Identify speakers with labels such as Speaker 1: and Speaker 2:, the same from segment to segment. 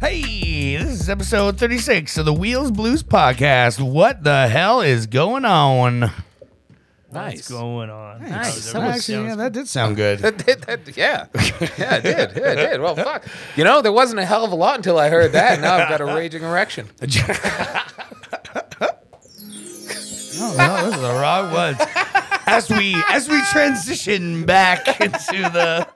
Speaker 1: Hey, this is episode 36 of the Wheels Blues podcast. What the hell is going on?
Speaker 2: Nice.
Speaker 3: going on? How does
Speaker 2: That
Speaker 3: everyone-
Speaker 2: was-
Speaker 1: Actually, yeah, that did sound good.
Speaker 2: That did, that, yeah, yeah, it did, yeah, it did. Well, fuck. You know, there wasn't a hell of a lot until I heard that. and Now I've got a raging erection.
Speaker 1: No, no, those are the wrong ones. As we as we transition back into the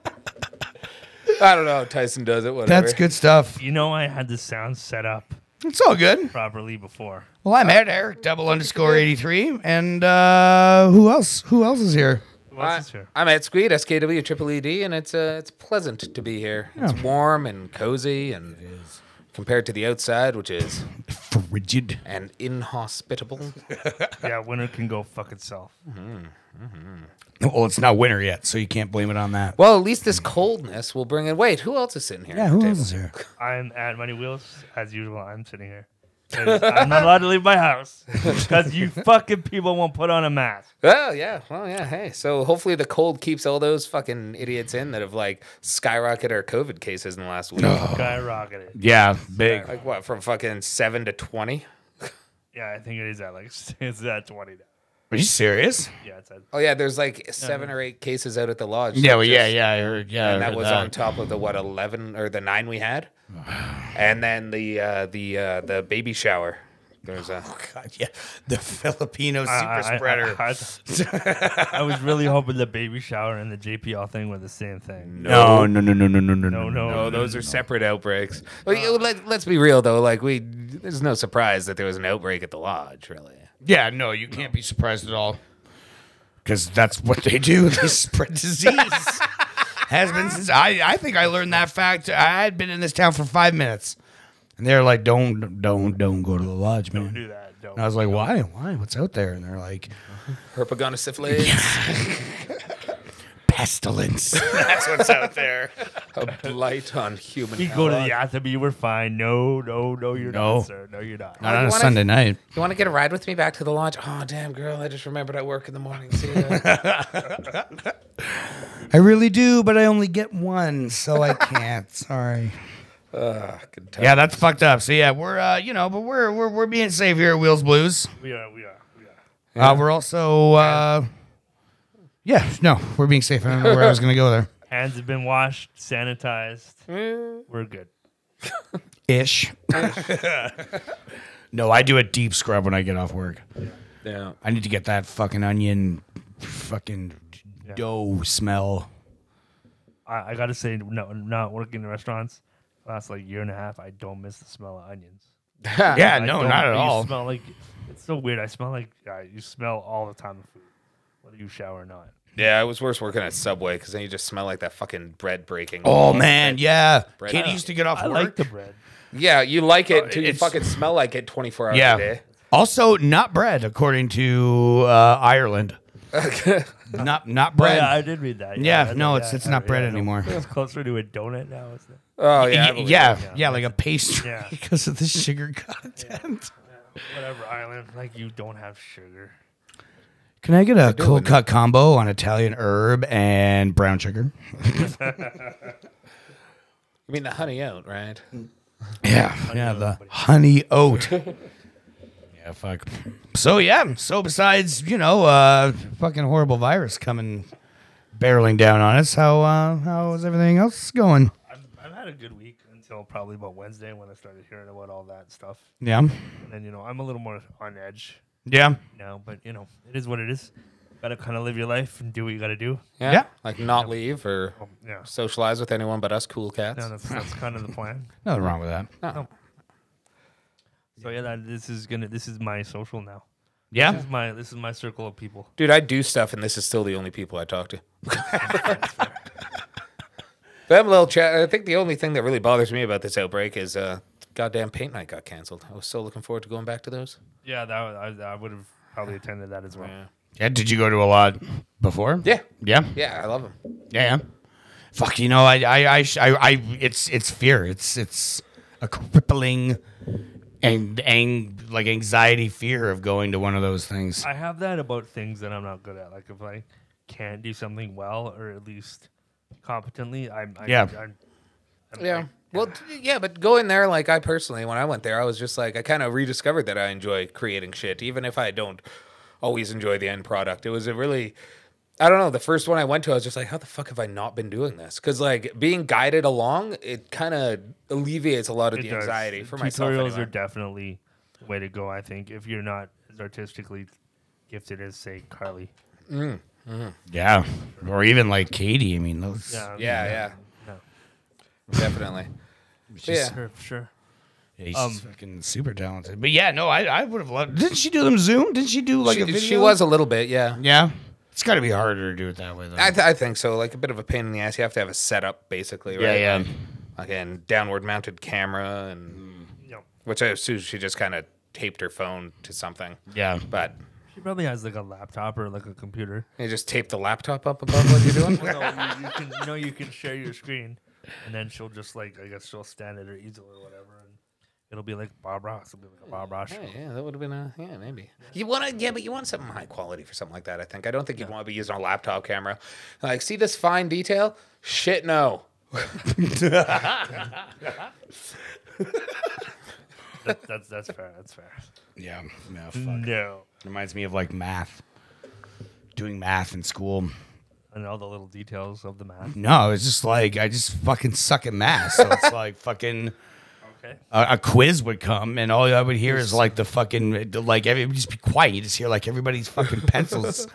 Speaker 2: I don't know. how Tyson does it. Whatever.
Speaker 1: That's good stuff.
Speaker 3: you know, I had the sound set up
Speaker 1: It's all good.
Speaker 3: properly before.
Speaker 1: Well, I'm at Eric double underscore eighty three. And uh who else? Who else is here?
Speaker 3: Who else is here?
Speaker 2: I'm at Squeed, S K W Triple E D, and it's uh, it's pleasant to be here. It's warm and cozy, and compared to the outside, which is
Speaker 1: Frigid.
Speaker 2: an inhospitable.
Speaker 3: Yeah, winner can go fuck itself.
Speaker 1: Well, it's not winter yet, so you can't blame it on that.
Speaker 2: Well, at least this coldness will bring it. Wait, who else is sitting here?
Speaker 1: Yeah,
Speaker 2: at the
Speaker 1: who else
Speaker 2: table?
Speaker 1: is here?
Speaker 3: I'm at Money Wheels as usual. I'm sitting here. And I'm not allowed to leave my house because you fucking people won't put on a mask.
Speaker 2: Well, Oh, yeah. Well, yeah. Hey, so hopefully the cold keeps all those fucking idiots in that have like skyrocketed our COVID cases in the last week.
Speaker 3: Skyrocketed.
Speaker 1: Yeah, big.
Speaker 2: Like what, from fucking seven to twenty?
Speaker 3: Yeah, I think it is at like it's at twenty now.
Speaker 1: Are you serious?
Speaker 3: Yeah, it's at.
Speaker 2: Oh yeah, there's like seven or eight cases out at the lodge.
Speaker 1: Yeah,
Speaker 2: so
Speaker 1: well,
Speaker 2: just-
Speaker 1: yeah, yeah, I heard. Yeah,
Speaker 2: And that was on top of the what eleven or the nine we had, and then the uh, the uh, the baby shower. There's a
Speaker 1: God, yeah, the Filipino super
Speaker 3: I- I- I-
Speaker 1: spreader.
Speaker 3: I, I was really hoping the baby shower and the JPL thing were the same thing.
Speaker 1: Oh, no, no, no, no, no, no, no,
Speaker 3: No, no,
Speaker 2: no, Oh, those are separate outbreaks. Well, yeah, let, let's be real though. Like we, there's no surprise that there was an outbreak at the lodge. Really,
Speaker 1: Yeah, no, you can't be surprised at all. Because that's what they do. They spread disease. Has been since I, I think I learned that fact. I had been in this town for five minutes. And they're like, don't, don't, don't go to the lodge, man.
Speaker 3: do that. Don't.
Speaker 1: And I was like, why? Why? What's out there? And they're like,
Speaker 2: herpagonosyphilis.
Speaker 1: pestilence.
Speaker 2: That's what's out there. A blight on human.
Speaker 3: you
Speaker 2: health.
Speaker 3: go to the Atherby, we're fine. No, no, no, you're
Speaker 1: No.
Speaker 3: not, sir. No, you're not.
Speaker 1: Not on a
Speaker 2: Wanna-
Speaker 1: Sunday night.
Speaker 2: You want to get a ride with me back to the lodge? Oh, damn, girl, I just remembered I work in the morning. See ya.
Speaker 1: I really do, but I only get one, so I can't. Sorry.
Speaker 2: Fucking
Speaker 1: Yeah, that's fucked up. So yeah, we're uh, you know, but we're we're we're being safe here at Wheels Blues.
Speaker 3: We are. We are. We are.
Speaker 1: Uh, we're also uh, yeah, no, we're being safe. I don't know where I was gonna go there.
Speaker 3: Hands have been washed, sanitized. We're good.
Speaker 1: Ish. no, I do a deep scrub when I get off work.
Speaker 2: Yeah.
Speaker 1: I need to get that fucking onion, fucking dough smell.
Speaker 3: I, I gotta say, no, not working in restaurants last like year and a half. I don't miss the smell of onions.
Speaker 1: Yeah,
Speaker 3: I
Speaker 1: no,
Speaker 3: don't-
Speaker 1: not at
Speaker 3: you
Speaker 1: all.
Speaker 3: Smell like it's so weird. I smell like uh, you smell all the time of food, whether you shower or not.
Speaker 2: Yeah, it was worse working at Subway because then you just smell like that fucking bread breaking.
Speaker 1: Oh man, yeah.
Speaker 2: Bread.
Speaker 1: Katie used to get off
Speaker 3: I
Speaker 1: work.
Speaker 3: like the bread.
Speaker 2: Yeah, you like it until you
Speaker 1: It's-
Speaker 2: fucking smell like it 24 hours a
Speaker 1: yeah.
Speaker 2: day.
Speaker 1: Also, not bread, according to uh, Ireland. not not bread.
Speaker 3: Yeah, I did read that.
Speaker 1: Yeah,
Speaker 3: I
Speaker 1: no,
Speaker 3: did-
Speaker 1: it's-
Speaker 3: yeah,
Speaker 1: it's
Speaker 3: I-
Speaker 1: not bread
Speaker 3: I know.
Speaker 1: anymore.
Speaker 3: It's closer to a donut now, isn't it?
Speaker 2: Oh, yeah. I
Speaker 1: yeah,
Speaker 2: believe
Speaker 1: yeah,
Speaker 2: it.
Speaker 1: yeah, like a pastry
Speaker 3: Yeah.
Speaker 1: because of the sugar content.
Speaker 3: Whatever, Ireland. Like you don't have sugar.
Speaker 1: Can I get a cold cut combo on Italian herb and brown sugar?
Speaker 2: You mean the honey out, right?
Speaker 1: Yeah, yeah, the honey oat. yeah, fuck. So yeah, so besides you know, uh, fucking horrible virus coming barreling down on us. How uh, how is everything else going?
Speaker 3: I've, I've had a good week until probably about Wednesday when I started hearing about all that stuff.
Speaker 1: Yeah,
Speaker 3: And then, you know, I'm a little more on edge
Speaker 1: yeah,
Speaker 3: now, but, you know, it is what it is. Got to kind of live your life and do what you got to do.
Speaker 2: Yeah.
Speaker 1: Yeah.
Speaker 2: Like not leave or
Speaker 3: Yeah.
Speaker 2: socialize with anyone but us cool cats.
Speaker 3: No, that's, that's kind of the plan.
Speaker 1: nothing wrong with that.
Speaker 3: So yeah, that, this is gonna. This is my social now.
Speaker 1: Yeah,
Speaker 3: This is my. This is my circle of people.
Speaker 2: Dude, I do stuff, and this is still the only people I talk to. But I'm a little chat. I think the only thing that really bothers me about this outbreak is uh, goddamn paint night got canceled. I was so looking forward to going back to those.
Speaker 3: Yeah, that wa- I, I would have probably attended that as well.
Speaker 1: yeah. Did you go to a lot before?
Speaker 2: Yeah,
Speaker 1: yeah.
Speaker 2: yeah, I love them.
Speaker 1: Yeah. Fuck, you know, I, I, I, sh- I, I it's, it's fear. It's, it's a crippling and, ang like anxiety fear of going to one of those things.
Speaker 3: I have that about things that I'm not good at. Like if I can't do something well or at least competently, I'm. I,
Speaker 1: Yeah.
Speaker 3: I'm, I'm,
Speaker 2: Yeah.
Speaker 3: like,
Speaker 2: Well, t- yeah, but going there, like I personally, when I went there, I was just like, I kind of rediscovered that I enjoy creating shit, even if I don't always enjoy the end product. It was a really, I don't know, the first one I went to, I was just like, how the fuck have I not been doing this? Because like being guided along, it kind of alleviates a lot of
Speaker 3: It
Speaker 2: the
Speaker 3: does.
Speaker 2: anxiety for myself.
Speaker 3: Tutorials
Speaker 2: anyway.
Speaker 3: are definitely the way to go. I think if you're not as artistically gifted as say Carly.
Speaker 1: Yeah, or even like Katie. I mean, those.
Speaker 3: Yeah.
Speaker 2: yeah, yeah,
Speaker 3: No.
Speaker 2: definitely.
Speaker 1: she's-
Speaker 2: yeah.
Speaker 3: Sure. Sure.
Speaker 1: Yeah, she's
Speaker 3: Um,
Speaker 1: fucking super talented. But yeah, no, I, I would have loved. Didn't she do them Zoom? Didn't she do like a
Speaker 2: she,
Speaker 1: video?
Speaker 2: she was a little bit, yeah.
Speaker 1: Yeah, it's got to be harder to do it that way though.
Speaker 2: I, th- I think so. Like a bit of a pain in the ass. You have to have a setup, basically. Right?
Speaker 1: yeah, yeah.
Speaker 2: Like, like an downward mounted camera, and
Speaker 3: Yeah.
Speaker 2: which I assume she just kind of taped her phone to something.
Speaker 1: Yeah.
Speaker 2: But
Speaker 3: She probably has like a laptop or like a computer.
Speaker 2: you just tape the laptop up above what you're doing.
Speaker 3: So you, you can you know you can share your screen, and then she'll just like I guess she'll stand at her easel or whatever, and it'll be like Bob Ross. It'll be like a Bob Ross show.
Speaker 2: Yeah, yeah, that would have been a yeah, maybe. You want to yeah, but you want something high quality for something like that. I think I don't think you'd want to be using a laptop camera. Like, see this fine detail? Shit, no.
Speaker 3: That, that's that's fair. That's fair.
Speaker 1: Yeah. Yeah. Fuck.
Speaker 3: No.
Speaker 1: Reminds me of like math. Doing math in school.
Speaker 3: And all the little details of the math.
Speaker 1: No, it's just like I just fucking suck at math. So it's like fucking
Speaker 3: Okay.
Speaker 1: a, a quiz would come, and all I would hear is like the fucking like every just be quiet. You just hear like everybody's fucking pencils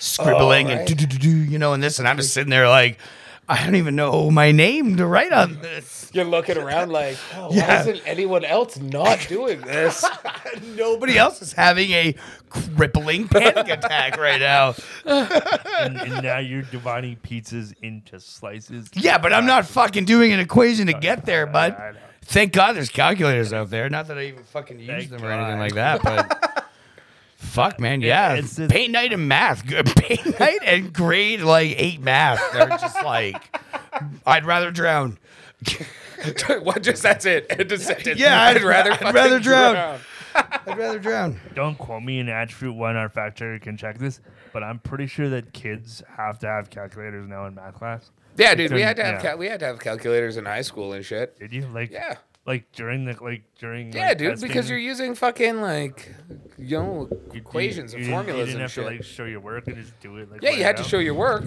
Speaker 1: scribbling and do do do do, you know, and this, and I'm just sitting there like. I don't even know my name to write on this.
Speaker 2: You're looking around like, oh, why
Speaker 1: Yeah.
Speaker 2: isn't anyone else not doing this?
Speaker 1: Nobody else is having a crippling panic attack right now.
Speaker 3: and, and now you're dividing pizzas into slices.
Speaker 1: Yeah, but I'm not fucking doing an equation to get there,
Speaker 3: I
Speaker 1: bud.
Speaker 3: know.
Speaker 1: Thank God there's calculators out there. Not that I even fucking use
Speaker 3: Thank
Speaker 1: them or anything
Speaker 3: God.
Speaker 1: like that, but fuck, man, yeah.
Speaker 3: it's just-
Speaker 1: paint night and math, good paint night and grade like eight math. They're just like, I'd rather drown.
Speaker 2: what just that's it? End of sentence.
Speaker 1: Yeah, I'd- I'd
Speaker 2: fucking
Speaker 1: rather drown. I'd rather drown.
Speaker 3: Don't quote me, and Adfruit One, our factory can check this, but I'm pretty sure that kids have to have calculators now in math class.
Speaker 2: Yeah, dude, we
Speaker 3: Then-
Speaker 2: had to have
Speaker 3: yeah.
Speaker 2: cal- we had to have calculators in high school and shit.
Speaker 3: Did you like?
Speaker 2: Yeah.
Speaker 3: Like during the like during.
Speaker 2: Yeah,
Speaker 3: like,
Speaker 2: dude, because
Speaker 3: testing,
Speaker 2: you're
Speaker 3: you-
Speaker 2: using fucking like you know
Speaker 3: you-
Speaker 2: equations
Speaker 3: you
Speaker 2: and
Speaker 3: didn't-
Speaker 2: formulas
Speaker 3: You didn't
Speaker 2: and
Speaker 3: have
Speaker 2: shit.
Speaker 3: to like show your work and just do it. Like,
Speaker 2: yeah,
Speaker 3: right
Speaker 2: you had to
Speaker 3: now.
Speaker 2: show your work.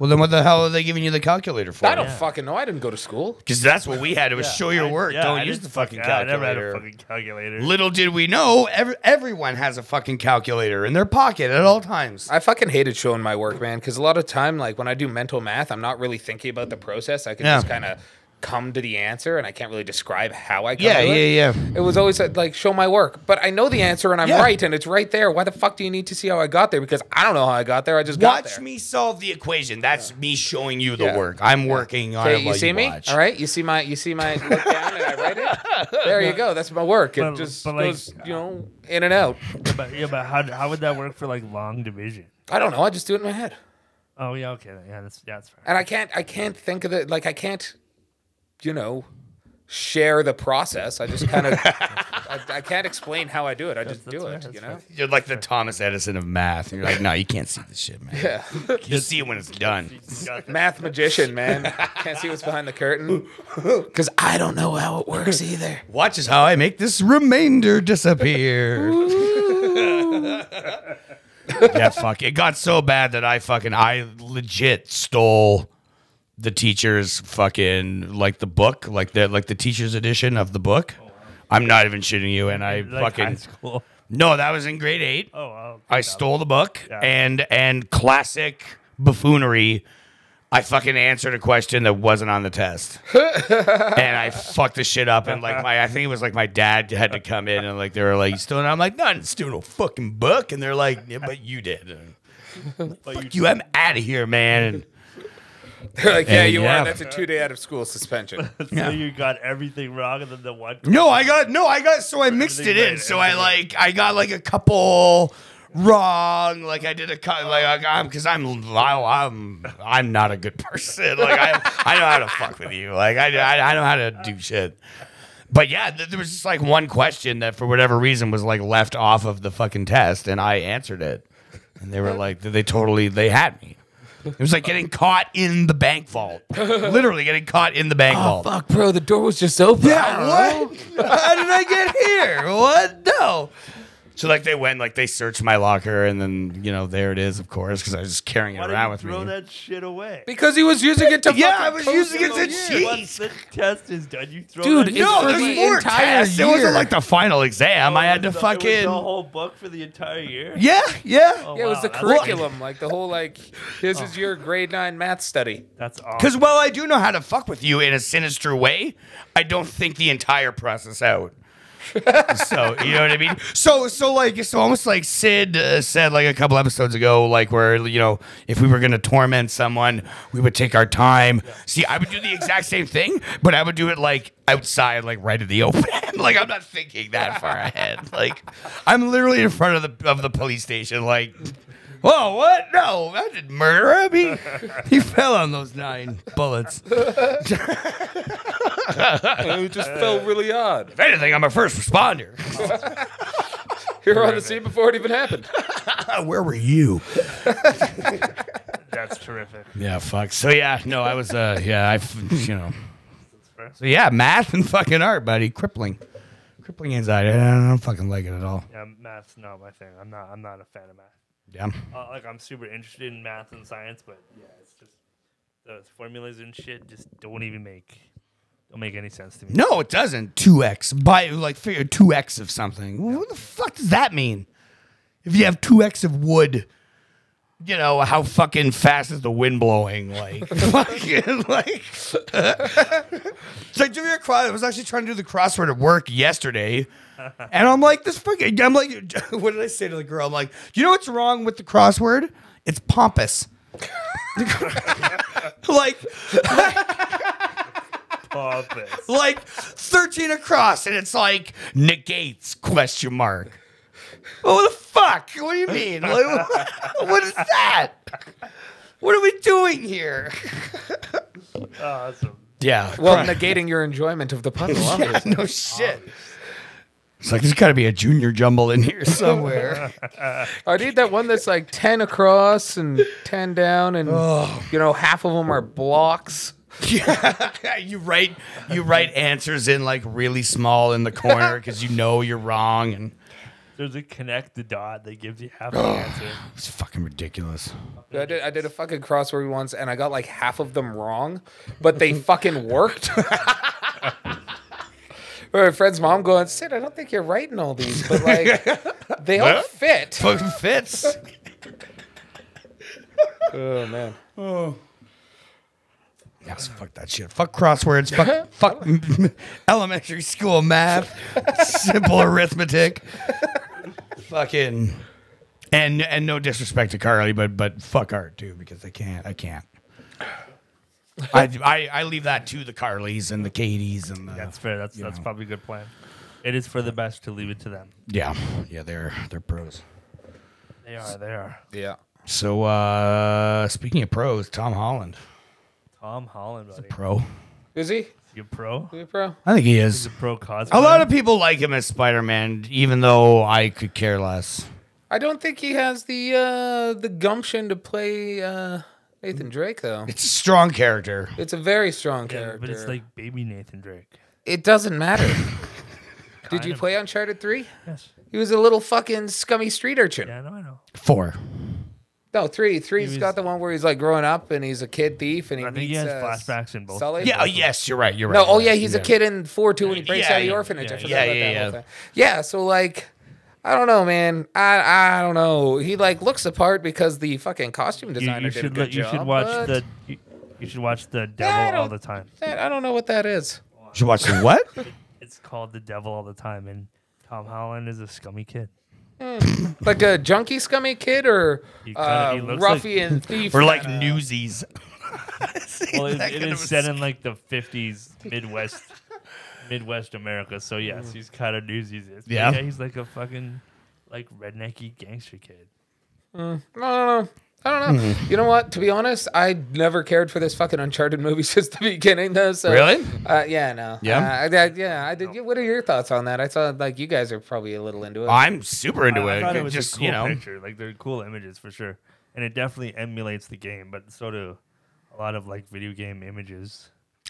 Speaker 1: Well, then what the hell are they giving you the calculator
Speaker 2: I don't
Speaker 1: for?
Speaker 3: Yeah.
Speaker 2: fucking know. I didn't go to school.
Speaker 1: Because that's what we had. It was show your
Speaker 3: I-
Speaker 1: work.
Speaker 3: yeah,
Speaker 1: don't
Speaker 3: I
Speaker 1: use
Speaker 3: didn't
Speaker 1: the fucking
Speaker 3: fuck- yeah, I
Speaker 1: calculator.
Speaker 3: never had a fucking calculator.
Speaker 1: Little did we know, ev- everyone has a fucking calculator in their pocket at all times.
Speaker 2: I fucking hated showing my work, man, because a lot of time, like when I do mental math, I'm not really thinking about the process. I can
Speaker 1: Yeah.
Speaker 2: just kind of come to the answer, and I can't really describe how I. Come
Speaker 1: Yeah,
Speaker 2: to it.
Speaker 1: yeah, yeah.
Speaker 2: It was always uh, like show my work, but I know the answer and I'm
Speaker 1: Yeah.
Speaker 2: right, and it's right there. Why the fuck do you need to see how I got there? Because I don't know how I got there. I just got
Speaker 1: Watch
Speaker 2: there.
Speaker 1: me solve the equation. That's me showing you the
Speaker 2: Yeah.
Speaker 1: work. I'm working on
Speaker 2: Okay,
Speaker 1: it.
Speaker 2: you
Speaker 1: while
Speaker 2: see me?
Speaker 1: watch.
Speaker 2: All right, you see my you see my look down and I write it. There you go. That's my work. It
Speaker 3: But-
Speaker 2: just
Speaker 3: but, like,
Speaker 2: goes you know in and out.
Speaker 3: But yeah, but how, how would that work for like long division?
Speaker 2: I don't know. I just do it in my head,
Speaker 3: Oh yeah, okay, yeah, that's yeah, that's fair.
Speaker 2: and I can't I can't think of it like I can't, you know, share the process. I just kind of I, I can't explain how I do it. I just
Speaker 3: That's-
Speaker 2: do
Speaker 3: that's
Speaker 2: it.
Speaker 3: fair,
Speaker 2: You know.
Speaker 3: that's
Speaker 1: You're like the Thomas Edison of math. You're like, no, you can't see this shit, man.
Speaker 2: Yeah.
Speaker 1: You see it when it's done.
Speaker 2: Math magician, man. Can't see what's behind the curtain. Because I don't know how it works either.
Speaker 1: Watch is how I make this remainder disappear. yeah, fuck. It got so bad that I fucking I legit stole the teacher's fucking like the book, like the like the teacher's edition of the book.
Speaker 2: Oh,
Speaker 1: I'm not even shitting you, and I
Speaker 3: Like high
Speaker 1: fucking
Speaker 3: school.
Speaker 1: no. That was in grade eight.
Speaker 3: Oh, wow.
Speaker 1: I stole the book
Speaker 3: Yeah.
Speaker 1: and and classic buffoonery. I fucking answered a question that wasn't on the test, and I fucked the shit up. And like my, I think it was like my dad had to come in and like they were like, "You still?" And I'm like, "No, I didn't steal no fucking book." And they're like, yeah, "But you did." And
Speaker 3: But
Speaker 1: Fuck you! I'm out of here, man.
Speaker 2: They're like, yeah,
Speaker 1: And
Speaker 2: you
Speaker 1: yeah.
Speaker 2: are. That's a two day out of school suspension.
Speaker 3: So you got everything wrong, and then the one.
Speaker 1: No, I got no, I got so I mixed it
Speaker 3: Everything
Speaker 1: in.
Speaker 3: right,
Speaker 1: So I
Speaker 3: everything
Speaker 1: like I got like a couple wrong. Like I did a cut like I, I'm because I'm I- I'm I'm not a good person. Like I I know how to fuck with you. Like I I, I know how to do shit. But yeah, th- there was just like one question that for whatever reason was like left off of the fucking test, and I answered it, and they were like they totally they had me. It was like getting caught in the bank vault. Literally getting caught in the bank
Speaker 3: Oh,
Speaker 1: vault.
Speaker 2: Fuck, bro, the door was just open.
Speaker 1: Yeah, what? How did I get here? What? No. So like they went, like they searched my locker, and then you know there it is, of course, because I was just carrying it
Speaker 3: Why
Speaker 1: around
Speaker 3: did you
Speaker 1: with
Speaker 3: throw
Speaker 1: me.
Speaker 3: that shit away?
Speaker 2: Because he was using it to
Speaker 1: Yeah,
Speaker 2: fucking
Speaker 1: I was
Speaker 2: post
Speaker 1: using
Speaker 2: him
Speaker 1: it
Speaker 2: on-
Speaker 1: to
Speaker 3: Yeah,
Speaker 1: cheat.
Speaker 3: Once the test is done, you throw
Speaker 2: Dude,
Speaker 3: that
Speaker 2: it's
Speaker 3: shit
Speaker 1: no,
Speaker 2: for
Speaker 1: there's
Speaker 2: the
Speaker 1: more
Speaker 2: entire
Speaker 1: tests. It wasn't
Speaker 2: year.
Speaker 1: like the final exam. I had
Speaker 3: Oh,
Speaker 1: to
Speaker 3: It was the- it was
Speaker 1: fucking.
Speaker 3: the whole book for the entire year.
Speaker 1: yeah, yeah.
Speaker 3: Oh,
Speaker 2: Yeah, it was
Speaker 3: wow,
Speaker 2: the
Speaker 3: that's-
Speaker 2: curriculum, like the whole like this is your grade nine math study.
Speaker 3: That's awesome.
Speaker 1: Because while I do know how to fuck with you in a sinister way, I don't think the entire process out. so you know what I mean. So so like so almost like Sid uh, said like a couple episodes ago, like where you know if we were gonna torment someone, we would take our time. See, I would do the exact same thing, but I would do it like outside, like right in the open. like I'm not thinking that far ahead. Like I'm literally in front of the of the police station, like. Whoa, what? No, I didn't murder him. He, he fell on those nine bullets.
Speaker 2: And it just felt really odd.
Speaker 1: If anything, I'm a first responder.
Speaker 2: You were on the scene before it even happened.
Speaker 1: Where were you?
Speaker 3: That's terrific.
Speaker 1: Yeah, fuck. So yeah, no, I was uh yeah, I f- you know.
Speaker 3: fair.
Speaker 1: So yeah, math and fucking art, buddy. Crippling. Crippling anxiety. I don't fucking like it at all.
Speaker 3: Yeah, math's not my thing. I'm not. I'm not a fan of math.
Speaker 1: Yeah.
Speaker 3: Uh, like I'm super interested in math and science, but yeah, it's just those formulas and shit just don't even make don't make any sense to me.
Speaker 1: No, it doesn't. 2x. By like figure 2x of something. What the fuck does that mean? If you have 2x of wood, you know, how fucking fast is the wind blowing? Like, fucking, like. it's like, do your cross. I was actually trying to do the crossword at work yesterday. And I'm like, this fucking. I'm like, what did I say to the girl? I'm like, you know what's wrong with the crossword? It's pompous. like,
Speaker 3: Office.
Speaker 1: like 13 across and it's like negates question mark well, what the fuck what do you mean Like, what is that what are we doing here
Speaker 3: awesome.
Speaker 1: yeah
Speaker 2: Well, negating your enjoyment of the puzzle.
Speaker 1: yeah,
Speaker 2: obviously.
Speaker 1: no shit it's like there's got to be a junior jumble in here somewhere
Speaker 2: I need that one that's like ten across and ten down, and you know half of them are blocks.
Speaker 1: yeah you write you write answers in like really small in the corner because you know you're wrong and
Speaker 3: There's a connect the dot that gives you half the answer.
Speaker 1: it's fucking ridiculous
Speaker 2: I did, I did a fucking crossword once, and I got like half of them wrong, but they fucking worked. My friend's mom going, Sid, I don't think you're writing all these, but like they all
Speaker 1: Well,
Speaker 2: fit.
Speaker 1: fucking fits
Speaker 2: Oh man.
Speaker 1: Yeah, so fuck that shit. Fuck crosswords. Fuck, fuck elementary school math. simple arithmetic. Fucking. And and no disrespect to Carly, but but fuck art too because I can't I can't. I, I I leave that to the Carlys and the Katies and the
Speaker 3: That's fair. That's
Speaker 1: you
Speaker 3: that's
Speaker 1: know.
Speaker 3: probably a good plan. It is for the best to leave it to them.
Speaker 1: yeah yeah they're they're pros.
Speaker 3: They are. They are.
Speaker 2: Yeah.
Speaker 1: So uh speaking of pros, Tom Holland
Speaker 3: Tom Holland, buddy.
Speaker 1: pro.
Speaker 2: Is he? Is
Speaker 3: You pro?
Speaker 2: he a pro?
Speaker 1: I think he is.
Speaker 3: He's a pro cosplay.
Speaker 1: A lot of people like him as Spider Man, even though I could care less.
Speaker 2: I don't think he has the uh the gumption to play uh Nathan Drake though.
Speaker 1: It's a strong character.
Speaker 2: It's a very strong
Speaker 3: Yeah,
Speaker 2: character.
Speaker 3: but it's like baby Nathan Drake.
Speaker 2: it doesn't matter. Did you
Speaker 3: of.
Speaker 2: play Uncharted 3?
Speaker 3: Yes.
Speaker 2: He was a little fucking scummy street urchin.
Speaker 3: Yeah, I know. I know.
Speaker 1: Four.
Speaker 2: No, three. Three's
Speaker 3: was-
Speaker 2: got the one where he's like growing up and he's a kid thief and he
Speaker 3: I think he
Speaker 2: meets,
Speaker 3: has
Speaker 2: uh,
Speaker 3: flashbacks in both.
Speaker 2: Sully.
Speaker 1: Yeah. Oh, yes, you're right. You're right.
Speaker 2: No. Oh
Speaker 1: you're
Speaker 2: yeah,
Speaker 1: right,
Speaker 2: he's a kid in four too when he breaks
Speaker 1: Yeah,
Speaker 2: out of the
Speaker 1: yeah,
Speaker 2: orphanage. I
Speaker 3: yeah,
Speaker 2: forgot
Speaker 1: yeah, yeah,
Speaker 2: about that whole
Speaker 1: yeah.
Speaker 2: thing. Yeah. So like, I don't know, man. I I don't know. He like looks the part because the fucking costume
Speaker 3: You,
Speaker 2: designer
Speaker 3: you
Speaker 2: did a
Speaker 3: should
Speaker 2: good
Speaker 3: look- you
Speaker 2: job.
Speaker 3: should watch
Speaker 2: but
Speaker 3: the you, you should watch the
Speaker 2: I
Speaker 3: devil all
Speaker 2: don't-
Speaker 3: the time.
Speaker 2: that- I don't know what that is.
Speaker 1: Did you watch the what?
Speaker 3: It's called The Devil All the Time, and Tom Holland is a scummy kid.
Speaker 2: Like a junkie scummy kid or
Speaker 3: He kinda-
Speaker 2: uh,
Speaker 3: he looks like-
Speaker 2: ruffian thief?
Speaker 1: We're like
Speaker 2: kinda-
Speaker 1: newsies.
Speaker 3: Well, it,
Speaker 1: That
Speaker 3: it
Speaker 1: kind of
Speaker 3: is
Speaker 1: a
Speaker 3: set in like the '50s Midwest, Midwest America. So yes, he's kind of newsies. Is. But
Speaker 1: Mm. Yeah.
Speaker 3: yeah, he's like a fucking like rednecky gangster kid.
Speaker 2: No, no, no. I don't know.
Speaker 1: Hmm.
Speaker 2: You know what? To be honest, I never cared for this fucking Uncharted movie since the beginning, though. So
Speaker 1: Really?
Speaker 2: Uh, yeah, no.
Speaker 1: Yeah?
Speaker 2: Uh, I, I, yeah, I did. What are your thoughts on that? I saw like you guys are probably a little into it.
Speaker 1: I'm super into
Speaker 3: I, I
Speaker 1: it.
Speaker 3: thought it was
Speaker 1: Just
Speaker 3: a cool
Speaker 1: you know,
Speaker 3: picture. Like they're cool images for sure. and it definitely emulates the game. But so do a lot of like video game images.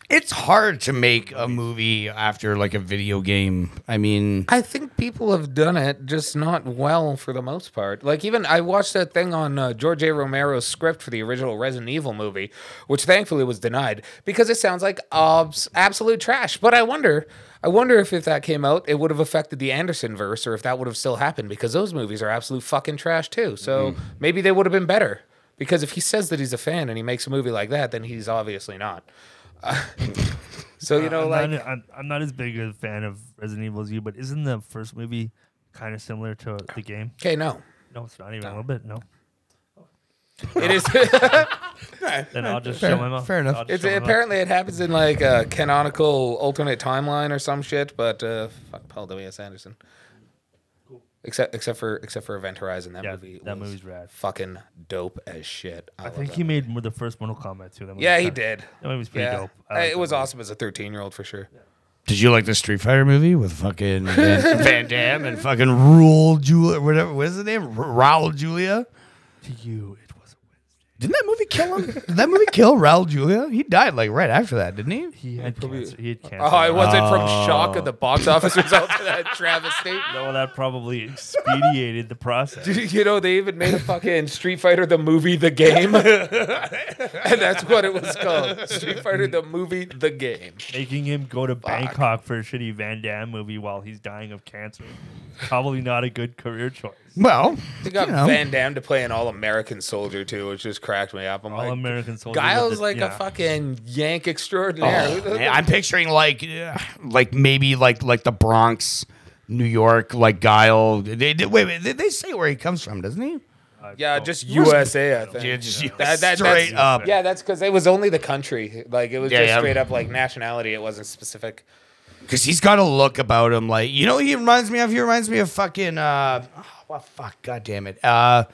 Speaker 1: It's hard to make a movie after like a video game. I mean,
Speaker 2: I think people have done it, just not well for the most part. Like even I watched that thing on uh, George A. Romero's script for the original Resident Evil movie, which thankfully was denied because it sounds like obs- absolute trash. But I wonder, I wonder if if that came out, it would have affected the Anderson verse, or if that would have still happened because those movies are absolute fucking trash too. So
Speaker 3: Mm-hmm.
Speaker 2: maybe they would have been better. Because if he says that he's a fan and he makes a movie like that, then he's obviously not. so you know,
Speaker 3: Uh, I'm
Speaker 2: like
Speaker 3: not, I'm, I'm not as big a fan of Resident Evil as you, but isn't the first movie kind of similar to the game?
Speaker 2: okay, no,
Speaker 3: No, it's not even a little bit. No,
Speaker 2: it is.
Speaker 3: then I'll just
Speaker 1: Fair-
Speaker 3: show him up.
Speaker 1: fair enough.
Speaker 3: I'll just
Speaker 2: It's,
Speaker 3: show him up.
Speaker 2: apparently, it happens in like a canonical alternate timeline or some shit. But uh, fuck Paul W S Anderson. Except except for except for Event Horizon, that
Speaker 3: Yeah,
Speaker 2: movie
Speaker 3: that
Speaker 2: was
Speaker 3: movie's rad.
Speaker 2: fucking dope as shit. I,
Speaker 3: I
Speaker 2: love
Speaker 3: think
Speaker 2: that
Speaker 3: he
Speaker 2: movie.
Speaker 3: made more the first Mortal Kombat too. That movie
Speaker 2: Yeah,
Speaker 3: was
Speaker 2: he
Speaker 3: kinda-
Speaker 2: did.
Speaker 3: That movie was pretty
Speaker 2: Yeah,
Speaker 3: dope.
Speaker 2: Uh,
Speaker 3: I liked
Speaker 2: it
Speaker 3: that
Speaker 2: was
Speaker 3: movie.
Speaker 2: awesome as a thirteen-year-old for sure.
Speaker 1: did you like the Street Fighter movie with fucking Van, Van Damme and fucking Rule Julia, whatever? What is his name? R- Raul Julia?
Speaker 3: To you, it was. a win.
Speaker 1: Didn't that movie kill him? Did that movie kill Raul Julia? He died like right after that, didn't he?
Speaker 3: He had cancer. He had cancer.
Speaker 2: Oh, it wasn't from
Speaker 1: Oh.
Speaker 2: shock at the box office result of that travesty.
Speaker 3: Well, that probably expedited the process.
Speaker 2: You know, they even made a fucking Street Fighter the movie, the game, and that's what it was called: Street Fighter the movie, the game.
Speaker 3: Making him go to Bangkok for a shitty Van Damme movie while he's dying of cancer. Probably not a good career choice.
Speaker 1: Well,
Speaker 2: They got
Speaker 1: you know.
Speaker 2: Van Damme to play an All American soldier too, which just cracked me up. I'm
Speaker 3: All
Speaker 2: like,
Speaker 3: American soldier.
Speaker 2: Guile's
Speaker 3: with the-
Speaker 2: like
Speaker 3: yeah.
Speaker 2: a fucking Yank extraordinaire. Who the-
Speaker 1: Oh, Man, I'm picturing like, uh, like maybe like like the Bronx, New York, like Guile. They, they, wait, wait, they, they say where he comes from, doesn't he?
Speaker 3: Uh,
Speaker 2: yeah,
Speaker 3: oh,
Speaker 2: just USA. I think.
Speaker 1: Yeah, just
Speaker 2: That- that-
Speaker 1: straight
Speaker 2: that's-
Speaker 1: up.
Speaker 2: Yeah, that's because it was only the country. Like it was
Speaker 1: Yeah,
Speaker 2: just
Speaker 1: yeah.
Speaker 2: straight up like nationality. It wasn't specific.
Speaker 1: Because he's got a look about him, like you know, what he reminds me of. He reminds me of fucking. Uh, oh, well, fuck, god damn it. Uh,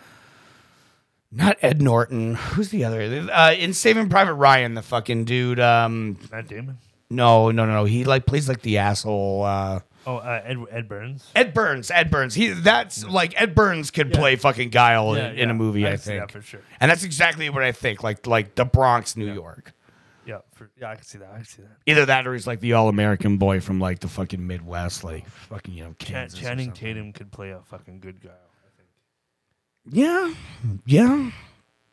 Speaker 1: not Ed Norton. Who's the other? Uh, in Saving Private Ryan, the fucking dude. Um,
Speaker 3: Matt Damon.
Speaker 1: no, no, no, no. He like plays like the asshole. Uh,
Speaker 3: Oh, uh, Ed, Ed Burns.
Speaker 1: Ed Burns. Ed Burns. He that's like Ed Burns could play fucking Guile
Speaker 3: Yeah,
Speaker 1: in, in a
Speaker 3: yeah.
Speaker 1: movie. I,
Speaker 3: I'd see
Speaker 1: think,
Speaker 3: that for sure.
Speaker 1: and that's exactly what I think. Like like the Bronx, New York.
Speaker 3: Yeah, for, yeah, I can see that. I can see that.
Speaker 1: Either that, or he's like the all-American boy from like the fucking Midwest, like fucking you know
Speaker 3: Chan-
Speaker 1: Kansas. or
Speaker 3: Channing
Speaker 1: something.
Speaker 3: Tatum could play a fucking good guy.
Speaker 1: Yeah, yeah.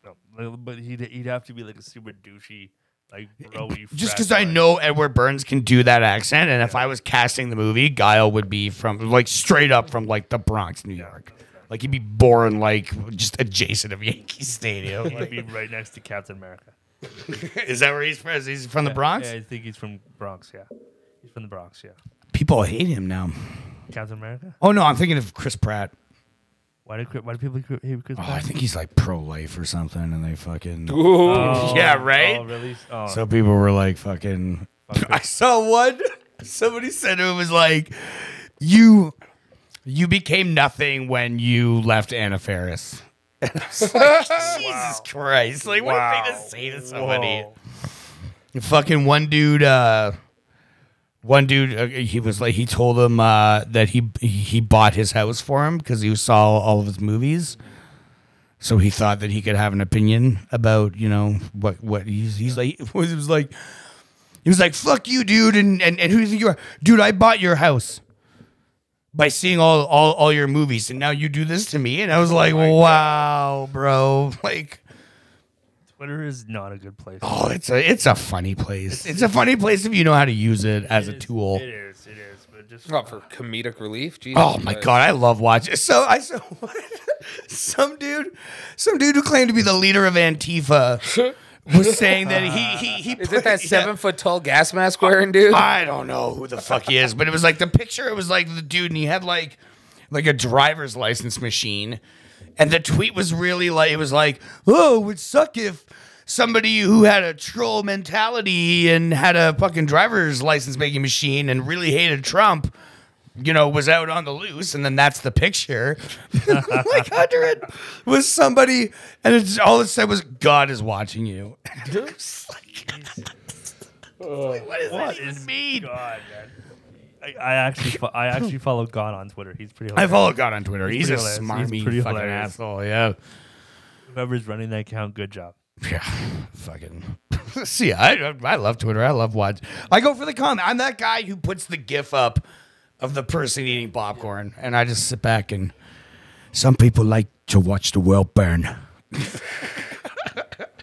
Speaker 3: No, li- but he'd, he'd have to be like a super douchey, like broy.
Speaker 1: Just
Speaker 3: frat
Speaker 1: because I
Speaker 3: guy.
Speaker 1: know Edward Burns can do that accent, and if I was casting the movie, Guile would be from like straight up from like the Bronx, New York. Like he'd be born like just adjacent of Yankee Stadium.
Speaker 3: he'd
Speaker 1: Like,
Speaker 3: be right next to Captain America.
Speaker 1: is that where he's from? Is he from the Bronx?
Speaker 3: Yeah, I think he's from Bronx. Yeah, he's from the Bronx. Yeah,
Speaker 1: People hate him now.
Speaker 3: Captain America.
Speaker 1: Oh no, I'm thinking of Chris Pratt.
Speaker 3: Why do Chri- why do people cri- hate Chris
Speaker 1: Oh, I
Speaker 3: Pratt?
Speaker 1: think he's like pro-life or something, and they fucking.
Speaker 2: Ooh.
Speaker 3: Oh,
Speaker 1: yeah, right?
Speaker 3: Oh, really? Oh,
Speaker 1: So people were like, fucking. I saw one. Somebody said it was like, you, you became nothing when you left Anna Ferris. Jesus Christ! Like, what a thing to say to somebody.
Speaker 3: Whoa.
Speaker 1: Fucking one dude. uh one dude, uh, he was like, he told him uh, that he he bought his house for him because he saw all of his movies, so he thought that he could have an opinion about you know what what he's he's like it was, it was like he was like fuck you dude and, and and who do you think you are dude I bought your house by seeing all all all your movies and now you do this to me and I was like wow bro like
Speaker 3: Twitter is not a good place.
Speaker 1: oh it's a it's a funny place it's a funny place if you know how to use it as a
Speaker 3: It is-
Speaker 1: tool
Speaker 3: It is. It is. But just
Speaker 2: Not for comedic relief. Jesus
Speaker 1: Oh my
Speaker 2: Christ.
Speaker 1: god, I love watching. So I so some dude, some dude who claimed to be the leader of Antifa was saying that he he he.
Speaker 2: Is it that
Speaker 1: yeah. Ah.
Speaker 2: seven foot tall gas mask wearing dude?
Speaker 1: I don't know who the fuck he is, but it was like the picture. It was like the dude, and he had like like a driver's license machine, and the tweet was really like it was like, oh, it would suck if somebody who had a troll mentality and had a fucking driver's license making machine and really hated Trump. You know, was out on the loose, and then that's the picture. like under it was somebody, and it's all it said was "God is watching you." And I was like, what does that even mean?
Speaker 3: God, man. I, I actually, fo- I actually follow God on Twitter. He's pretty.
Speaker 1: I
Speaker 3: Hilarious.
Speaker 1: follow God on Twitter. He's,
Speaker 3: He's
Speaker 1: a
Speaker 3: pretty hilarious.
Speaker 1: smarmy
Speaker 3: He's pretty
Speaker 1: fucking
Speaker 3: hilarious.
Speaker 1: asshole. Yeah.
Speaker 3: Whoever's running that account, good job.
Speaker 1: Yeah, fucking. See, I I love Twitter. I love watch. I go for the comment. I'm that guy who puts the GIF up of the person eating popcorn, and I just sit back and. Some people like to watch the world burn.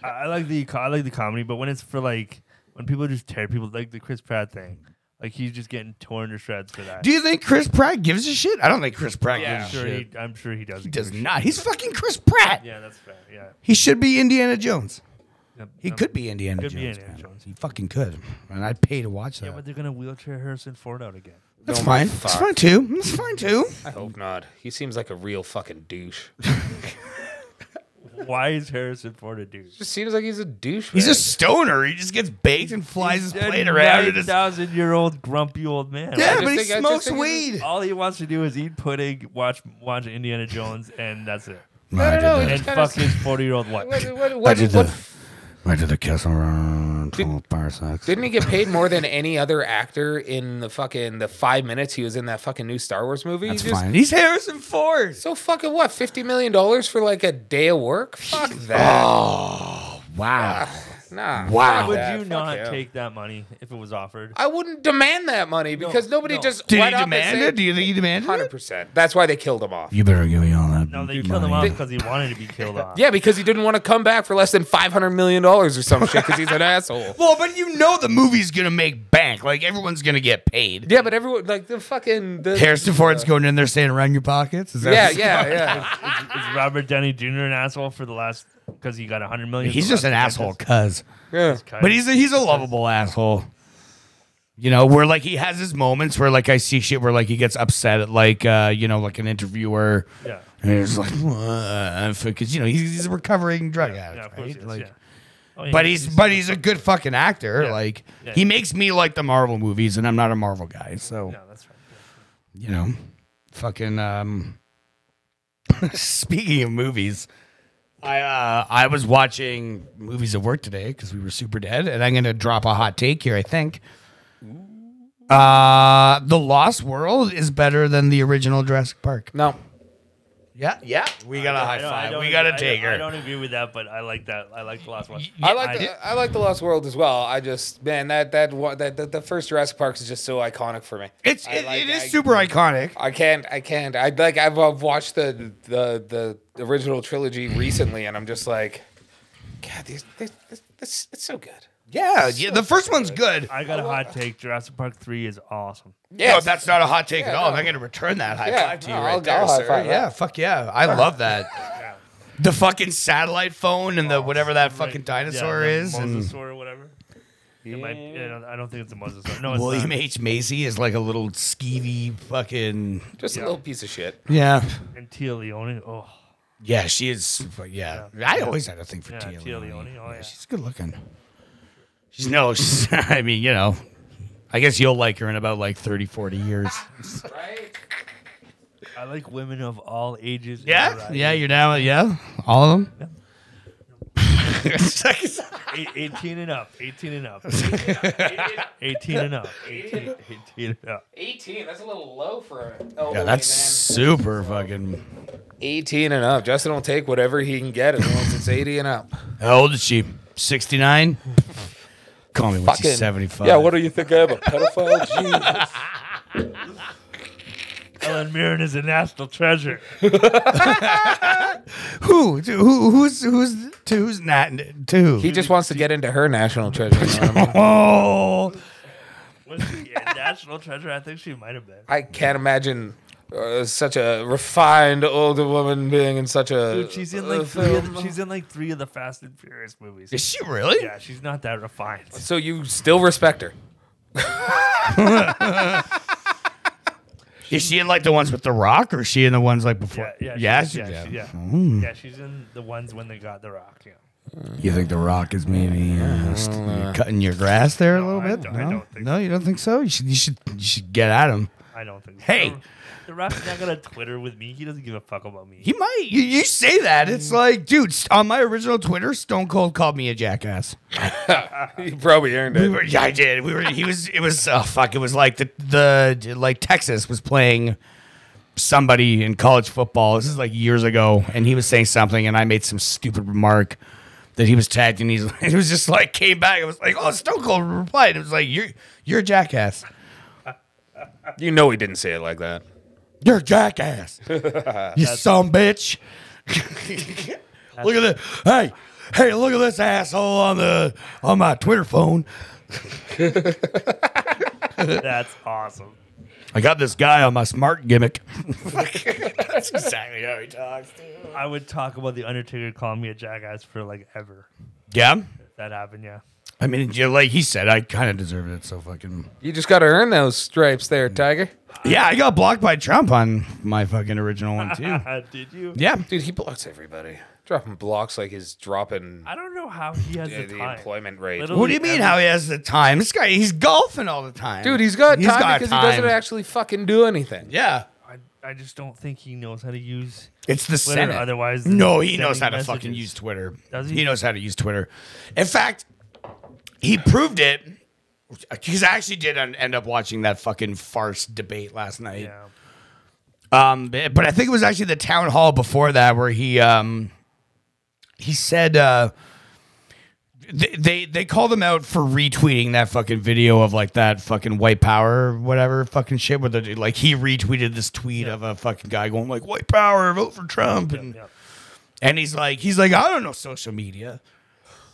Speaker 3: I, I like the co- I like the comedy, but when it's for like when people just tear people like the Chris Pratt thing, like he's just getting torn to shreds for that.
Speaker 1: Do you think Chris Pratt gives a shit? I don't think Chris Pratt
Speaker 2: Yeah.
Speaker 3: I'm
Speaker 1: gives a
Speaker 3: sure
Speaker 1: shit.
Speaker 3: he, I'm sure he doesn't.
Speaker 1: He
Speaker 3: give a
Speaker 1: does
Speaker 3: shit.
Speaker 1: not. He's fucking Chris Pratt.
Speaker 3: Yeah, that's fair. Yeah,
Speaker 1: He should be Indiana Jones.
Speaker 3: Yep,
Speaker 1: He
Speaker 3: yep.
Speaker 1: could be Indiana
Speaker 3: Could
Speaker 1: Jones.
Speaker 3: be Indiana
Speaker 1: man.
Speaker 3: Jones.
Speaker 1: He fucking could. And I'd pay to watch that.
Speaker 3: Yeah, but they're gonna wheelchair Harrison Ford out again.
Speaker 1: That's
Speaker 2: Oh my
Speaker 1: fine. That's
Speaker 2: fuck.
Speaker 1: fine too. That's fine too.
Speaker 2: I hope not. He seems like a real fucking douche.
Speaker 3: Why is Harrison Ford a douche?
Speaker 2: just seems like he's a douche.
Speaker 1: He's a stoner. He just gets baked and flies his plate around. and
Speaker 3: Nine
Speaker 1: it's-
Speaker 3: thousand year old grumpy old man.
Speaker 1: Yeah,
Speaker 2: just
Speaker 1: but he
Speaker 2: think- I just
Speaker 1: smokes
Speaker 2: think he's-
Speaker 1: weed.
Speaker 3: All he wants to do is eat pudding, watch watch Indiana Jones, and that's it.
Speaker 1: I
Speaker 2: no,
Speaker 1: did
Speaker 2: he
Speaker 1: the-
Speaker 3: And
Speaker 2: Kinda
Speaker 3: fuck
Speaker 2: s-
Speaker 3: his forty year old wife.
Speaker 2: What, what,
Speaker 1: I
Speaker 2: what,
Speaker 1: did
Speaker 2: what-
Speaker 1: the. I did the castle around 12 parsecs.
Speaker 2: didn't he get paid more than any other actor in the fucking the five minutes he was in that fucking new Star Wars movie?
Speaker 1: That's
Speaker 2: he just,
Speaker 1: fine. He's Harrison Ford.
Speaker 2: So fucking what? Fifty million dollars for like a day of work? Fuck that.
Speaker 1: Oh, wow.
Speaker 2: Nah.
Speaker 1: Wow.
Speaker 2: fuck
Speaker 1: Would
Speaker 3: Would
Speaker 2: that.
Speaker 3: you
Speaker 2: Fuck
Speaker 3: not
Speaker 2: him.
Speaker 3: take that money if it was offered?
Speaker 2: I wouldn't demand that money because nobody
Speaker 3: no.
Speaker 2: just
Speaker 1: Did he
Speaker 2: went up
Speaker 1: demand it?
Speaker 2: and
Speaker 1: Do you think he demanded
Speaker 2: Hundred
Speaker 1: it?
Speaker 2: percent. That's why they killed him off.
Speaker 1: You better give me all that.
Speaker 3: No, they killed him off because he wanted to be killed off.
Speaker 2: Yeah, because he didn't want to come back for less than five hundred million dollars or some shit because he's an asshole.
Speaker 1: Well, but you know the movie's gonna make bank. Like everyone's gonna get paid.
Speaker 2: Yeah, but everyone like the fucking the,
Speaker 1: Harrison Ford's going in there saying, "Around your pockets." Is that
Speaker 2: Yeah,
Speaker 1: what's-
Speaker 2: yeah, yeah.
Speaker 3: Is, is Robert Downey Jr. an asshole for the last because he got a hundred million?
Speaker 1: He's
Speaker 3: for the
Speaker 1: just an
Speaker 3: last
Speaker 1: asshole,
Speaker 3: Avengers?
Speaker 1: cuz.
Speaker 2: yeah.
Speaker 3: Cut.
Speaker 1: But he's a, he's a lovable asshole. You know, where like he has his moments where like I see shit where like he gets upset at like uh you know like an interviewer.
Speaker 3: yeah,
Speaker 1: And he's like, because you know he's, he's a recovering drug addict,
Speaker 3: yeah, of course,
Speaker 1: right?
Speaker 3: he is,
Speaker 1: like,
Speaker 3: yeah. Oh, yeah,
Speaker 1: But he's but he's a good fucking actor.
Speaker 3: Yeah.
Speaker 1: Like
Speaker 3: Yeah,
Speaker 1: he
Speaker 3: yeah.
Speaker 1: makes me like the Marvel movies, and I'm not a Marvel guy, so
Speaker 3: no, that's right.
Speaker 1: you know, fucking. Um, speaking of movies, I uh, I was watching movies at work today because we were super dead, and I'm gonna drop a hot take here. I think. Uh, The Lost World is better than the original Jurassic Park.
Speaker 2: No.
Speaker 1: Yeah, yeah. We got a high
Speaker 3: I don't- I
Speaker 1: five.
Speaker 3: don't
Speaker 1: We
Speaker 3: agree-
Speaker 1: got
Speaker 3: I
Speaker 1: a
Speaker 3: don't-
Speaker 1: take
Speaker 3: I
Speaker 1: her.
Speaker 3: don't agree with that, but I like that. I like the last one.
Speaker 2: I
Speaker 1: I
Speaker 2: like
Speaker 1: did-
Speaker 2: the, I like the Lost World as well. I just man that that wa- that the, the first Jurassic Park is just so iconic for me.
Speaker 1: It's
Speaker 2: I
Speaker 1: it,
Speaker 2: like-
Speaker 1: it is
Speaker 2: I-
Speaker 1: super iconic.
Speaker 2: I can't. I can't. I like. I've, I've watched the, the the original trilogy recently, and I'm just like, God, these, this, this, this, it's so good.
Speaker 1: Yeah, yeah. The first one's good.
Speaker 3: I got a hot take. Jurassic Park Three is awesome.
Speaker 1: No,
Speaker 2: Yes.
Speaker 1: Oh, that's not a hot take at
Speaker 2: Yeah,
Speaker 1: all.
Speaker 2: no.
Speaker 1: I'm going to return that high
Speaker 2: Yeah,
Speaker 1: five to you
Speaker 2: no,
Speaker 1: right
Speaker 2: I'll-
Speaker 1: there,
Speaker 2: I'll high
Speaker 1: sir.
Speaker 2: five that.
Speaker 1: yeah, fuck yeah. I love that. The fucking satellite phone and the whatever that
Speaker 3: Right.
Speaker 1: fucking
Speaker 3: Yeah,
Speaker 1: dinosaur
Speaker 3: the
Speaker 1: is and
Speaker 3: Mosasaur or whatever. It might- I, don't, I don't think it's a mosasaur. No, it's
Speaker 1: William
Speaker 3: not.
Speaker 1: H Macy is like a little skeevy fucking
Speaker 2: just a little piece of shit.
Speaker 1: yeah.
Speaker 3: and Tia Leone. Oh,
Speaker 1: Yeah, she is. but Yeah, I always had a thing for
Speaker 3: Yeah,
Speaker 1: Tia,
Speaker 3: Tia
Speaker 1: Leone.
Speaker 3: Leone, oh, yeah.
Speaker 1: she's good looking. She's no, she's, I mean, you know, I guess you'll like her in about like 30, 40 years.
Speaker 2: Right?
Speaker 3: I like women of all ages. and
Speaker 1: Yeah,
Speaker 3: varieties.
Speaker 1: yeah, you're down with yeah, all of them.
Speaker 3: Eight- 18 and up. 18 and up. 18 and up. 18 and up. 18, 18 and up.
Speaker 2: Eighteen. That's a little low for an elderly
Speaker 1: yeah, that's super fucking.
Speaker 2: eighteen and up. Justin will take whatever he can get as long as it's eighty and up.
Speaker 1: How old is she? Sixty nine. Call me when
Speaker 2: Fucking-
Speaker 1: she's seventy five.
Speaker 2: Yeah. What do you think I am, a pedophile? Jesus.
Speaker 3: Ellen Mirren is a national treasure.
Speaker 1: who? To, who? Who's? Who's? To who's not? To who?
Speaker 2: He just wants to get into her national treasure. you know what I mean?
Speaker 1: oh,
Speaker 3: Was she a national treasure? I think she might have been.
Speaker 2: I can't imagine uh, such a refined older woman being in such a.
Speaker 3: Dude, she's in
Speaker 2: uh,
Speaker 3: like three of
Speaker 2: film.
Speaker 3: the, she's in like three of the Fast and Furious movies.
Speaker 1: is she really?
Speaker 3: Yeah, she's not that refined.
Speaker 2: So you still respect her?
Speaker 1: Is she in like the ones with the Rock, or is she in the ones like
Speaker 3: Yeah,
Speaker 1: before?
Speaker 3: yeah,
Speaker 1: she-
Speaker 3: she's, yeah, she- yeah.
Speaker 1: Hmm.
Speaker 3: Yeah, she's in the ones when they got the rock. Yeah,
Speaker 1: You think the Rock is maybe uh, st- cutting your grass there a
Speaker 3: No,
Speaker 1: little
Speaker 3: I
Speaker 1: bit?
Speaker 3: don't- I
Speaker 1: no,
Speaker 3: don't think
Speaker 1: no, you don't think so. You should. You should. You should get at him.
Speaker 3: I don't think. so.
Speaker 1: Hey!
Speaker 3: the, the rock's not gonna Twitter with me. He doesn't give a fuck about me.
Speaker 1: He might. You, you say that.
Speaker 3: Mm.
Speaker 1: It's like, dude, st- on my original Twitter, Stone Cold called me a jackass.
Speaker 2: You probably earned
Speaker 1: We
Speaker 2: it.
Speaker 1: were, yeah, I did. We were. He was. It was. Oh fuck! It was like the the like Texas was playing somebody in college football. This is like years ago, and he was saying something, and I made some stupid remark that he was tagged, and he's it was just like came back. It was like, oh, Stone Cold replied. It was like you're you're a jackass.
Speaker 2: You know he didn't say it like that.
Speaker 1: You're a jackass. you some bitch. look at this. Hey, hey, look at this asshole on the on my Twitter phone.
Speaker 3: That's awesome.
Speaker 1: I got this guy on my smart gimmick.
Speaker 2: That's exactly how he talks.
Speaker 3: I would talk about the Undertaker calling me a jackass for like ever.
Speaker 1: Yeah.
Speaker 3: That happened, yeah.
Speaker 1: I mean, you- like he said, I kind of deserved it. So fucking.
Speaker 2: You just got to earn those stripes there, Tiger.
Speaker 1: Yeah, I got blocked by Trump on my fucking original one too.
Speaker 3: Did you?
Speaker 1: Yeah.
Speaker 2: Dude, he blocks everybody. Dropping blocks like he's dropping
Speaker 3: I don't know how he has
Speaker 2: uh,
Speaker 3: the,
Speaker 2: the
Speaker 3: time.
Speaker 2: employment rate.
Speaker 3: Little-
Speaker 1: What do you mean? How he has the time? This guy, he's golfing all the time,
Speaker 2: Dude, he's got time
Speaker 1: got
Speaker 2: because
Speaker 1: time.
Speaker 2: he doesn't actually fucking do anything.
Speaker 1: Yeah,
Speaker 3: I, I just don't think he knows how to use.
Speaker 1: it's the
Speaker 3: Twitter,
Speaker 1: Senate.
Speaker 3: otherwise than
Speaker 1: no, he knows how
Speaker 3: sending
Speaker 1: to fucking
Speaker 3: messages.
Speaker 1: use Twitter.
Speaker 3: Does
Speaker 1: he?
Speaker 3: he?
Speaker 1: knows how to use Twitter. In fact, he proved it because I actually did un- end up watching that fucking farce debate last night.
Speaker 3: Yeah.
Speaker 1: Um, but but I think it was actually the town hall before that where he um, he said uh, they, they they called him out for retweeting that fucking video of like that fucking white power whatever fucking shit where the, like he retweeted this tweet of a fucking guy going like white power vote for Trump and
Speaker 3: yeah.
Speaker 1: and he's like he's like I don't know social media,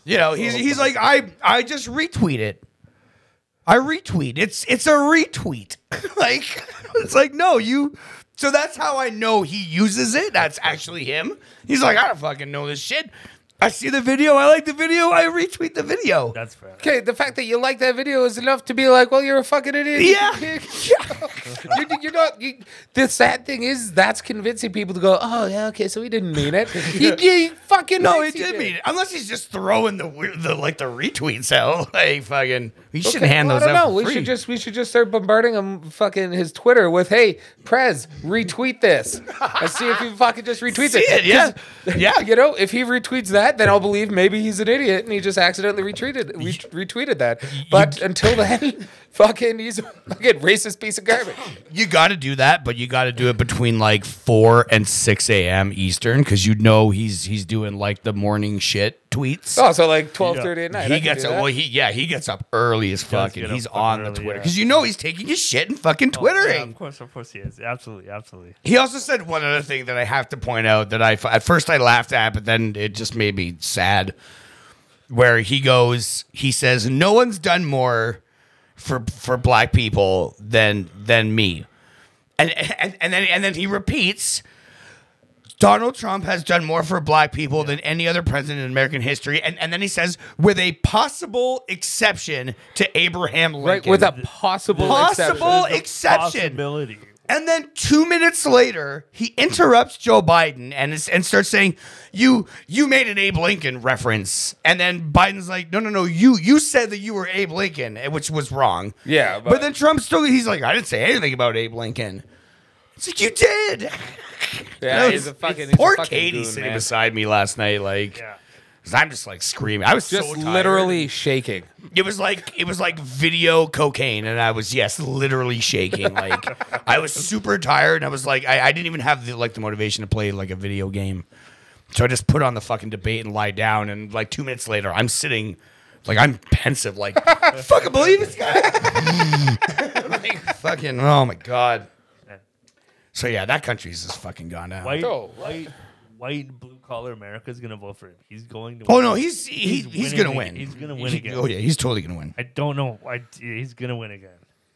Speaker 1: you know he's he's like I I just retweet it. I retweet. It's it's a retweet. like it's like no, you. So that's how I know he uses it. That's actually him. He's like, I don't fucking know this shit. I see the video. I like the video. I retweet the video.
Speaker 3: That's fair.
Speaker 2: Okay, the fact that you like that video is enough to be like, well, you're a fucking idiot.
Speaker 1: Yeah.
Speaker 2: you're, you're not. You, the sad thing is, that's convincing people to go, oh, yeah, okay, so he didn't mean it. He, he fucking
Speaker 1: No, he
Speaker 2: right,
Speaker 1: did mean it. Unless he's just throwing the weird, the like the retweets out. Like fucking, you shouldn't hand
Speaker 2: well,
Speaker 1: those
Speaker 2: I don't
Speaker 1: out.
Speaker 2: know.
Speaker 1: for
Speaker 2: We
Speaker 1: free.
Speaker 2: should just we should just start bombarding him fucking his Twitter with, "Hey, Prez, retweet this." Let's see if he fucking just retweets
Speaker 1: see it. Yeah,
Speaker 2: 'Cause,
Speaker 1: yeah.
Speaker 2: You know, if he retweets that, then I'll believe maybe he's an idiot and he just accidentally retweeted re- retweeted that. But until then, fucking he's a fucking racist piece of garbage.
Speaker 1: you got to do that, but you got to do it between like four and six a.m. Eastern because you know he's he's doing like the morning shit tweets.
Speaker 2: Oh, so like twelve thirty at night. I
Speaker 1: He
Speaker 2: can
Speaker 1: gets
Speaker 2: do
Speaker 1: up.
Speaker 2: that.
Speaker 1: Well, he yeah, he gets up early as fuck,
Speaker 3: get
Speaker 1: and
Speaker 3: up
Speaker 1: he's
Speaker 3: fucking
Speaker 1: on the
Speaker 3: early,
Speaker 1: Twitter
Speaker 3: yeah.
Speaker 1: because you know he's taking his shit and fucking
Speaker 3: Oh, Yeah,
Speaker 1: twittering.
Speaker 3: of course, of course he is. Absolutely, absolutely.
Speaker 1: He also said one other thing that I have to point out that I f- at first I laughed at, but then it just made me sad. Where he goes, he says, "No one's done more for for black people than than me," and and, and then and then he repeats. Donald Trump has done more for black people than any other president in American history. And, and then he says, with a possible exception to Abraham Lincoln.
Speaker 2: right with a possible
Speaker 1: Possible
Speaker 2: exception.
Speaker 3: There's no
Speaker 1: exception.
Speaker 3: Possibility.
Speaker 1: And then two minutes later, he interrupts Joe Biden and is, and starts saying, "You you made an Abe Lincoln reference." And then Biden's like, "No, no, no, you you said that you were Abe Lincoln, eh, which was wrong."
Speaker 2: Yeah,
Speaker 1: but,
Speaker 2: but-
Speaker 1: then Trump still he's like, "I didn't say anything about Abe Lincoln." It's like you did.
Speaker 2: Yeah,
Speaker 1: No,
Speaker 2: he's a
Speaker 1: it's-
Speaker 2: fucking.
Speaker 1: it's-
Speaker 2: he's a
Speaker 1: poor
Speaker 2: fucking
Speaker 1: Katie
Speaker 2: goon,
Speaker 1: sitting
Speaker 2: man.
Speaker 1: beside me last night, like.
Speaker 3: Yeah.
Speaker 1: 'cause I'm just like screaming. I was
Speaker 2: just
Speaker 1: so tired.
Speaker 2: literally shaking.
Speaker 1: It was like it was like video cocaine, and I was yes, literally shaking. Like I was super tired, and I was like, I, I didn't even have the like the motivation to play like a video game, so I just put on the fucking debate and lie down. And like two minutes later, I'm sitting, like I'm pensive, like fucking believe this guy. like fucking oh my god. So yeah, that country's just fucking gone down.
Speaker 3: White,
Speaker 2: No.
Speaker 3: white, white, blue collar America is gonna vote for him. He's going to.
Speaker 1: oh
Speaker 3: win.
Speaker 1: no, he's he,
Speaker 3: He's
Speaker 1: he's,
Speaker 3: winning
Speaker 1: gonna
Speaker 3: ag-
Speaker 1: win.
Speaker 3: he's gonna win
Speaker 1: He-
Speaker 3: again.
Speaker 1: Oh yeah, he's totally gonna win.
Speaker 3: I don't know. I, he's gonna win again.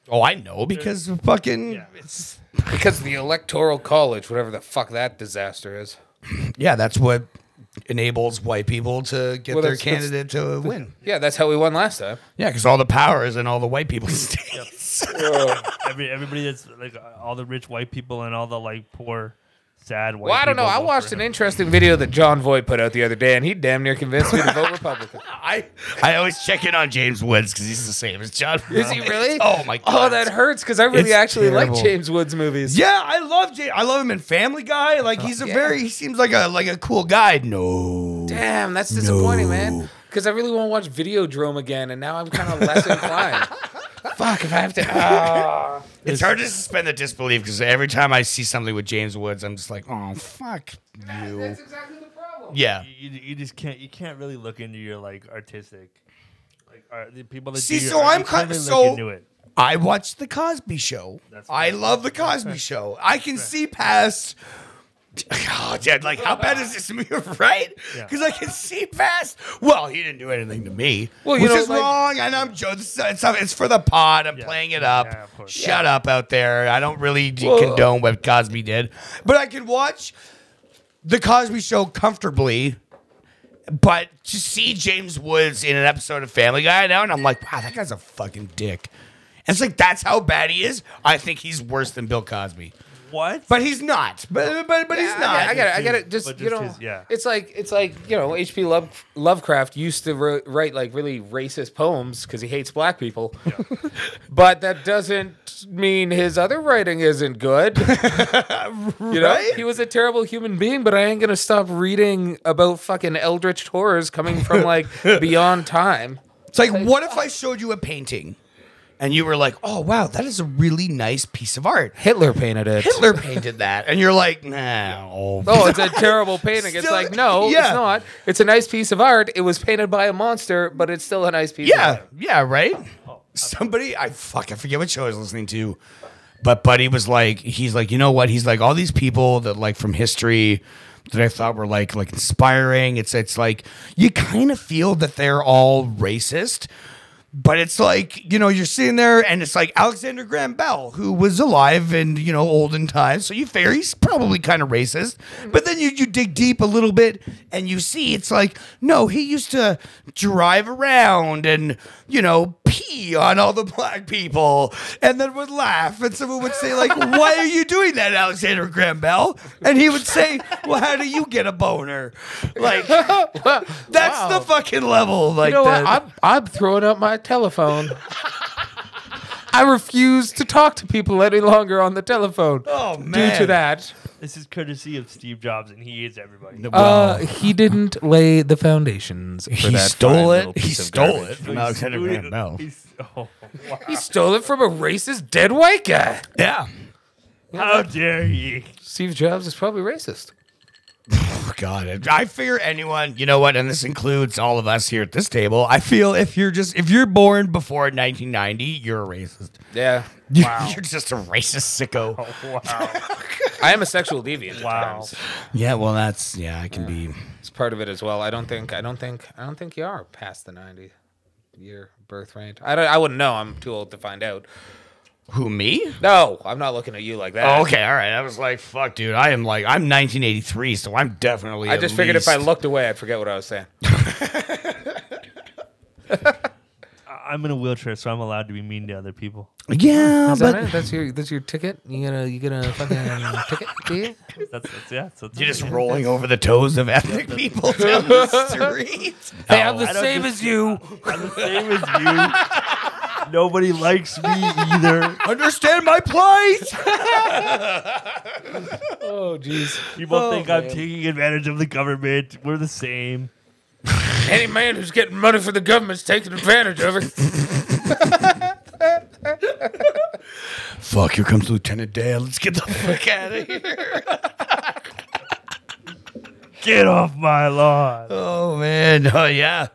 Speaker 1: Oh, I know because fucking
Speaker 3: Yeah.
Speaker 1: it's
Speaker 2: Because of the electoral college, whatever the fuck that disaster is.
Speaker 1: Yeah, that's what enables white people to get
Speaker 2: Well,
Speaker 1: their
Speaker 2: that's- that's-
Speaker 1: candidate to win.
Speaker 2: Yeah, that's how we won last time.
Speaker 1: Yeah, because all the power is in all the white people's states. Oh.
Speaker 3: Every everybody that's like uh, all the rich white people and all the like poor, sad white.
Speaker 2: Well, I don't
Speaker 3: people
Speaker 2: know. I
Speaker 3: vote for
Speaker 2: watched an
Speaker 3: him.
Speaker 2: interesting video that John Voight put out the other day, and he damn near convinced me to vote Republican.
Speaker 1: I I always check in on James Woods because he's the same as John.
Speaker 2: Is he
Speaker 1: Woods.
Speaker 2: really?
Speaker 1: Oh my god!
Speaker 2: Oh, that hurts because I really
Speaker 1: It's
Speaker 2: actually
Speaker 1: terrible.
Speaker 2: like James Woods movies.
Speaker 1: Yeah, I love James. I love him in Family Guy. Like he's a
Speaker 2: yeah.
Speaker 1: very he seems like a like a cool guy. No.
Speaker 2: Damn, that's disappointing,
Speaker 1: No.
Speaker 2: man. Because I really want to watch Videodrome again, and now I'm kind of less inclined.
Speaker 1: fuck, if I have to. Ah. it's hard to suspend the disbelief because every time I see something with James Woods, I'm just like, oh, fuck you.
Speaker 2: exactly the problem.
Speaker 1: Yeah.
Speaker 3: You, you, you just can't you can't really look into your like artistic like art, the people that
Speaker 1: See,
Speaker 3: do your
Speaker 1: so
Speaker 3: art,
Speaker 1: I'm
Speaker 3: you can't
Speaker 1: kinda-
Speaker 3: really
Speaker 1: so-
Speaker 3: look into it.
Speaker 1: I watch The Cosby Show.
Speaker 3: That's
Speaker 1: I
Speaker 3: fair.
Speaker 1: love The Cosby Show. I can see past. Oh, Dad, like, how bad is this to me, right?
Speaker 3: Yeah.
Speaker 1: Because I can see past. Well, he didn't do anything to me.
Speaker 2: Well, you
Speaker 1: which
Speaker 2: know,
Speaker 1: is
Speaker 2: like-
Speaker 1: wrong. And I'm Joe. This is, it's, it's for the pod. I'm
Speaker 3: Yeah.
Speaker 1: playing it up.
Speaker 3: Yeah, of course.
Speaker 1: Shut up out there. I don't really d-
Speaker 2: Well-
Speaker 1: condone what Cosby did, but I can watch The Cosby Show comfortably. But to see James Woods in an episode of Family Guy now, and I'm like, wow, that guy's a fucking dick. And it's like that's how bad he is. I think he's worse than Bill Cosby,
Speaker 3: What?
Speaker 1: but he's not. But but, but he's
Speaker 2: I-
Speaker 1: not.
Speaker 2: I, get it. I get it.
Speaker 3: But
Speaker 2: Just,
Speaker 3: just
Speaker 2: you know,
Speaker 3: his- yeah.
Speaker 2: it's like it's like you know, H.P. Love, Lovecraft used to wr- write like really racist poems because he hates black people. but that doesn't mean his other writing isn't good. you know,
Speaker 1: Right?
Speaker 2: he was a terrible human being, but I ain't gonna stop reading about fucking eldritch horrors coming from like beyond time.
Speaker 1: It's like, what
Speaker 2: uh,
Speaker 1: if I showed you a painting, and you were like, oh wow, that is a really nice piece of art.
Speaker 2: Hitler painted it.
Speaker 1: Hitler painted that, and you're like, nah. Oh,
Speaker 2: Oh, it's a terrible painting. It's
Speaker 1: Still-
Speaker 2: like, no,
Speaker 1: yeah.
Speaker 2: it's not. It's a nice piece of art. It was painted by a monster, but it's still a nice piece of
Speaker 1: Yeah,
Speaker 2: art.
Speaker 1: yeah, right. Somebody, I fuck, I forget what show I was listening to, but Buddy was like, he's like, you know what? He's like all these people that like from history that I thought were like like inspiring. It's it's like you kind of feel that they're all racist. But it's like, you know, you're sitting there and it's like Alexander Graham Bell, who was alive and, you know, olden times. So you fair, he's probably kind of racist.
Speaker 2: Mm-hmm.
Speaker 1: But then you, you dig deep a little bit and you see it's like, no, he used to drive around and, you know, pee on all the black people and then would laugh. And someone would say, like, why are you doing that, Alexander Graham Bell? And he would say, well, how do you get a boner? Like, that's
Speaker 2: Wow.
Speaker 1: the fucking level. Like,
Speaker 2: You know what?
Speaker 1: that-
Speaker 2: I'm, I'm throwing up my telephone. I refuse to talk to people any longer on the telephone
Speaker 1: Oh,
Speaker 2: due to
Speaker 1: man.
Speaker 2: that.
Speaker 3: this is courtesy of Steve Jobs, and he is everybody.
Speaker 2: Uh, he didn't lay the foundations for
Speaker 1: he
Speaker 2: that. fine
Speaker 1: stole
Speaker 2: little
Speaker 1: it. He
Speaker 2: piece of
Speaker 1: stole
Speaker 2: garbage.
Speaker 1: it
Speaker 3: He's
Speaker 1: from Alexander
Speaker 3: doing-
Speaker 1: Graham Bell.
Speaker 3: he's- oh, wow.
Speaker 2: He stole it from a racist dead white guy.
Speaker 1: Yeah.
Speaker 3: How dare you?
Speaker 2: Steve Jobs is probably racist.
Speaker 1: Oh, God. I- I figure anyone, you know what, and this includes all of us here at this table. I feel if you're just, if you're born before 1990, you're a racist.
Speaker 2: Yeah.
Speaker 1: You- You're just a racist sicko.
Speaker 2: Oh.
Speaker 3: Wow.
Speaker 2: I am a sexual deviant.
Speaker 3: Wow.
Speaker 2: Wow.
Speaker 1: Yeah, well, that's, yeah, I can be.
Speaker 2: It's part of it as well. I don't think I don't think I don't think you are past the 90 year birth rate. I don't I wouldn't know. I'm too old to find out.
Speaker 1: Who, me?
Speaker 2: No, I'm not looking at you like that.
Speaker 1: Oh, okay, all right. I was like, fuck, dude. I am like, I'm 1983, so I'm definitely.
Speaker 2: I
Speaker 1: at
Speaker 2: just figured if I
Speaker 1: least-
Speaker 2: looked away, I'd forget what I was saying.
Speaker 3: I- I'm in a wheelchair, so I'm allowed to be mean to other people.
Speaker 1: Yeah, but.
Speaker 2: That's your that's your ticket. You gonna you gonna fucking ticket? Do you?
Speaker 3: That's, that's yeah. So
Speaker 1: You're just rolling over the toes of ethnic people down the street.
Speaker 2: They have
Speaker 1: No.
Speaker 2: the same as you.
Speaker 3: I'm the same as you. Nobody likes me either.
Speaker 1: Understand my plight.
Speaker 2: Oh jeez.
Speaker 3: People think I'm taking advantage of the government. We're the same.
Speaker 2: Any man who's getting money from the government's taking advantage of it.
Speaker 1: Fuck, here comes Lieutenant Dale. Let's get the fuck out of here.
Speaker 3: Get off my lawn.
Speaker 1: Oh, man. Oh, yeah.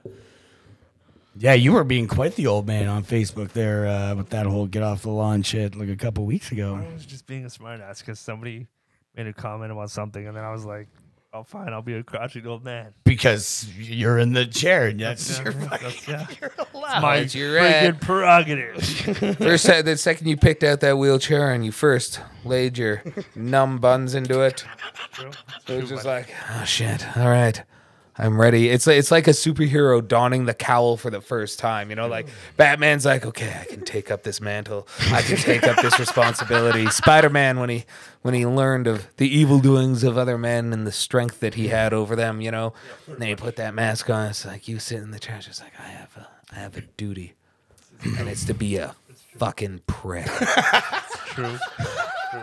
Speaker 1: Yeah, you were being quite the old man on Facebook there uh, with that whole get off the lawn shit like a couple weeks ago.
Speaker 3: I was just being a smartass because somebody made a comment about something, and then I was like, "Oh, fine, I'll be a crotchety old man."
Speaker 1: Because you're in the chair and that's your
Speaker 3: That's, yeah.
Speaker 1: allowed.
Speaker 3: My
Speaker 2: That's your
Speaker 3: friggin'
Speaker 2: right.
Speaker 3: prerogative.
Speaker 2: First, se- the second you picked out that wheelchair and you first laid your numb buns into it, it was just like, oh shit, all right, I'm ready. It's like, it's like a superhero donning the cowl for the first time. You know, like Batman's like, okay, I can take up this mantle, I can take up this responsibility. Spider Man, when he when he learned of the evil doings of other men and the strength that he had over them, you know, and then he put that mask on. It's like you sit in the chair, just like I have a I have a duty and it's to be a fucking prick.
Speaker 3: True.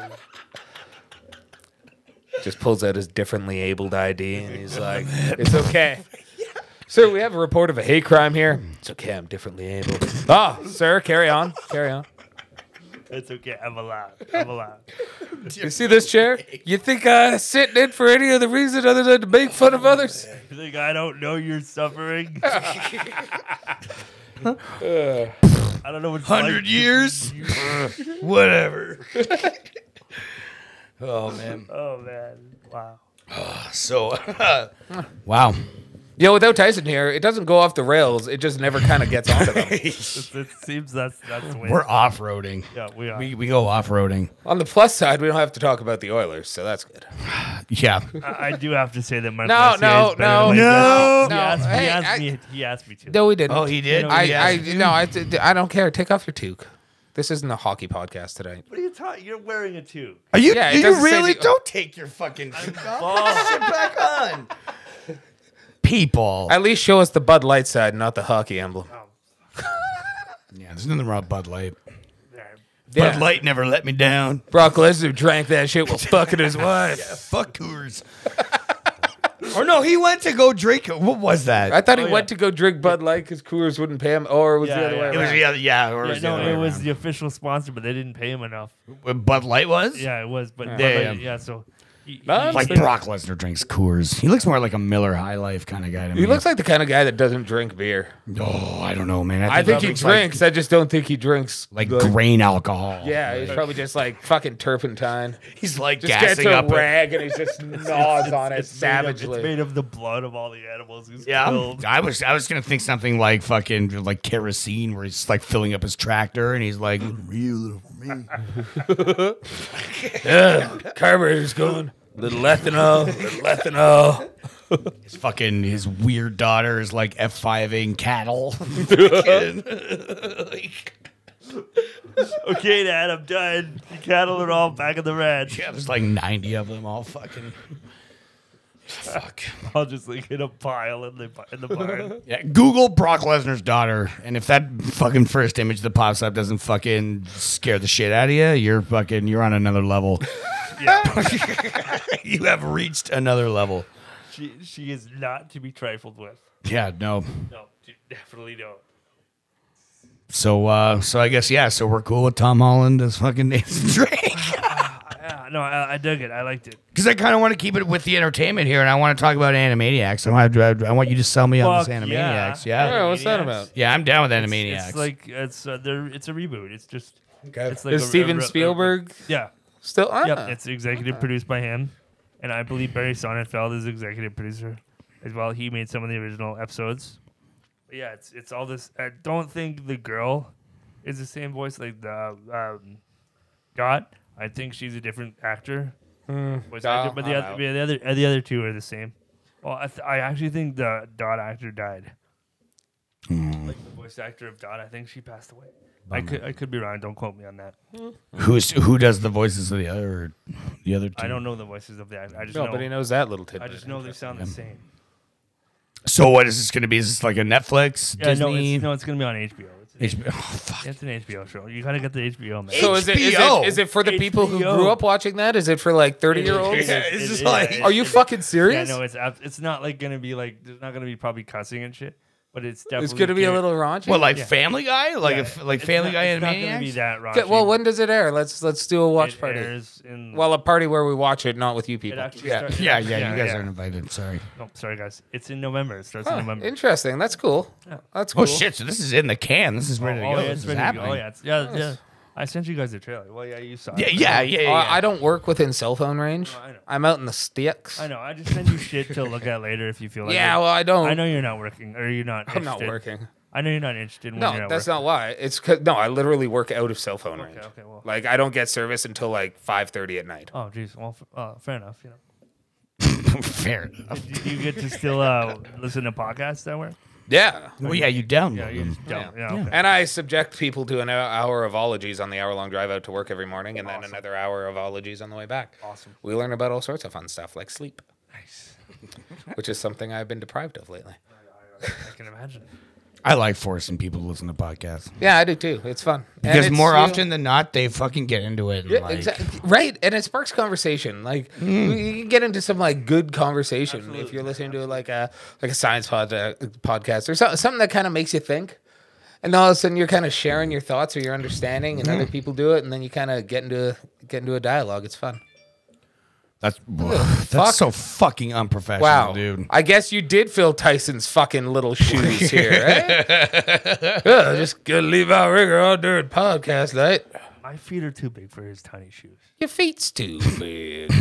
Speaker 2: Just pulls out his differently abled ID and he's like, "It's okay." Sir, we have a report of a hate crime here. It's okay, I'm differently abled. Ah, sir, carry on. Carry on.
Speaker 3: It's okay. I'm alive. I'm alive.
Speaker 2: You see this chair? You think I sit in it for any other reason other than to make fun of others?
Speaker 3: You think I don't know you're suffering? I don't know what
Speaker 1: Hundred years, whatever. oh man.
Speaker 3: Oh man! Wow.
Speaker 1: So, wow.
Speaker 2: Yo, without Tyson here, it doesn't go off the rails. It just never kind of gets onto them.
Speaker 3: It, it seems that's that's the way.
Speaker 1: We're off roading.
Speaker 3: yeah, we are.
Speaker 1: We, we go off roading.
Speaker 2: On the plus side, we don't have to talk about the Oilers, so that's good.
Speaker 1: Yeah.
Speaker 3: I, I do have to say that my
Speaker 2: No,
Speaker 3: Messier
Speaker 2: no,
Speaker 3: is better
Speaker 2: no,
Speaker 3: like
Speaker 2: no,
Speaker 3: this.
Speaker 2: no.
Speaker 3: He asked, he
Speaker 2: Hey,
Speaker 3: asked
Speaker 2: I-
Speaker 3: me. He asked me to.
Speaker 2: No, we didn't.
Speaker 1: Oh, he did.
Speaker 3: I-
Speaker 2: I, I no, I, I don't care. Take off your toque. This isn't a hockey podcast tonight.
Speaker 3: What are you talking? You're wearing a toque.
Speaker 1: Are you?
Speaker 2: Yeah, it
Speaker 1: do you
Speaker 2: doesn't say
Speaker 1: really?
Speaker 2: the-
Speaker 1: don't take your fucking shit
Speaker 3: bald.
Speaker 1: off. Sit back on. People.
Speaker 2: At least show us the Bud Light side, not the hockey emblem.
Speaker 1: yeah, there's nothing wrong with Bud Light.
Speaker 3: There.
Speaker 2: Yeah.
Speaker 1: Bud Light never let me down.
Speaker 2: Brock Lesnar drank that shit while fucking his wife.
Speaker 1: Fuck Coors. or no, he went to go drink. What was that?
Speaker 2: I thought he
Speaker 3: Oh, yeah.
Speaker 2: went to go drink Bud Light because Coors wouldn't pay him, or was the
Speaker 3: Yeah,
Speaker 2: other
Speaker 3: yeah.
Speaker 2: way
Speaker 1: it was
Speaker 2: around?
Speaker 1: the other. Yeah, or it
Speaker 3: Yeah,
Speaker 1: was the
Speaker 3: no,
Speaker 1: other way
Speaker 3: it was
Speaker 1: around.
Speaker 3: the official sponsor, but they didn't pay him enough.
Speaker 1: Bud Light was.
Speaker 3: Yeah, it was, but
Speaker 1: Yeah,
Speaker 3: yeah,
Speaker 1: yeah.
Speaker 3: yeah. So he,
Speaker 2: No,
Speaker 3: he-
Speaker 1: Like
Speaker 3: he-
Speaker 1: Brock Lesnar drinks Coors. He looks more like a Miller High Life kind of guy to me.
Speaker 2: He looks like the kind of guy that doesn't drink beer.
Speaker 1: Oh, I don't know, man.
Speaker 2: I think
Speaker 1: that
Speaker 2: he
Speaker 1: looks like-
Speaker 2: drinks. I just don't think he drinks
Speaker 1: like, grain alcohol.
Speaker 2: Yeah, he's probably just like fucking turpentine.
Speaker 1: he's like
Speaker 2: Just
Speaker 1: gassing
Speaker 2: gets a
Speaker 1: up. a-
Speaker 2: rag and he just gnaws on it
Speaker 3: made of- it's
Speaker 2: savagely.
Speaker 3: made of the blood of all the animals he's
Speaker 1: Yeah,
Speaker 3: killed.
Speaker 1: I was I was gonna think something like fucking like kerosene, where he's like filling up his tractor, and he's like, "Real little for me."
Speaker 2: Carburetor's going. Little ethanol, little ethanol.
Speaker 1: His fucking his weird daughter is like f 5 ing cattle. Like,
Speaker 3: Okay, Dad, I'm done. You cattle are all back in the ranch.
Speaker 1: yeah, there's like ninety of them, all fucking. Fuck.
Speaker 3: I'll just like in a pile in the in the barn.
Speaker 1: Yeah, Google Brock Lesnar's daughter, and if that fucking first image that pops up doesn't fucking scare the shit out of you, you're fucking you're on another level. you have reached another level.
Speaker 3: she she is not to be trifled with.
Speaker 1: Yeah, no.
Speaker 3: No, d- definitely don't.
Speaker 1: So uh so I guess yeah, so we're cool with Tom Holland as fucking Nathan Drake.
Speaker 3: Yeah, Ah, no, I, I dug it. I liked it.
Speaker 1: Because I kind of want to keep it with the entertainment here, and I want to talk about Animaniacs. I want I, I want you to sell me on this
Speaker 3: Fuck
Speaker 1: Animaniacs. Yeah.
Speaker 3: yeah.
Speaker 2: Yeah,
Speaker 1: yeah,
Speaker 2: what's that
Speaker 3: Animaniacs.
Speaker 2: about?
Speaker 1: I'm down with
Speaker 3: It's,
Speaker 1: Animaniacs.
Speaker 3: like it's uh, there. It's a reboot. It's just it's like
Speaker 2: Is
Speaker 3: a- a-
Speaker 2: Steven
Speaker 3: a- a-
Speaker 2: Spielberg
Speaker 3: yeah,
Speaker 2: still on?
Speaker 3: yep. It's executive produced by him, and I believe Barry Sonnenfeld is executive producer as well. He made some of the original episodes. But yeah, it's it's all this. I don't think the girl is the same voice like the um, got. I think she's a different actor. Voice actor,
Speaker 2: Oh,
Speaker 3: but the
Speaker 2: I'm
Speaker 3: other,
Speaker 2: out.
Speaker 3: yeah, the other uh, the other two are the same. Well, I, th- I actually think the Dot actor died.
Speaker 2: Hmm.
Speaker 3: Like the voice actor of Dot, I think she passed away. I could I could be wrong. Don't quote me on that.
Speaker 1: Who's who does the voices of the other the other two?
Speaker 3: I don't know the voices of the actor. I just
Speaker 2: No,
Speaker 3: know.
Speaker 2: but he knows that little
Speaker 3: I
Speaker 2: tidbit.
Speaker 3: just know they sound the same.
Speaker 1: So what is this going to be? Is this like a Netflix?
Speaker 3: Yeah, no,
Speaker 1: Disney?
Speaker 3: it's, no, it's gonna be on HBO. It's, an-
Speaker 1: HBO. Oh, fuck.
Speaker 3: it's an HBO show. You gotta get the HBO man.
Speaker 2: So is it, is
Speaker 1: HBO.
Speaker 2: it is it for the people who
Speaker 3: HBO.
Speaker 2: grew up watching that? Is it for like thirty year olds?
Speaker 1: Yeah, it's just like-
Speaker 2: Are you fucking
Speaker 3: Yeah,
Speaker 2: serious?
Speaker 3: no, it's ab- it's not like gonna be like there's not gonna be probably cussing and shit, but it's definitely
Speaker 2: it's gonna be a
Speaker 3: gonna-
Speaker 2: little raunchy.
Speaker 1: Well, like
Speaker 3: Yeah.
Speaker 1: Family Guy, like a f like
Speaker 3: it's
Speaker 1: Family
Speaker 3: not-
Speaker 1: Guy
Speaker 3: it's not gonna
Speaker 1: Animaniacs.
Speaker 3: be that
Speaker 2: Okay,
Speaker 3: raunchy.
Speaker 2: well, when does it air? Let's let's do a watch
Speaker 3: it
Speaker 2: party.
Speaker 3: airs in
Speaker 2: Well, a party where we watch it, not with you
Speaker 3: it
Speaker 2: people.
Speaker 3: actually
Speaker 2: yeah.
Speaker 3: starts-
Speaker 1: yeah, yeah, you guys aren't invited. Sorry.
Speaker 3: Oh, sorry guys, it's in November. It starts in
Speaker 2: Huh,
Speaker 3: November.
Speaker 2: Oh, interesting. That's cool. That's cool.
Speaker 1: Oh shit! So this is in the can. This is
Speaker 3: oh,
Speaker 1: ready to
Speaker 3: oh,
Speaker 1: go.
Speaker 3: yeah,
Speaker 1: This
Speaker 3: it's
Speaker 1: is
Speaker 3: ready to go.
Speaker 1: happening.
Speaker 3: Oh, yeah, it's, yeah, yeah. I sent you guys the trailer. Well, yeah, you saw.
Speaker 1: yeah,
Speaker 3: it.
Speaker 1: yeah, yeah, yeah.
Speaker 2: Uh, I don't work within cell phone range.
Speaker 3: I know.
Speaker 2: I'm out in the sticks.
Speaker 3: I know. I just send you shit to look at later if you feel like.
Speaker 2: Yeah,
Speaker 3: it.
Speaker 2: well, I don't.
Speaker 3: I know you're not working, or you're not.
Speaker 2: I'm not
Speaker 3: interested.
Speaker 2: working.
Speaker 3: I know you're not interested. When
Speaker 2: No,
Speaker 3: you're not
Speaker 2: that's
Speaker 3: working.
Speaker 2: not why. It's 'cause- no, I literally work out of cell phone range.
Speaker 3: okay, well.
Speaker 2: Like I don't get service until like 5:30 at night.
Speaker 3: Oh, jeez. Well, f- uh, fair enough. You know.
Speaker 1: Fair enough.
Speaker 3: Do you get to still uh, listen to podcasts that work?
Speaker 2: Yeah.
Speaker 1: Well, yeah, you download
Speaker 3: Yeah, you
Speaker 1: them.
Speaker 3: just don't. Yeah. okay.
Speaker 2: And I subject people to an hou- hour of ologies on the hour long drive out to work every morning and then another hour of ologies on the way back.
Speaker 3: Awesome.
Speaker 2: We learn about all sorts of fun stuff like sleep,
Speaker 3: Nice.
Speaker 2: which is something I've been deprived of lately.
Speaker 3: I can imagine.
Speaker 1: I like forcing people to listen to podcasts
Speaker 2: Yeah, I do too. It's fun And
Speaker 1: because
Speaker 2: it's,
Speaker 1: more
Speaker 2: you know-
Speaker 1: often than not, they fucking get into it. And
Speaker 2: Yeah,
Speaker 1: like, Hmm.
Speaker 2: exactly. Right, and it sparks conversation. Like you can get into some like good conversation if you're listening to like a like a science pod, uh, podcast or so, something that kind of makes you think. And all of a sudden, you're kind of sharing your thoughts or your understanding, and
Speaker 1: Hmm.
Speaker 2: other people do it, and then you kind of get into get into a dialogue. It's fun.
Speaker 1: That's that's
Speaker 2: fuck?
Speaker 1: so fucking unprofessional,
Speaker 2: Wow,
Speaker 1: dude.
Speaker 2: I guess you did fill Tyson's fucking little shoes here, right? yeah, just gonna leave out rigor all during podcast night.
Speaker 3: My feet are too big for his tiny shoes.
Speaker 2: Your feet's too big.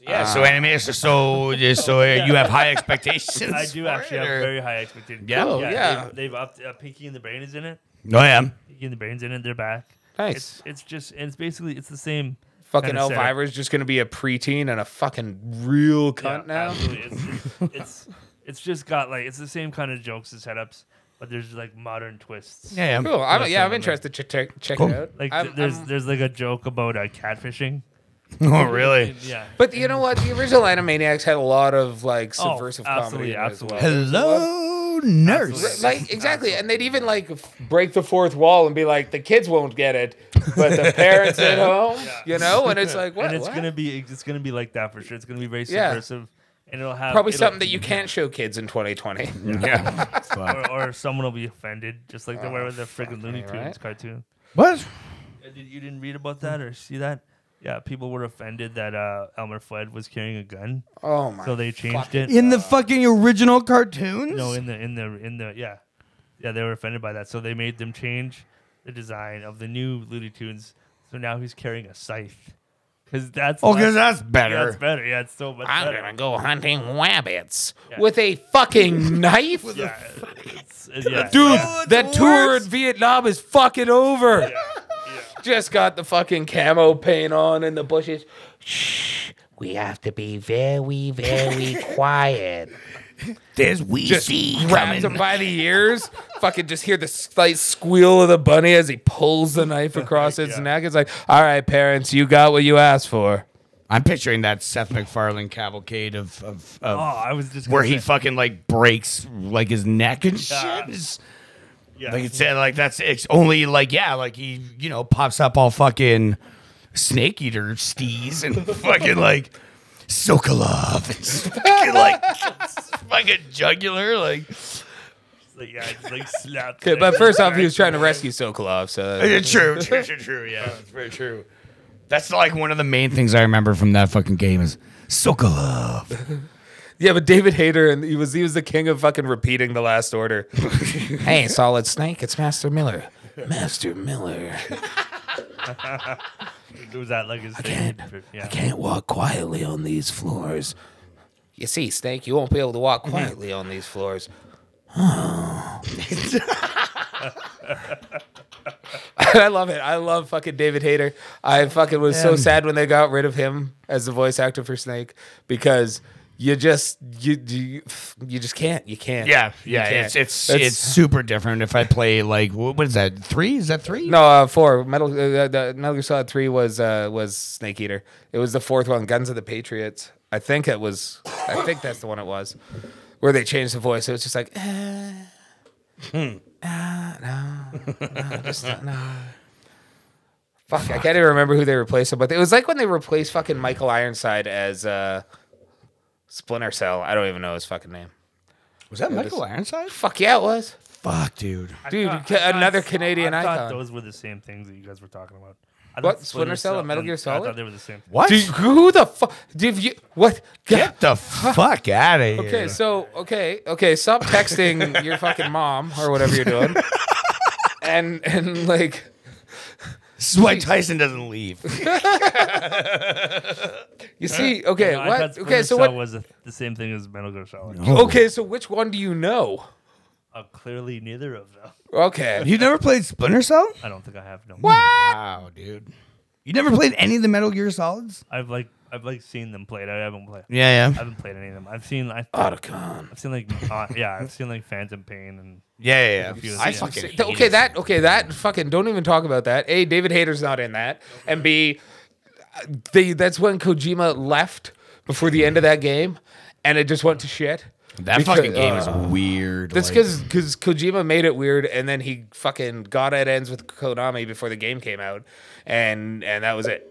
Speaker 1: Yeah. so anime, so so, so uh, you have high expectations.
Speaker 3: I do actually have very high expectations.
Speaker 1: Yeah. Cool,
Speaker 2: yeah.
Speaker 3: They've, they've upped. Uh, Pinky and the Brain is in it.
Speaker 1: No, I am.
Speaker 3: Pinky and the Brain's in it. They're back.
Speaker 2: Nice.
Speaker 3: It's it's just and it's basically it's the same.
Speaker 2: Fucking
Speaker 3: kinda setup.
Speaker 2: Elvira's just gonna be a preteen and a fucking real
Speaker 3: Yeah,
Speaker 2: cunt now.
Speaker 3: absolutely. It's, it's it's just got like it's the same kind of jokes and setups, but there's like modern twists.
Speaker 1: Yeah, I am.
Speaker 2: Cool. I'm,
Speaker 3: That's
Speaker 2: yeah,
Speaker 3: what
Speaker 2: I'm
Speaker 3: I'm
Speaker 2: interested to check check
Speaker 1: Cool.
Speaker 2: it out.
Speaker 3: Like
Speaker 2: I'm-
Speaker 3: th- there's
Speaker 2: I'm-
Speaker 3: there's like a joke about uh, catfishing.
Speaker 1: Oh, really?
Speaker 3: Yeah.
Speaker 2: but you know what? The original Animaniacs had a lot of like
Speaker 3: Oh,
Speaker 2: subversive comedy.
Speaker 3: absolutely,
Speaker 2: in it as
Speaker 3: absolutely.
Speaker 1: Hello, nurse.
Speaker 3: Absolutely.
Speaker 2: Like exactly, and they'd even like f- break the fourth wall and be like, "The kids won't get it, but the parents at home, you know." And it's like, what?
Speaker 3: and it's
Speaker 2: what?
Speaker 3: gonna be it's gonna be like that for sure. It's gonna be very
Speaker 2: Yeah.
Speaker 3: subversive, and it'll have
Speaker 2: probably
Speaker 3: it'll-
Speaker 2: something that you can't show kids in 2020.
Speaker 1: Yeah. Fuck.
Speaker 3: or, or someone will be offended, just like they
Speaker 2: Oh,
Speaker 3: were with the friggin' Looney Tunes
Speaker 2: right?
Speaker 3: cartoon.
Speaker 1: What?
Speaker 3: Uh, Did, you didn't read about that or see that? Yeah, people were offended that uh, Elmer Fudd was carrying a gun,
Speaker 2: Oh my!
Speaker 3: so they changed it.
Speaker 1: In the fucking original cartoons?
Speaker 3: No, in the in the in the yeah, yeah, they were offended by that, so they made them change the design of the new Looney Tunes. So now he's carrying a scythe, because that's
Speaker 1: oh,
Speaker 3: less-
Speaker 1: because that's
Speaker 3: yeah, that's
Speaker 1: better.
Speaker 3: better. Yeah, it's so much
Speaker 2: I'm
Speaker 3: better.
Speaker 2: gonna go hunting wabbits
Speaker 3: Yeah.
Speaker 2: with a fucking knife.
Speaker 3: yeah, it's, it's- yeah,
Speaker 2: Dude,
Speaker 1: it's
Speaker 2: that tour in
Speaker 1: worse.
Speaker 2: Vietnam is fucking over.
Speaker 3: yeah, yeah.
Speaker 2: Just got the fucking camo paint on in the bushes. Shh, we have to be very, very quiet.
Speaker 1: There's we
Speaker 2: Just
Speaker 1: see
Speaker 2: grabs him by the ears. fucking just hear the slight squeal of the bunny as he pulls the knife across its
Speaker 3: Yeah.
Speaker 2: neck. It's like, all right, parents, you got what you asked for.
Speaker 1: I'm picturing that Seth MacFarlane cavalcade of, of, of
Speaker 3: Oh, I was just
Speaker 1: where
Speaker 3: gonna
Speaker 1: he
Speaker 3: say-
Speaker 1: fucking like breaks like his neck and shit.
Speaker 3: Yeah.
Speaker 1: It's-
Speaker 3: yeah.
Speaker 1: Like it said, like that's it's only like yeah, like he you know pops up all fucking snake eater stees and fucking like Sokolov and s- fucking like fucking jugular like
Speaker 3: Like, yeah, it's like slapped.
Speaker 2: Okay, but first off, he was trying to rescue Sokolov, so
Speaker 1: true, true, true, true. Yeah, it's very true. That's like one of the main things I remember from that fucking game is Sokolov.
Speaker 2: yeah. But David Hayter, and he was he was the king of fucking repeating the last order. hey, Solid Snake, it's Master Miller. Master Miller.
Speaker 3: It was that like his thing. Yeah.
Speaker 2: Can't walk quietly on these floors. Mm. You see, Snake, you won't be able to walk quietly on these floors. I love it. I love fucking David Hayter. I fucking was so sad when they got rid of him as the voice actor for Snake because you just you you, you just can't. You can't.
Speaker 1: Yeah,
Speaker 2: You
Speaker 1: yeah.
Speaker 2: can't.
Speaker 1: It's it's, it's super different if I play like wh- what is that three? Is that three?
Speaker 2: No, uh, four. Metal uh, the Metal Gear Solid Three was uh, was Snake Eater. It was the fourth one, Guns of the Patriots. I think it was. I think that's the one it was, where they changed the voice. It was just like, eh, ah, no, no, just not- no. Fuck, I can't even remember who they replaced him, but it was like when they replaced fucking Michael Ironside as uh, Splinter Cell. I don't even know his fucking name.
Speaker 1: was that Michael Ironside?
Speaker 2: Fuck yeah, it was,
Speaker 1: Fuck, dude.
Speaker 2: dude.
Speaker 3: thought-
Speaker 2: ca-
Speaker 3: I thought-
Speaker 2: another Canadian
Speaker 3: I
Speaker 2: icon.
Speaker 3: thought those were the same things that you guys were talking about. I thought
Speaker 2: What, Splinter Cell and Metal Gear
Speaker 3: I
Speaker 2: Solid?
Speaker 3: thought they were the same.
Speaker 1: What?
Speaker 2: Dude, who the fuck? Did you what?
Speaker 1: Get the fuck out of here.
Speaker 2: Okay, so okay, okay, stop texting your fucking mom or whatever you're doing, and and like,
Speaker 1: this is why Tyson doesn't leave.
Speaker 2: you see, okay,
Speaker 3: I thought
Speaker 2: what?
Speaker 3: Splinter
Speaker 2: Okay, so
Speaker 3: Cell
Speaker 2: what?
Speaker 3: was the, the same thing as Metal Gear Solid.
Speaker 1: Oh.
Speaker 2: Okay, so which one do you know?
Speaker 3: Uh, clearly, neither of them.
Speaker 2: Okay,
Speaker 1: You never played Splinter Cell?
Speaker 3: I don't think I have. No.
Speaker 1: Wow, dude. You never played any of the Metal Gear Solids?
Speaker 3: I've like I've like seen them played. I haven't played.
Speaker 1: Yeah,
Speaker 3: I
Speaker 1: yeah.
Speaker 3: haven't played any of them. I've seen I, I've
Speaker 2: Otacon.
Speaker 3: seen like uh, yeah I've seen like Phantom Pain and
Speaker 1: Yeah, yeah,
Speaker 3: Confused,
Speaker 1: I
Speaker 3: yeah.
Speaker 1: fucking hate
Speaker 2: Okay,
Speaker 1: it.
Speaker 2: that okay, that fucking don't even talk about that. A, David Hayter's not in that, and B, they that's when Kojima left before the end of that game, and it just went to shit.
Speaker 1: That
Speaker 2: Because- uh,
Speaker 1: fucking game is weird.
Speaker 2: That's
Speaker 1: like-
Speaker 2: because because Kojima made it weird, and then he fucking got at ends with Konami before the game came out, and and that was it.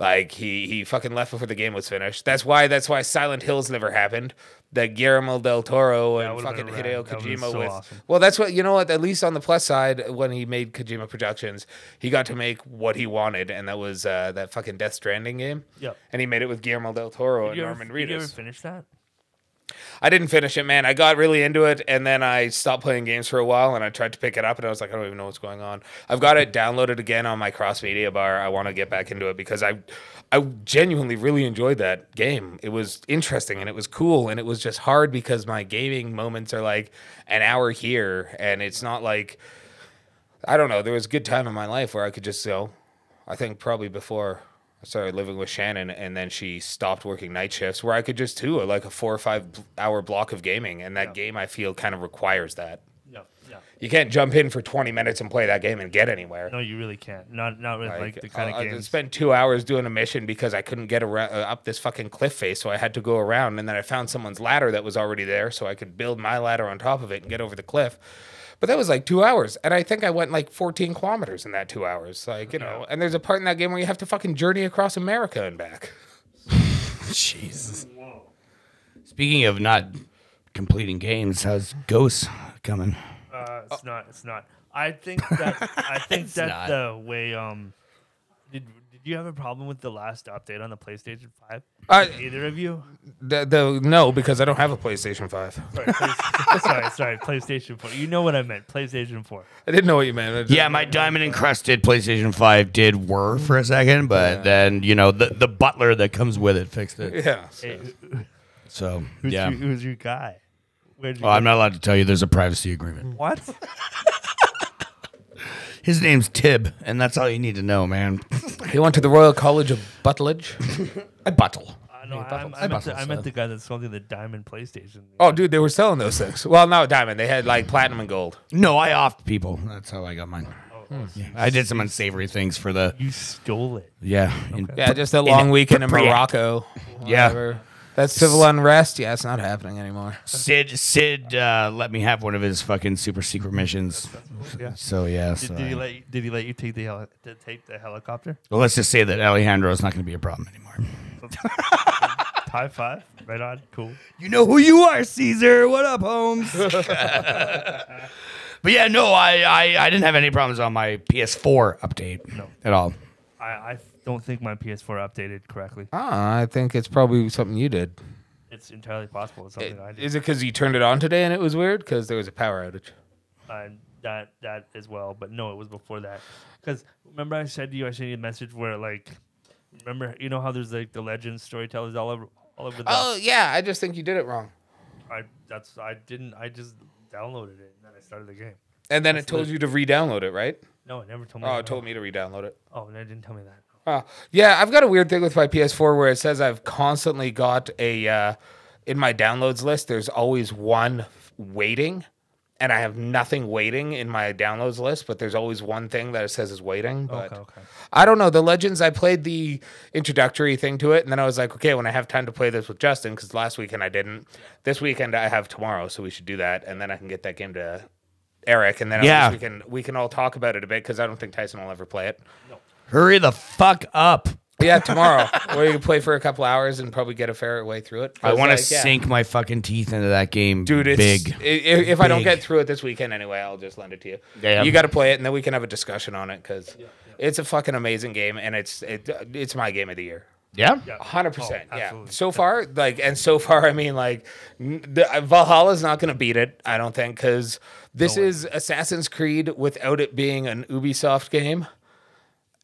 Speaker 2: Like he he fucking left before the game was finished. That's why that's why Silent Hills never happened. That Guillermo del Toro and
Speaker 3: would've
Speaker 2: fucking
Speaker 3: been rad.
Speaker 2: Hideo
Speaker 3: That would've been
Speaker 2: Kojima
Speaker 3: so
Speaker 2: with.
Speaker 3: awesome.
Speaker 2: Well, that's what you know. What at least on the plus side, when he made Kojima Productions, he got to make what he wanted, and that was uh, that fucking Death Stranding game.
Speaker 3: Yep.
Speaker 2: And he made it with Guillermo del Toro and
Speaker 3: you
Speaker 2: Norman
Speaker 3: ever, did you ever
Speaker 2: Reedus.
Speaker 3: finish that?
Speaker 2: I didn't finish it, man. I got really into it, and then I stopped playing games for a while, and I tried to pick it up, and I was like, I don't even know what's going on. I've got it downloaded again on my cross media bar. I want to get back into it because I, I genuinely really enjoyed that game. It was interesting and it was cool, and it was just hard because my gaming moments are like an hour here, and it's not like, I don't know. There was a good time in my life where I could just go. I think probably before I started living with Shannon, and then she stopped working night shifts, where I could just do like a four or five bl- hour block of gaming, and that game I feel kind of requires that.
Speaker 3: No, no,
Speaker 2: You can't jump in for twenty minutes and play that game and get anywhere.
Speaker 3: no. You really can't. Not not with like, the kind
Speaker 2: I,
Speaker 3: of
Speaker 2: I
Speaker 3: games.
Speaker 2: spent two hours doing a mission because I couldn't get around, uh, up this fucking cliff face, so I had to go around, and then I found someone's ladder that was already there, so I could build my ladder on top of it and get over the cliff. But that was like two hours, and I think I went like 14 kilometers in that two hours. Like you know, and there's a part in that game where you have to fucking journey across America and back.
Speaker 1: Jesus. Speaking of not completing games, how's Ghosts coming?
Speaker 3: Uh, it's not. It's not. I think that. I think
Speaker 1: Oh. It's
Speaker 3: that the way. Um, did did you have a problem with the last update on the PlayStation Five?
Speaker 2: Uh,
Speaker 3: Either of you?
Speaker 2: the, the no, because I don't have a PlayStation Five.
Speaker 3: Sorry, please, sorry, sorry. PlayStation Four. You know what I meant. PlayStation Four.
Speaker 2: I didn't know what you meant. I just-
Speaker 1: Yeah, my diamond encrusted PlayStation 5 did whir for a second, but then, you know, the, the butler that comes with it fixed it.
Speaker 2: yeah.
Speaker 3: Hey, who-
Speaker 1: So,
Speaker 3: who's,
Speaker 1: yeah.
Speaker 3: your, who's your guy? Where'd you
Speaker 1: Well, I'm
Speaker 3: go?
Speaker 1: not allowed to tell you there's a privacy agreement.
Speaker 3: What?
Speaker 1: His name's Tib, and that's all you need to know, man.
Speaker 2: He went to the Royal College of Butledge.
Speaker 1: I buttle.
Speaker 3: Uh, no,
Speaker 1: I
Speaker 3: I, am
Speaker 1: bought- I
Speaker 3: I, meant
Speaker 1: bought
Speaker 3: the, I
Speaker 1: those,
Speaker 3: meant
Speaker 1: uh,
Speaker 3: the guy that's holding the diamond PlayStation.
Speaker 2: Oh, dude, they were selling those things. Well, not diamond. They had like platinum and gold.
Speaker 1: No, I offed people. That's how I got mine.
Speaker 3: Oh, oh,
Speaker 1: I did some unsavory things for the
Speaker 3: You stole it.
Speaker 1: yeah. in-
Speaker 2: Yeah, just a long weekend in
Speaker 1: Pripyat.
Speaker 2: Morocco.
Speaker 1: Yeah.
Speaker 2: whatever. That's civil unrest. Yeah, it's not happening anymore.
Speaker 1: Sid Sid uh, let me have one of his fucking super secret missions.
Speaker 3: Yeah.
Speaker 1: So yeah.
Speaker 3: Did,
Speaker 1: so
Speaker 3: did he
Speaker 1: I-
Speaker 3: let you, Did he let you take the heli- to take the helicopter?
Speaker 1: well, let's just say that Alejandro is not going to be a problem anymore.
Speaker 3: High five. Right on. Cool.
Speaker 1: You know who you are, Caesar. What up, Holmes? but yeah, no, I, I I didn't have any problems on my PS4 update
Speaker 3: No.
Speaker 1: at all.
Speaker 3: I, I don't think my PS4 updated correctly.
Speaker 2: Ah, I think it's probably something you did.
Speaker 3: It's entirely possible. It's something I did.
Speaker 2: Is it because you turned it on today and it was weird? Because there was a power outage.
Speaker 3: Uh, that that as well, but no, it was before that. Because remember, I said to you, I sent you a message where like, remember, you know how there's like the legends storytellers all over all over the.
Speaker 2: Oh yeah, I just think you did it wrong.
Speaker 3: I that's I didn't. I just downloaded it and then I started the game.
Speaker 2: And then it told you to re-download it, right?
Speaker 3: No, it never told me.
Speaker 2: Oh,
Speaker 3: that.
Speaker 2: it told me to re-download it.
Speaker 3: Oh, no, it didn't tell me that.
Speaker 2: Oh, yeah, I've got a weird thing with my PS4 where it says I've constantly got a uh, in my downloads list. There's always one waiting, and I have nothing waiting in my downloads list. But there's always one thing that it says is waiting. But
Speaker 3: Okay, okay.
Speaker 2: I don't know the Legends. I played the introductory thing to it, and then I was like, okay, when I have time to play this with Justin, because last weekend I didn't. This weekend I have tomorrow, so we should do that, and then I can get that game to Eric, and then at least
Speaker 1: Yeah.
Speaker 2: we can we can all talk about it a bit because I don't think Tyson will ever play it.
Speaker 1: Hurry the fuck up!
Speaker 2: Yeah, tomorrow. or you can play for a couple hours and probably get a fair way through it.
Speaker 1: I want to
Speaker 2: Like, yeah.
Speaker 1: sink my fucking teeth into that game,
Speaker 2: Dude, it's,
Speaker 1: Big.
Speaker 2: i- i- If, I don't
Speaker 1: Big.
Speaker 2: get through it this weekend anyway, I'll just lend it to you.
Speaker 1: Yeah.
Speaker 2: You got to play it, and then we can have a discussion on it because it's a fucking amazing game, and it's it, it's my game of the year.
Speaker 1: Yeah.
Speaker 3: Yeah.
Speaker 2: Hundred percent.
Speaker 3: Oh,
Speaker 2: Yeah.
Speaker 3: absolutely.
Speaker 2: So far, like, and so far, I mean, like, n- the, uh, Valhalla's not going to beat it, I don't think, because this is Assassin's Creed without it being an Ubisoft game,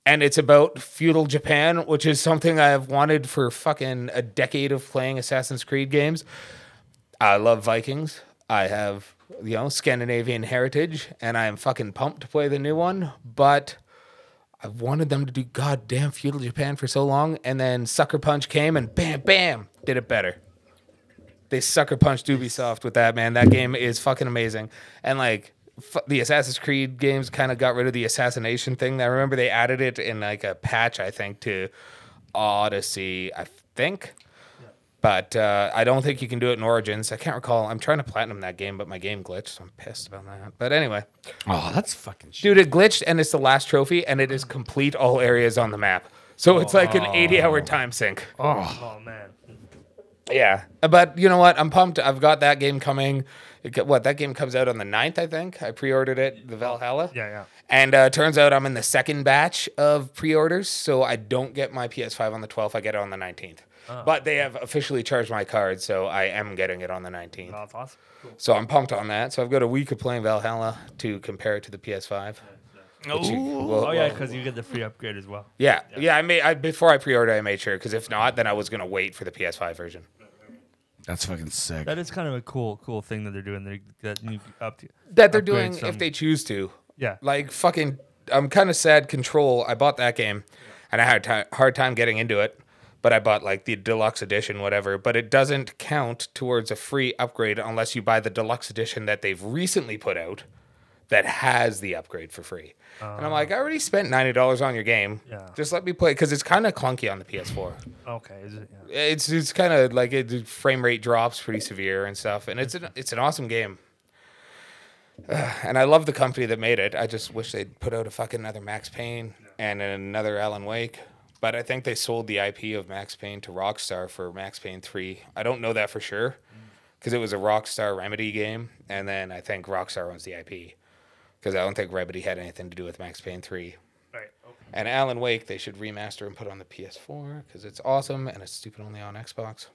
Speaker 2: and it's about feudal Japan, which is something I have wanted for fucking a decade of playing Assassin's Creed games. I love Vikings. I have you know Scandinavian heritage, and I am fucking pumped to play the new one, but. I've wanted them to do goddamn feudal Japan for so long, and then Sucker Punch came and bam, bam, did it better. They sucker punched Ubisoft with that man. That game is fucking amazing, and like f- the Assassin's Creed games kind of got rid of the assassination thing. I remember they added it in like a patch, I think, to Odyssey, I think. But uh, I don't think you can do it in Origins. I can't recall. I'm trying to platinum that game, but my game glitched. So I'm pissed about that. But anyway,
Speaker 1: Oh, that's fucking shit.
Speaker 2: dude, it glitched and it's the last trophy and it is complete all areas on the map. So it's like an 80 hour time sink.
Speaker 3: Oh man,
Speaker 2: Yeah. But you know what? I'm pumped. I've got that game coming. It, co- what? That game comes out on the 9th, I think. I pre ordered it, the Valhalla.
Speaker 3: yeah, yeah.
Speaker 2: And uh, turns out I'm in the second batch of pre-orders, so I don't get my PS5 on the 12th. I get it on the 19th.
Speaker 3: Ah.
Speaker 2: But they have officially charged my card, so I am getting it on the 19th.
Speaker 3: Oh, that's awesome. Cool.
Speaker 2: So I'm pumped on that. So I've got a week of playing Valhalla to compare it to the PS5. Which you- well-
Speaker 3: Oh yeah,
Speaker 2: well-
Speaker 3: because you get the free upgrade as well.
Speaker 2: yeah, yeah, I made I, before I pre-order, I made sure because if not, then I was gonna wait for the PS5 version.
Speaker 1: That's fucking sick.
Speaker 3: That is kind of a cool, cool thing that they're doing. They're that new up to.
Speaker 2: That they're
Speaker 3: Upgrade
Speaker 2: doing
Speaker 3: some-
Speaker 2: if they choose to.
Speaker 3: Yeah.
Speaker 2: Like fucking, I'm kind of sad. Control. I bought that game, and I had a ti- hard time getting into it. But I bought like the deluxe edition, whatever. But it doesn't count towards a free upgrade unless you buy the deluxe edition that they've recently put out, that has the upgrade for free. and I'm like, I already spent ninety dollars on your game.
Speaker 3: Oh. Yeah.
Speaker 2: Just let me play because it's kind of clunky on the PS4
Speaker 3: Okay. Is it, yeah.
Speaker 2: it's it's kind of like it, the frame rate drops pretty severe and stuff, and it's an it's an awesome game. Ugh, and I love the company that made it. I just wish they'd put out a fucking another Max Payne and another Alan Wake. But I think they sold the IP of Max Payne to Rockstar for Max Payne Three. I don't know that for sure because it was a Rockstar Remedy game, and then I think Rockstar owns the IP because I don't think Remedy had anything to do with Max Payne Three.
Speaker 3: Right. Okay.
Speaker 2: And Alan Wake, they should remaster and put on the PS4 because it's awesome and it's stupid only on Xbox.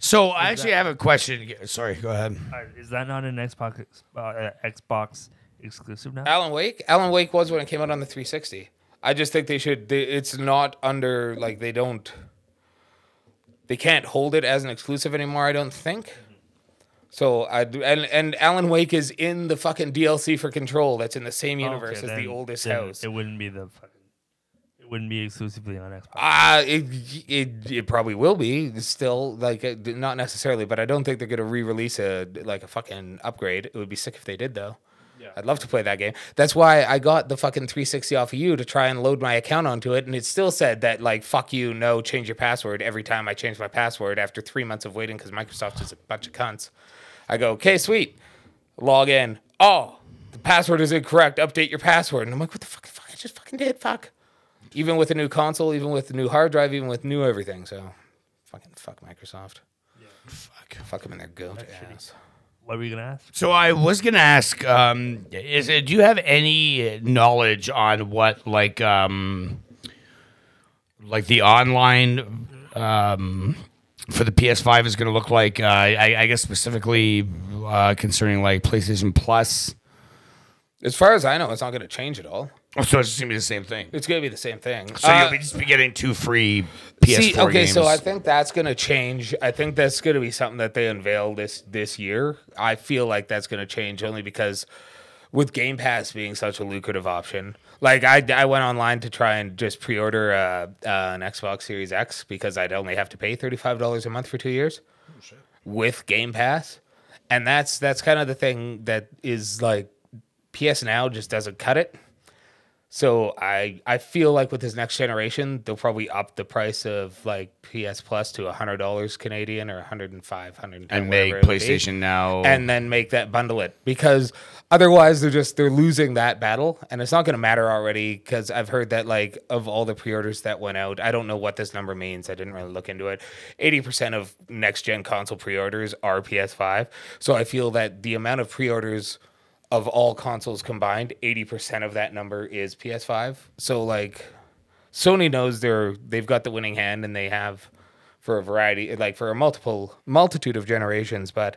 Speaker 1: So I actually have a question. Sorry, go ahead.
Speaker 3: All right, is that not an Xbox uh, uh, Xbox exclusive now?
Speaker 2: Alan Wake, Alan Wake was when it came out on the 360. I just think they should. They, it's not under like they don't. They can't hold it as an exclusive anymore. I don't think. So I do- and and Alan Wake is in the fucking DLC for Control. That's in the same universe
Speaker 3: Okay,
Speaker 2: as
Speaker 3: then-
Speaker 2: the oldest
Speaker 3: then
Speaker 2: house.
Speaker 3: It wouldn't be the fucking. It wouldn't be exclusively on Xbox.
Speaker 2: Uh, it, it it probably will be still like uh, not necessarily, but I don't think they're gonna re-release a like a fucking upgrade. It would be sick if they did though. Yeah. I'd love to play that game. That's why I got the fucking 360 off of you to try and load my account onto it, and it still said that like "fuck you," no, change your password every time I change my password after three months of waiting because Microsoft is a bunch of cunts. I go, okay, sweet, log in. Oh, the password is incorrect. Update your password, and I'm like, what the fuck? fuck I just fucking did. Fuck even with a new console, even with a new hard drive, even with new everything. So, fucking fuck Microsoft. Fuck. Fuck them in their goat ass.
Speaker 3: What were you gonna ask?
Speaker 1: So I was gonna ask, um, is it, do you have any knowledge on what like um, like the online um, for the PS5 is gonna look like? Uh, I, I guess specifically uh, concerning like PlayStation Plus.
Speaker 2: As far as I know, it's not going to change at all.
Speaker 1: Oh, So it's just gonna be the same thing.
Speaker 2: It's going to be the same thing.
Speaker 1: So
Speaker 2: Uh,
Speaker 1: you'll be just be getting two free PS4
Speaker 2: see, okay,
Speaker 1: games.
Speaker 2: so I think that's going to change. I think that's going to be something that they unveil this this year. I feel like that's going to change only because with Game Pass being such a lucrative option. Like I, I went online to try and just pre-order uh, uh, an Xbox Series X because I'd only have to pay thirty-five dollars a month for two years with Game Pass, and that's that's kind of the thing that is like PS Now just doesn't cut it. So I I feel like with this next generation, they'll probably up the price of like PS Plus to hundred dollars Canadian or 105 110
Speaker 1: and make
Speaker 2: whatever it would be
Speaker 1: PlayStation now.
Speaker 2: and then make that bundle it because otherwise they're just they're losing that battle and it's not going to matter already because i've heard that like of all the pre-orders that went out i don't know what this number means i didn't really look into it 80% of next gen console pre-orders are ps5 so i feel that the amount of pre-orders of all consoles combined 80% of that number is ps5 so like Sony knows they're they've got the winning hand and they have for a variety like for a multiple multitude of generations, but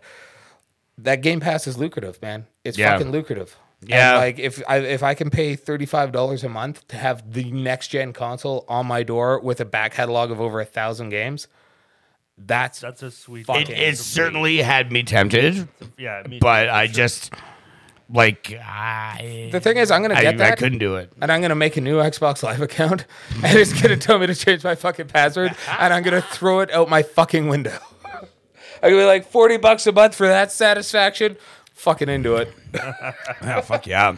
Speaker 2: that Game Pass is lucrative, man. It's
Speaker 1: Yeah.
Speaker 2: fucking lucrative. And,
Speaker 1: Yeah.
Speaker 2: like if I if I can pay thirty five dollars a month to have the next gen console on my door with a back catalog of over a thousand games, that's,
Speaker 3: That's a sweet.
Speaker 2: Fuck
Speaker 3: deal
Speaker 1: it,
Speaker 3: for
Speaker 1: it
Speaker 3: me.
Speaker 1: certainly had me tempted,
Speaker 3: Yeah, me
Speaker 1: but
Speaker 2: uh,
Speaker 1: I just like I.
Speaker 2: the thing is I'm gonna
Speaker 1: I,
Speaker 2: get that
Speaker 1: I couldn't do it.
Speaker 2: and I'm gonna make a new Xbox Live account and it's gonna tell me to change my fucking password and I'm gonna throw it out my fucking window. I'm gonna be like forty bucks a month for that satisfaction. Fucking into it.
Speaker 1: Oh, fuck yeah.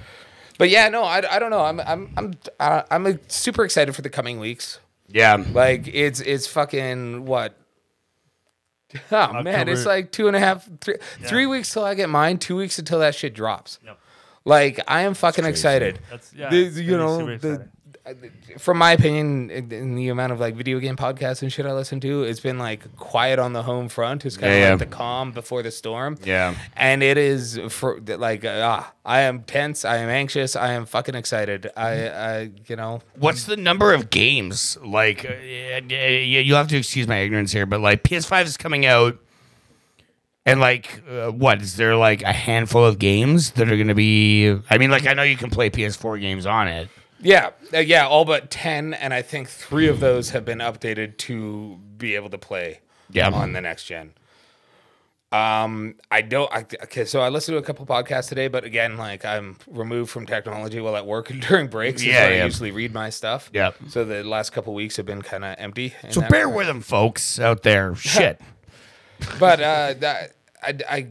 Speaker 2: But yeah, no, I, I don't know. I'm I'm I'm uh, I'm like, super excited for the coming weeks.
Speaker 1: Yeah.
Speaker 2: Like it's it's fucking what Oh man, it's
Speaker 3: October-
Speaker 2: like two and a half, three, three
Speaker 3: Yeah.
Speaker 2: weeks till I get mine. Two weeks until that shit drops.
Speaker 3: Yep.
Speaker 2: Like I am fucking excited.
Speaker 3: That's yeah.
Speaker 2: The-
Speaker 3: it's
Speaker 2: you
Speaker 3: gonna be
Speaker 2: know,
Speaker 3: super
Speaker 2: the,
Speaker 3: exciting.
Speaker 2: from my opinion, in- in the amount of like video game podcasts and shit I listen to, it's been like quiet on the home front. It's kind of
Speaker 1: Yeah,
Speaker 2: like
Speaker 1: yeah.
Speaker 2: the calm before the storm.
Speaker 1: Yeah.
Speaker 2: and it is for like uh, ah, I am tense. I am anxious. I am fucking excited. I, I you know,
Speaker 1: What's the number of games? Like, uh, yeah, yeah, you'll have to excuse my ignorance here, but like PS5 is coming out, and like, uh, what is there like a handful of games that are going to be? I mean, like, I know you can play PS4 games on it.
Speaker 2: yeah, uh, yeah, all but ten, and I think three of those have been updated to be able to play.
Speaker 1: Yeah.
Speaker 2: on the next gen. Um, I don't. I, okay, so I listened to a couple podcasts today, but again, like I'm removed from technology while at work and during breaks. is
Speaker 1: Yeah,
Speaker 2: when I
Speaker 1: yeah.
Speaker 2: usually read my stuff.
Speaker 1: Yep.
Speaker 2: So the last couple weeks have been kind of empty. in
Speaker 1: So
Speaker 2: that
Speaker 1: bear
Speaker 2: regard.
Speaker 1: with them, folks out there. Shit.
Speaker 2: but uh, that, I, I,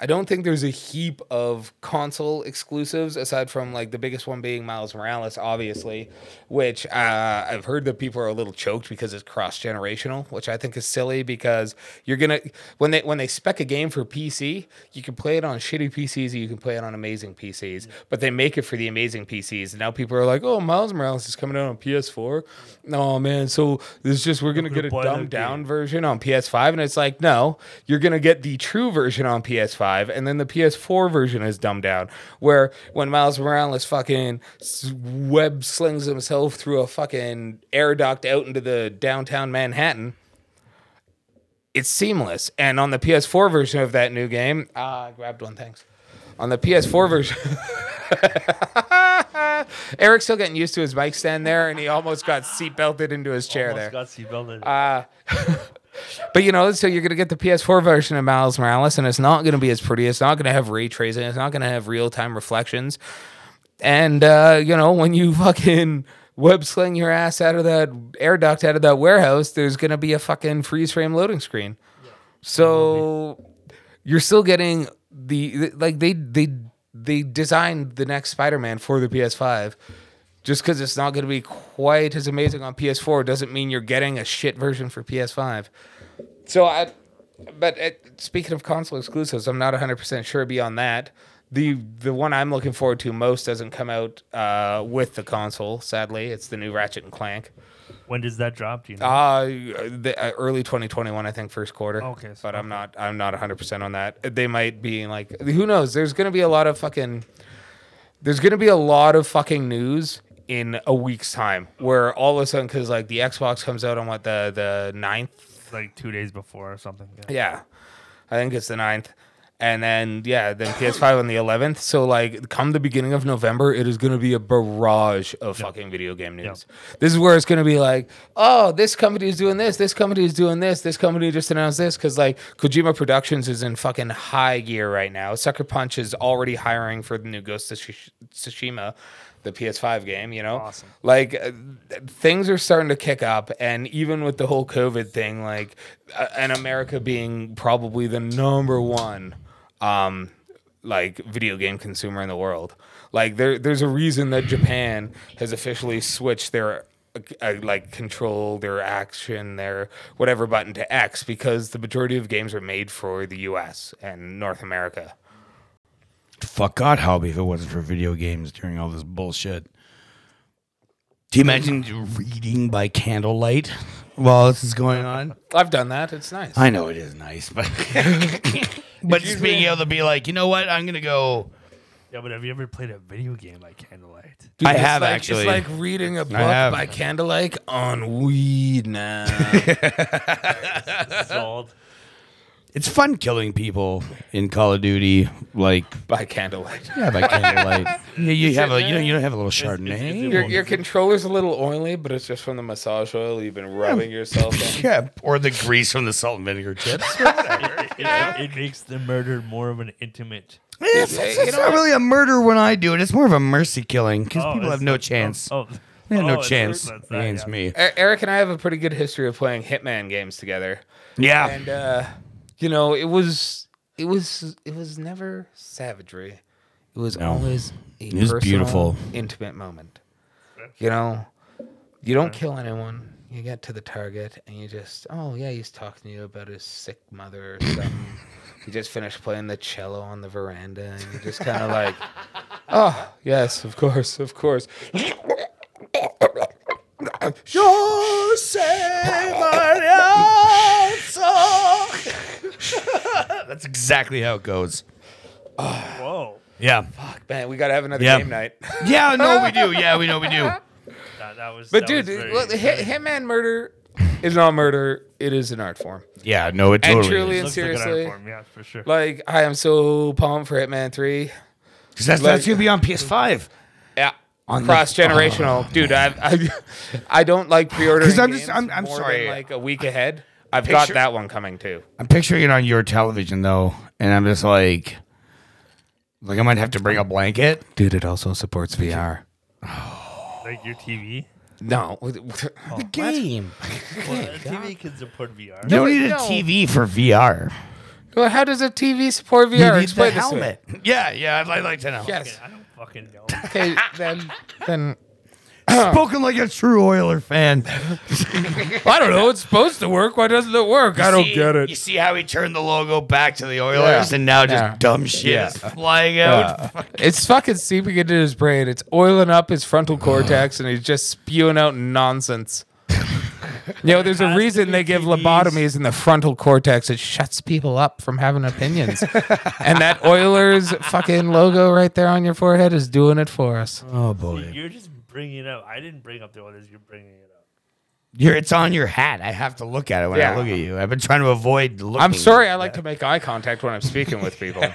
Speaker 2: I don't think there's a heap of console exclusives aside from like the biggest one being Miles Morales, obviously, which uh, I've heard that people are a little choked because it's cross generational, which I think is silly because you're gonna when they when they spec a game for PC, you can play it on shitty PCs, you can play it on amazing PCs,
Speaker 3: Mm-hmm.
Speaker 2: but they make it for the amazing PCs. And now people are like, oh, Miles Morales is coming out on PS4. Oh man, so it's just we're gonna
Speaker 3: gonna
Speaker 2: get a
Speaker 3: buy that
Speaker 2: dumbed down
Speaker 3: game.
Speaker 2: version on PS5, and it's like, no, you're gonna get the true version on PS5, and then the PS4 version is dumbed down. Where when Miles Morales fucking s- web slings himself through a fucking air duct out into the downtown Manhattan, it's seamless. And on the PS4 version of that new game, ah, I grabbed one, thanks. On the PS4 version. Eric's still getting used to his mic stand there, and he almost got seat belted into his chair
Speaker 3: Almost
Speaker 2: there. Uh,
Speaker 3: got seatbelt in.
Speaker 2: But you know, so you're gonna get the PS4 version of Miles Morales, and it's not gonna be as pretty. It's not gonna have ray tracing. It's not gonna have real time reflections. And uh, you know, when you fucking web sling your ass out of that air duct out of that warehouse, there's gonna be a fucking freeze frame loading screen. So you're still getting the like they they they designed the next Spider-Man for the PS5. Just because it's not going to be quite as amazing on PS4 doesn't mean you're getting a shit version for PS5. So I, but it, speaking of console exclusives, I'm not 100 percent sure beyond that. The the one I'm looking forward to most doesn't come out uh, with the console. Sadly, it's the new Ratchet and Clank.
Speaker 3: when does that drop? Do you know?
Speaker 2: Uh, the, uh early 2021, I think, first quarter.
Speaker 3: Okay, so-
Speaker 2: but I'm not I'm not 100 percent on that. They might be like, who knows? There's gonna be a lot of fucking. There's gonna be a lot of fucking news in a week's time where all of a sudden because like the xbox comes out on what the the ninth
Speaker 3: like two days before or something. Yeah.
Speaker 2: yeah. I think it's the 9th. And then, yeah, then PS5 on the 11th. So, like, come the beginning of November, it is going to be a barrage of fucking video game news. This is where it's going to be like, oh, this company is doing this, this company is doing this, this company just announced this. Cause, like, Kojima Productions is in fucking high gear right now. Sucker Punch is already hiring for the new Ghost of Tsush- Tsushima, the PS5 game, you know?
Speaker 3: Awesome.
Speaker 2: like uh, th- things are starting to kick up and even with the whole covid thing like uh, and america being probably the number one um like video game consumer in the world like there there's a reason that japan has officially switched their uh, uh, like control their action their whatever button to x because the majority of games are made for the us and north america
Speaker 1: Fuck God, how if it wasn't for video games during all this bullshit. Do you imagine reading by candlelight while this is going on?
Speaker 2: i've done that it's nice
Speaker 1: I know it is nice, but but just being able to be like, you know what, I'm gonna go.
Speaker 3: Yeah, but have you ever played a video game like Candlelight?
Speaker 2: Dude,
Speaker 1: I
Speaker 2: it's
Speaker 1: have
Speaker 2: like-
Speaker 1: actually.
Speaker 2: It's like reading a book
Speaker 1: have.
Speaker 2: by candlelight on weed now.
Speaker 3: It's old.
Speaker 1: It's fun killing people in Call of Duty, like
Speaker 2: by candlelight.
Speaker 1: yeah, by candlelight. you, you have a you don't you don't have a little Chardonnay.
Speaker 2: Your, your controller's a little oily, but it's just from the massage oil you've been rubbing yourself in.
Speaker 1: yeah, or the grease from the salt and vinegar chips.
Speaker 3: It, it makes the murder more of an intimate.
Speaker 1: It's, it's- it's not really a murder when I do it. It's more of a mercy killing because
Speaker 3: Oh,
Speaker 1: people
Speaker 3: it's
Speaker 1: have no
Speaker 3: the-
Speaker 1: chance.
Speaker 3: Oh,
Speaker 1: They have no
Speaker 3: oh, it's-
Speaker 1: chance
Speaker 3: that's that,
Speaker 1: against
Speaker 3: yeah.
Speaker 1: me.
Speaker 2: E- Eric and I have a pretty good history of playing Hitman games together.
Speaker 1: Yeah,
Speaker 2: And uh, you know, it was it was it was never savagery. It was always a
Speaker 1: was
Speaker 2: personal,
Speaker 1: beautiful.
Speaker 2: intimate moment. You know, you don't kill anyone. You get to the target and you just, oh yeah, he's talking to you about his sick mother or something. he just finished playing the cello on the veranda and you're just kind of like, oh yes, of course, of course.
Speaker 1: That's exactly how it goes.
Speaker 3: Whoa.
Speaker 1: Yeah.
Speaker 2: Fuck, man, we gotta have another
Speaker 1: Yeah.
Speaker 2: game night.
Speaker 1: Yeah, no, we do. Yeah, we know we do.
Speaker 3: That, that was.
Speaker 2: But
Speaker 3: that
Speaker 2: dude,
Speaker 3: was very-
Speaker 2: look, hit, hitman murder is not murder. It is an art form.
Speaker 1: Yeah, no, it
Speaker 2: And
Speaker 1: totally
Speaker 2: truly
Speaker 1: is.
Speaker 2: it's-
Speaker 3: looks like an art
Speaker 2: seriously.
Speaker 3: form, Yeah, for sure.
Speaker 2: Like I am so pumped for Hitman Three.
Speaker 1: 'Cause that's,
Speaker 2: like-
Speaker 1: that's going to be on PS5.
Speaker 2: Yeah.
Speaker 1: On the-
Speaker 2: Cross generational, Oh, dude. I, I I don't like pre-ordering.
Speaker 1: 'Cause I'm
Speaker 2: I'm
Speaker 1: just- I'm- I'm sorry.
Speaker 2: like a week ahead, I've got
Speaker 1: Picture-
Speaker 2: that one coming too.
Speaker 1: I'm picturing it on your television, though, and I'm just like, like I might have to bring a blanket.
Speaker 2: Dude, it also supports VR.
Speaker 3: Like your TV.
Speaker 2: No, the
Speaker 1: Game.
Speaker 3: Well, uh, a TV can support VR.
Speaker 1: You don't
Speaker 2: No,
Speaker 1: need a
Speaker 2: no.
Speaker 1: TV for VR.
Speaker 2: Well, how does a TV support VR? Explain this to me.
Speaker 1: Yeah, yeah, I'd, I'd like to know.
Speaker 2: Yes.
Speaker 3: I don't fucking know.
Speaker 2: Okay, then then
Speaker 1: Spoken like a true Oiler fan.
Speaker 2: I don't know. It's supposed to work. Why doesn't it work? I
Speaker 1: See- You see how he turned the logo back to the Oilers,
Speaker 2: Yeah.
Speaker 1: and now just
Speaker 2: Yeah.
Speaker 1: dumb shit is flying out.
Speaker 2: It's fucking seeping into his brain. It's oiling up his frontal cortex, and he's just spewing out nonsense. You know, there's a
Speaker 3: has to
Speaker 2: reason
Speaker 3: be
Speaker 2: they give
Speaker 3: TVs.
Speaker 2: lobotomies in the frontal cortex. It shuts people up from having opinions. and that Oilers fucking logo right there on your forehead is doing it for us.
Speaker 1: Oh boy,
Speaker 3: You're just bringing it up. I didn't bring up the others. You're bringing it up.
Speaker 1: You're, it's on your hat. I have to look at it when I
Speaker 2: Yeah.
Speaker 1: look at you. I've been trying to avoid looking.
Speaker 3: Oh,
Speaker 2: I'm sorry, I like to make eye contact when I'm speaking with people.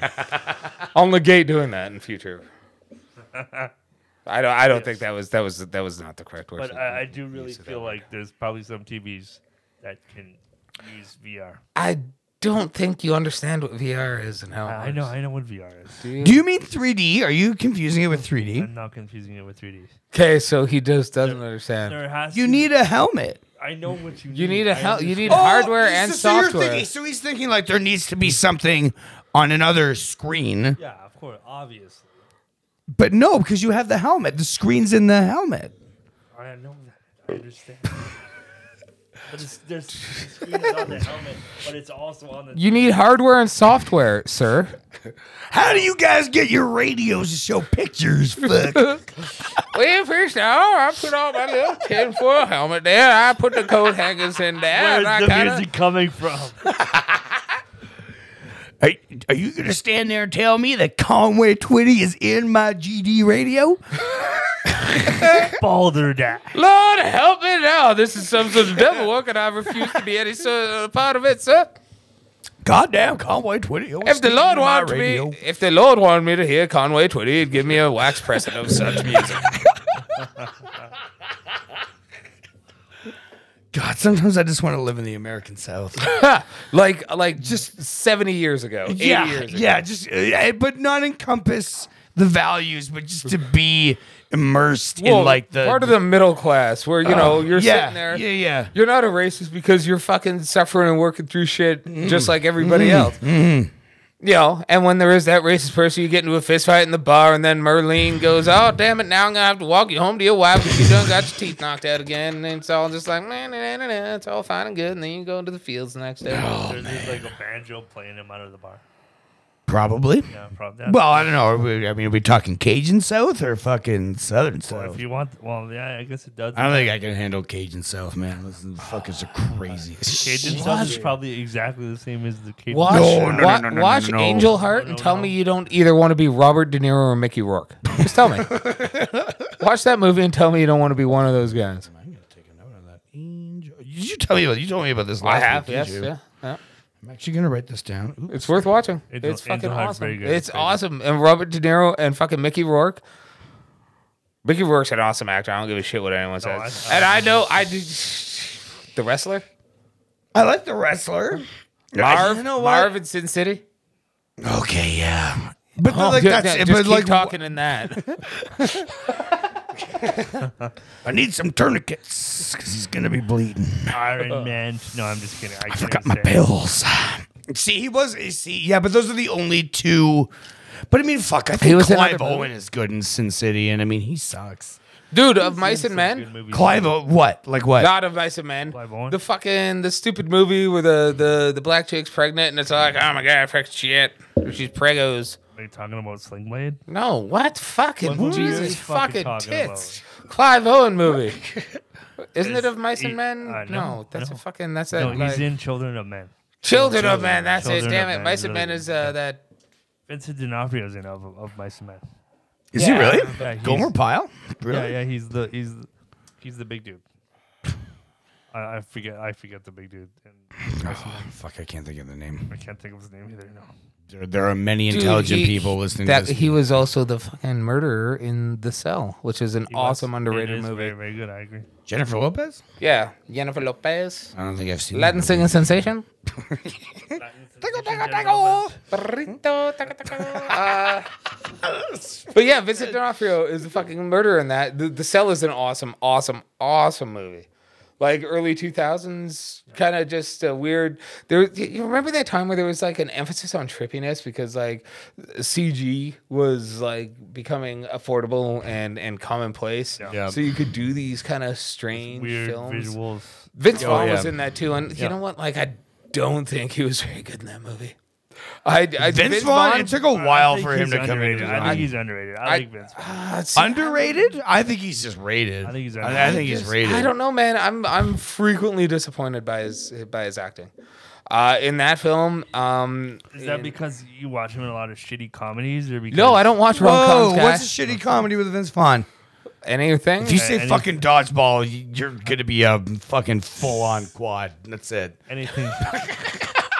Speaker 2: I'll negate doing that in future. I don't. I don't think that was that was that was not the correct word.
Speaker 3: But I, I do really feel like there's probably some TVs that can use VR.
Speaker 2: I don't think you understand what VR is and how.
Speaker 3: I know, I know what VR is.
Speaker 1: Do you mean 3D? Are you confusing it with 3D?
Speaker 3: I'm not confusing it with 3D.
Speaker 2: Okay, so he just doesn't understand.
Speaker 3: There has
Speaker 1: You
Speaker 3: to-
Speaker 1: need a helmet.
Speaker 3: I know what you need.
Speaker 2: You need a
Speaker 3: I
Speaker 2: hel- you need
Speaker 3: understand.
Speaker 2: Oh, hardware
Speaker 1: so-
Speaker 2: and
Speaker 1: so you're
Speaker 2: software.
Speaker 1: thinking- so he's thinking like there needs to be something on another screen,
Speaker 3: Yeah, of course, obviously.
Speaker 1: but no, because you have the helmet. The screen's in the helmet.
Speaker 3: I know that. I understand. but it's, there's the screen is on the helmet, but it's also on the.
Speaker 2: You need hardware and software, sir.
Speaker 1: How do you guys get your radios to show pictures? Fuck.
Speaker 2: Well, first of all, I put on my little tinfoil helmet there. I put the coat hangers in there.
Speaker 3: Where's
Speaker 2: and I
Speaker 3: the
Speaker 2: kinda-
Speaker 3: music coming from?
Speaker 1: are, are you gonna stand there and tell me that Conway Twitty is in my GD radio?
Speaker 3: Balderdash.
Speaker 2: Lord, help me now. This is some sort of devil work, and I refuse to be any sort of part of it, sir.
Speaker 1: Goddamn, Conway Twitty. always
Speaker 2: If the
Speaker 1: sneaking
Speaker 2: Lord
Speaker 1: in my
Speaker 2: wanted
Speaker 1: radio.
Speaker 2: me, if the Lord wanted me to hear Conway Twitty, he'd give me a wax present of such music.
Speaker 1: God, sometimes I just want to live in the American South.
Speaker 2: like, like just seventy years ago, eighty
Speaker 1: yeah,
Speaker 2: years ago.
Speaker 1: yeah, just uh, but not encompass the values, but just to be immersed
Speaker 2: Well,
Speaker 1: in like the
Speaker 2: part of the middle class where you know you're
Speaker 1: Oh, yeah,
Speaker 2: sitting there.
Speaker 1: Yeah, yeah.
Speaker 2: You're not a racist because you're fucking suffering and working through shit
Speaker 1: Mm-hmm.
Speaker 2: just like everybody else. You know, and when there is that racist person, you get into a fist fight in the bar, and then Merlene goes, "Oh damn it! Now I'm gonna have to walk you home to your wife because you done got your teeth knocked out again." And it's all just like, man, nah, nah, nah, it's all fine and good. And then you go into the fields the next day.
Speaker 1: Oh,
Speaker 3: There's just like a banjo playing him out of the bar.
Speaker 1: Probably.
Speaker 3: Yeah, probably. That's
Speaker 1: Well, I don't know. Are we, I mean, are we talking Cajun South or fucking Southern
Speaker 3: Well,
Speaker 1: South?
Speaker 3: if you want, well, yeah, I guess it does.
Speaker 1: I don't think I can handle Cajun South, man. This is, fuckers are crazy.
Speaker 3: Cajun stuff is probably exactly the same as the Cajun.
Speaker 2: Watch,
Speaker 1: No, no,
Speaker 2: wa-
Speaker 1: no, no, no,
Speaker 2: watch
Speaker 1: no.
Speaker 2: Angel Heart
Speaker 3: No,
Speaker 2: and
Speaker 3: no,
Speaker 2: tell
Speaker 3: no.
Speaker 2: me you don't either want to be Robert De Niro or Mickey Rourke. Just tell me. watch that movie and tell me you don't want to be one of those guys.
Speaker 1: I'm gonna take a note on that. Angel- Did you tell me about? You told me about this last week, didn't you?
Speaker 2: yeah.
Speaker 1: I'm actually gonna write this down. Oops.
Speaker 2: It's worth watching.
Speaker 3: Angel-
Speaker 2: it's fucking
Speaker 3: Angel Heart's very
Speaker 2: awesome.
Speaker 3: good.
Speaker 2: It's
Speaker 3: Very good.
Speaker 2: awesome. And Robert De Niro and fucking Mickey Rourke. Mickey Rourke's an awesome actor. I don't give a shit what anyone
Speaker 3: No,
Speaker 2: says.
Speaker 3: I- I-
Speaker 2: and I know I do. The wrestler?
Speaker 1: I like the wrestler.
Speaker 2: Marv?
Speaker 1: You know what?
Speaker 2: Marv in Sin City?
Speaker 1: Okay, yeah. But
Speaker 2: Oh,
Speaker 1: like
Speaker 2: yeah,
Speaker 1: that's
Speaker 2: yeah,
Speaker 1: it.
Speaker 2: just
Speaker 1: But
Speaker 2: keep
Speaker 1: like,
Speaker 2: talking in that.
Speaker 1: I need some tourniquets because he's gonna be bleeding.
Speaker 3: Iron Man. No, I'm just kidding. I, can't
Speaker 1: Forgot my
Speaker 3: even say it.
Speaker 1: pills. See, he was. See, yeah, but those are the only two. But I mean, fuck. I think
Speaker 2: was in
Speaker 1: Clive
Speaker 2: other
Speaker 1: Owen is good in Sin City, and I mean, he sucks.
Speaker 2: Dude, of Mice and Men.
Speaker 1: Clive, uh, what? Like what?
Speaker 2: God of Mice and Men.
Speaker 3: Clive Owen.
Speaker 2: The fucking the stupid movie where the, the the black chick's pregnant and it's like, oh my god, fuck shit. She's pregos.
Speaker 3: Are you talking about Sling Blade?
Speaker 2: No, what fucking
Speaker 3: movie are
Speaker 2: Jesus
Speaker 3: you
Speaker 2: fucking,
Speaker 3: fucking talking
Speaker 2: tits? Clive Owen movie. Isn't it
Speaker 3: It's-
Speaker 2: of Mice
Speaker 3: he-
Speaker 2: and Men?
Speaker 3: I know,
Speaker 2: no, that's
Speaker 3: I know.
Speaker 2: a fucking that's
Speaker 3: No,
Speaker 2: a like,
Speaker 3: he's in Children of Men.
Speaker 2: Children of Men. That's it.
Speaker 3: Children
Speaker 2: Damn
Speaker 3: of
Speaker 2: it,
Speaker 3: Men
Speaker 2: Mice
Speaker 3: is
Speaker 2: and
Speaker 3: really
Speaker 2: Men is
Speaker 3: good.
Speaker 2: uh, that.
Speaker 3: Vincent D'Onofrio's in of of Mice and Men.
Speaker 1: Is
Speaker 2: Yeah.
Speaker 1: he really?
Speaker 3: Yeah, he's-
Speaker 1: Gomer Pyle? Really?
Speaker 3: Yeah, yeah, he's the he's the- he's the big dude. I, I forget I forget the big dude, and
Speaker 1: Oh, fuck, I can't think of the name.
Speaker 3: I can't think of his name either. No,
Speaker 1: There, there are many
Speaker 2: Dude,
Speaker 1: intelligent
Speaker 2: he-
Speaker 1: people listening
Speaker 2: That
Speaker 1: to this.
Speaker 2: he was also the fucking murderer in The Cell, which is an
Speaker 3: He was-
Speaker 2: awesome
Speaker 3: it
Speaker 2: underrated
Speaker 3: is
Speaker 2: movie.
Speaker 3: Very very good. I agree.
Speaker 1: Jennifer Lopez?
Speaker 2: Yeah, Jennifer Lopez,
Speaker 1: I don't think I've seen that
Speaker 2: Latin
Speaker 1: movie.
Speaker 2: singing sensation.
Speaker 3: Tickle,
Speaker 2: Taco, taco, burrito, taco, taco. Uh, but yeah, Vincent D'Onofrio is the fucking murderer in that. The, the Cell is an awesome, awesome, awesome movie. Like early two thousands, kind of just a weird. There, you you remember that time where there was like an emphasis on trippiness because like CG was like becoming affordable and and commonplace.
Speaker 1: Yeah.
Speaker 2: So you could do these kind of strange
Speaker 3: Weird
Speaker 2: films.
Speaker 3: visuals.
Speaker 2: Vince Vaughn
Speaker 1: Oh, yeah.
Speaker 2: was in that too, and you know what? Like, I don't think he was very good in that movie. I, I
Speaker 1: Vince, Vaughn, it took a
Speaker 3: I
Speaker 1: while
Speaker 3: think
Speaker 1: for him
Speaker 3: he's
Speaker 1: to come
Speaker 3: underrated.
Speaker 1: into his
Speaker 3: I
Speaker 1: own.
Speaker 3: think he's underrated. I,
Speaker 2: I-
Speaker 3: like Vince. Vaughn.
Speaker 2: Ah, it's-
Speaker 1: Underrated? I think he's just rated.
Speaker 3: I think he's
Speaker 1: I, I think
Speaker 2: just-
Speaker 1: he's rated.
Speaker 2: I don't know, man. I'm I'm frequently disappointed by his by his acting. Uh, in that film, um,
Speaker 3: Is that
Speaker 2: in-
Speaker 3: because you watch him in a lot of shitty comedies, or because
Speaker 2: no, I don't watch rom coms,
Speaker 1: Whoa,
Speaker 2: guys.
Speaker 1: what's a shitty comedy with Vince Vaughn? Uh,
Speaker 2: Anything?
Speaker 1: If you say
Speaker 3: any-
Speaker 1: fucking dodgeball, y- you're gonna be a fucking full on quad. That's it.
Speaker 3: anything?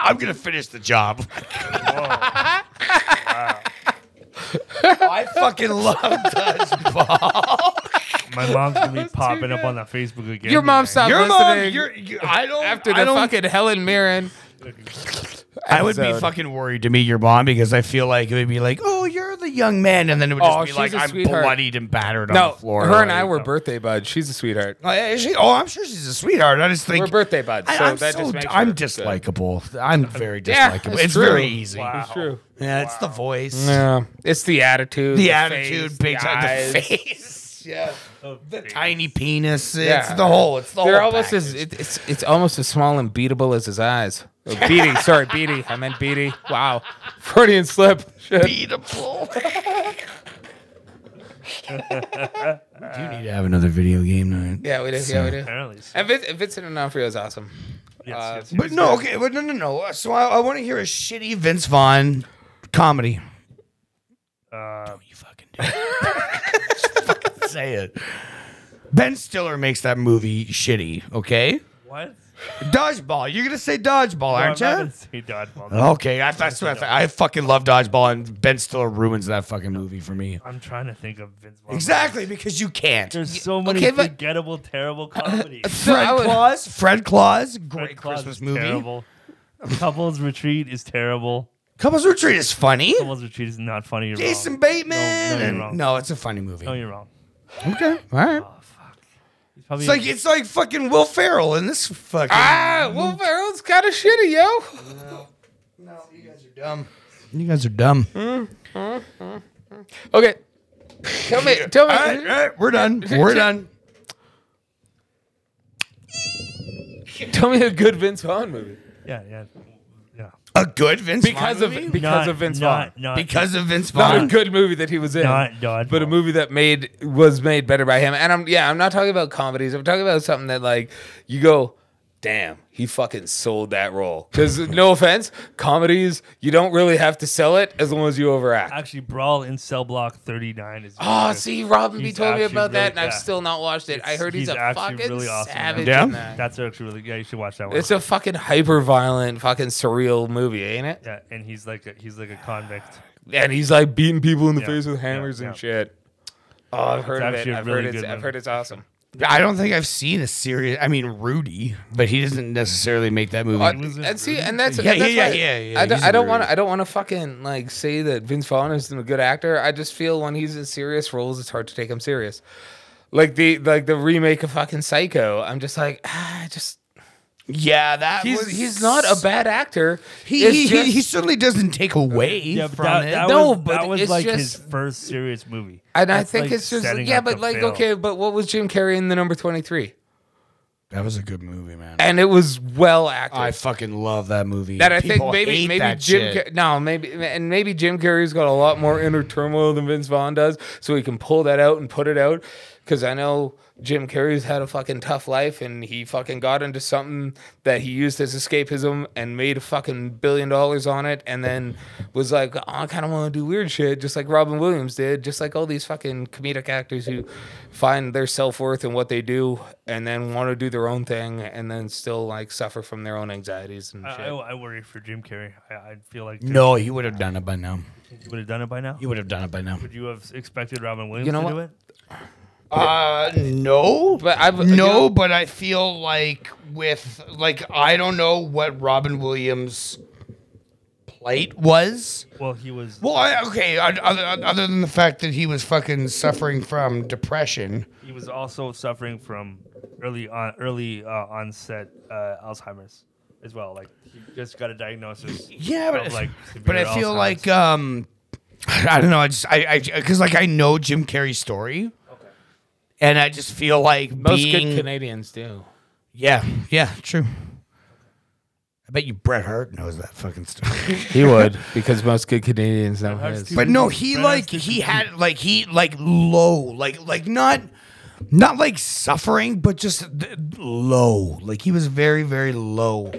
Speaker 1: I'm gonna finish the job.
Speaker 3: Whoa.
Speaker 1: I fucking love dodgeball.
Speaker 3: My mom's gonna be popping up on that Facebook again.
Speaker 2: Your mom
Speaker 3: tonight.
Speaker 2: stopped
Speaker 1: Your mom,
Speaker 2: listening
Speaker 1: you're, you I don't.
Speaker 2: after
Speaker 1: I
Speaker 2: the
Speaker 1: don't,
Speaker 2: fucking Helen Mirren.
Speaker 1: I would be
Speaker 2: episode.
Speaker 1: fucking worried to meet your mom because I feel like it would be like, oh, you're the young man, and then it would just
Speaker 2: Oh,
Speaker 1: be
Speaker 2: she's
Speaker 1: like,
Speaker 2: a
Speaker 1: I'm
Speaker 2: sweetheart.
Speaker 1: bloodied and battered on
Speaker 2: No,
Speaker 1: the floor.
Speaker 2: her and I
Speaker 1: like-
Speaker 2: were birthday buds. She's a sweetheart.
Speaker 1: Oh, yeah, is she- oh, I'm sure she's a sweetheart. I just think
Speaker 2: We're birthday buds,
Speaker 1: I,
Speaker 2: so
Speaker 1: am
Speaker 2: that
Speaker 1: so,
Speaker 2: just makes
Speaker 1: I'm
Speaker 2: her-
Speaker 1: dislikable. I'm very
Speaker 2: Yeah,
Speaker 1: dislikable.
Speaker 2: it's
Speaker 1: it's
Speaker 2: true.
Speaker 1: very easy.
Speaker 3: Wow.
Speaker 2: true.
Speaker 1: Yeah, it's the voice,
Speaker 2: Yeah, it's the attitude,
Speaker 1: the, attitude,
Speaker 2: face,
Speaker 1: big
Speaker 2: the
Speaker 1: time, the
Speaker 2: eyes.
Speaker 1: face, yeah,
Speaker 3: Oh,
Speaker 1: the tiny penis. It's
Speaker 2: Yeah.
Speaker 1: the whole. It's the
Speaker 2: They're
Speaker 1: whole.
Speaker 2: almost as it, it's it's almost as small and beatable as his eyes. Oh, beady, sorry, beady. I meant beady. Wow, Freudian slip. Shit.
Speaker 1: beatable. we do need to have another video game night.
Speaker 2: Yeah, we do. Yeah, we do.
Speaker 3: Apparently, so.
Speaker 2: And Vin- Vincent D'Onofrio is awesome.
Speaker 3: yes,
Speaker 2: uh,
Speaker 3: yes,
Speaker 1: But no, okay, but no, no, no. Uh, So I, I want to hear a shitty Vince Vaughn comedy.
Speaker 3: Uh,
Speaker 1: You fucking do. it. Just fucking say it. Ben Stiller makes that movie shitty. Okay,
Speaker 3: what?
Speaker 1: dodgeball. You're gonna say dodgeball, aren't
Speaker 3: No, I'm not
Speaker 1: you?
Speaker 3: gonna say dodgeball.
Speaker 1: Okay, I, that's what I, thought. I fucking love dodgeball, and Ben Stiller ruins that fucking movie for me.
Speaker 3: I'm trying to think of Vince. Vaughn.
Speaker 1: Exactly because you can't.
Speaker 3: There's so many
Speaker 2: okay, but-
Speaker 3: forgettable, terrible comedies.
Speaker 2: So I
Speaker 1: Fred
Speaker 2: would-
Speaker 1: Claus, Fred Claus, great
Speaker 3: Red Claus
Speaker 1: Christmas
Speaker 3: is
Speaker 1: movie.
Speaker 3: Terrible. Couples Retreat is terrible.
Speaker 1: Couples Retreat is funny.
Speaker 3: Couples Retreat is not funny. You're
Speaker 1: Jason
Speaker 3: wrong.
Speaker 1: Bateman.
Speaker 3: No, no, you're
Speaker 1: and-
Speaker 3: wrong.
Speaker 1: no, it's a funny movie.
Speaker 3: No, you're wrong.
Speaker 1: Okay, all right.
Speaker 3: Oh fuck. He's probably
Speaker 1: It's like it's like fucking Will Ferrell in this fucking.
Speaker 2: Ah, Will Ferrell's kind of shitty, yo.
Speaker 1: no, you guys are dumb. You guys are dumb.
Speaker 2: Okay, tell me, tell me.
Speaker 1: All right, all right, we're done. We're done.
Speaker 2: Tell me a good Vince Vaughn movie.
Speaker 3: yeah, yeah, yeah.
Speaker 1: A good Vince
Speaker 2: Because
Speaker 1: Vaughn
Speaker 2: of
Speaker 1: movie?
Speaker 2: because
Speaker 3: Not-
Speaker 2: of Vince Vaughn.
Speaker 3: not, Not,
Speaker 1: because of Vince
Speaker 2: Not a
Speaker 1: Vaughn.
Speaker 2: good movie that he was in.
Speaker 3: Not dodgeball.
Speaker 2: but a movie that made was made better by him. And I'm yeah, I'm not talking about comedies. I'm talking about something that like you go, damn, he fucking sold that role. Because no offense, comedies you don't really have to sell it as long as you overact.
Speaker 3: Actually, Brawl in Cell Block 39 is.
Speaker 2: Oh, see, Robin B
Speaker 3: He's
Speaker 2: told me
Speaker 3: actually
Speaker 2: about that,
Speaker 3: really-
Speaker 2: and I've
Speaker 3: yeah.
Speaker 2: still not watched it. I
Speaker 3: It's-
Speaker 2: heard he's,
Speaker 3: he's
Speaker 2: a
Speaker 3: actually
Speaker 2: fucking
Speaker 3: really awesome in that.
Speaker 2: savage.
Speaker 1: Yeah?
Speaker 2: in that.
Speaker 3: That's actually really. Yeah, you should watch that one.
Speaker 2: It's a fucking hyper violent, fucking surreal movie, ain't it?
Speaker 3: yeah, and he's like a, he's like a convict.
Speaker 2: And he's like beating people in the
Speaker 3: Yeah,
Speaker 2: face with
Speaker 3: yeah,
Speaker 2: hammers
Speaker 3: yeah.
Speaker 2: and shit. Oh, I've heard of it.
Speaker 3: actually a
Speaker 2: I've
Speaker 3: really
Speaker 2: heard it's.
Speaker 3: good
Speaker 2: I've
Speaker 3: movie.
Speaker 2: heard it's awesome.
Speaker 1: I don't think I've seen a serious. I mean, Rudy, but he doesn't necessarily make that movie.
Speaker 2: Uh,
Speaker 3: was in
Speaker 2: and see,
Speaker 3: Rudy?
Speaker 2: and that's
Speaker 1: Yeah,
Speaker 2: and that's
Speaker 1: yeah,
Speaker 2: why
Speaker 1: yeah, yeah,
Speaker 2: I don't,
Speaker 1: he's in
Speaker 2: I don't want
Speaker 1: Rudy.
Speaker 2: I don't want to fucking like say that Vince Vaughn isn't a good actor. I just feel when he's in serious roles, it's hard to take him serious. Like the like the remake of fucking Psycho, I'm just like ah, I just
Speaker 1: Yeah, that
Speaker 2: He's
Speaker 1: was,
Speaker 2: he's not a bad actor.
Speaker 1: He,
Speaker 2: It's
Speaker 1: he,
Speaker 2: just-
Speaker 1: he certainly doesn't take away
Speaker 3: Yeah, but
Speaker 1: from
Speaker 3: that,
Speaker 1: it.
Speaker 3: that
Speaker 2: No,
Speaker 3: was,
Speaker 2: but
Speaker 3: that was
Speaker 2: it's
Speaker 3: like his
Speaker 2: just-
Speaker 3: first serious movie.
Speaker 2: and I
Speaker 3: That's
Speaker 2: think
Speaker 3: like
Speaker 2: it's just
Speaker 3: setting
Speaker 2: yeah,
Speaker 3: up
Speaker 2: but
Speaker 3: to
Speaker 2: like
Speaker 3: fail.
Speaker 2: okay, but what was Jim Carrey in the number twenty three?
Speaker 1: That was a good movie, man.
Speaker 2: And it was well acted.
Speaker 1: I fucking love that movie.
Speaker 2: that I think
Speaker 1: People
Speaker 2: maybe
Speaker 1: hate
Speaker 2: maybe
Speaker 1: that
Speaker 2: Jim
Speaker 1: shit.
Speaker 2: Car- no maybe and maybe Jim Carrey's got a lot more inner turmoil than Vince Vaughn does, so he can pull that out and put it out. Because I know Jim Carrey's had a fucking tough life, and he fucking got into something that he used as escapism and made a fucking billion dollars on it, and then was like, "Oh, I kind of want to do weird shit, just like Robin Williams did, just like all these fucking comedic actors who find their self worth in what they do, and then want to do their own thing, and then still like suffer from their own anxieties and shit.
Speaker 3: I, I, I worry for Jim Carrey. I, I feel like
Speaker 1: No, he would have done it by now.
Speaker 3: he would have done it by now.
Speaker 1: He would have done it by now.
Speaker 3: Would you have expected Robin Williams
Speaker 2: You know
Speaker 3: to
Speaker 2: what?
Speaker 3: do it?
Speaker 1: Uh, no,
Speaker 2: But I've-
Speaker 1: no,
Speaker 2: you know-
Speaker 1: but I feel like with like I don't know what Robin Williams' plight was.
Speaker 3: Well, he was.
Speaker 1: Well, I, okay, I, other, other than the fact that he was fucking suffering from depression.
Speaker 3: He was also suffering from early on early uh, onset uh, Alzheimer's as well. Like he just got a diagnosis.
Speaker 1: Yeah, but
Speaker 3: of, like
Speaker 1: but
Speaker 3: severe
Speaker 1: I feel
Speaker 3: Alzheimer's.
Speaker 1: like um, I don't know. I just I I because like I know Jim Carrey's story. And I just feel like
Speaker 2: Most
Speaker 1: being,
Speaker 2: good Canadians do.
Speaker 1: yeah, yeah, true. I bet you Bret Hart knows that fucking story.
Speaker 2: He would, because most good Canadians know
Speaker 3: Hart's his. too-
Speaker 1: But no, he
Speaker 3: Red
Speaker 1: like
Speaker 3: Eyes
Speaker 1: he had like he like low, like like not not like suffering, but just th- low. Like he was very very low.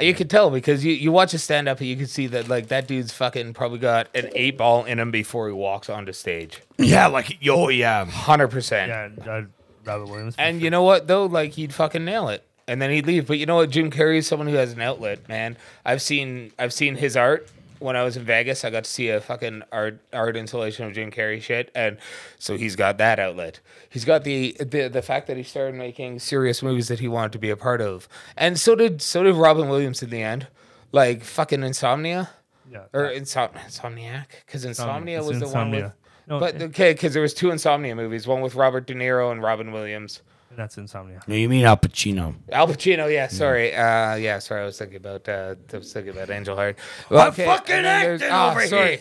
Speaker 2: You could tell because you, you watch his stand up and you can see that like that dude's fucking probably got an eight ball in him before he walks onto stage.
Speaker 1: Yeah, like yo, yeah.
Speaker 2: Hundred percent.
Speaker 3: yeah, uh, Robin Williams.
Speaker 2: And you know what though? Like he'd fucking nail it. And then he'd leave. But you know what? Jim Carrey is someone who has an outlet, man. I've seen I've seen his art. When I was in Vegas, I got to see a fucking art art installation of Jim Carrey shit, and so he's got that outlet. He's got the the, the fact that he started making serious movies that he wanted to be a part of, and so did so did Robin Williams in the end, like fucking Insomnia
Speaker 3: yeah,
Speaker 2: or insom- Insomniac, because Insomnia
Speaker 3: It's
Speaker 2: was the one with.
Speaker 3: Insomnia. No,
Speaker 2: but
Speaker 3: it-
Speaker 2: okay, because there was two Insomnia movies, one with Robert De Niro and Robin Williams.
Speaker 3: that's insomnia.
Speaker 1: No, you mean Al Pacino?
Speaker 2: Al Pacino, yeah, sorry. Uh, yeah, sorry, I was thinking about uh, I was thinking about Angel Heart.
Speaker 1: I'm
Speaker 2: Okay,
Speaker 1: fucking
Speaker 2: and then there's-
Speaker 1: acting
Speaker 2: ah,
Speaker 1: over
Speaker 2: sorry.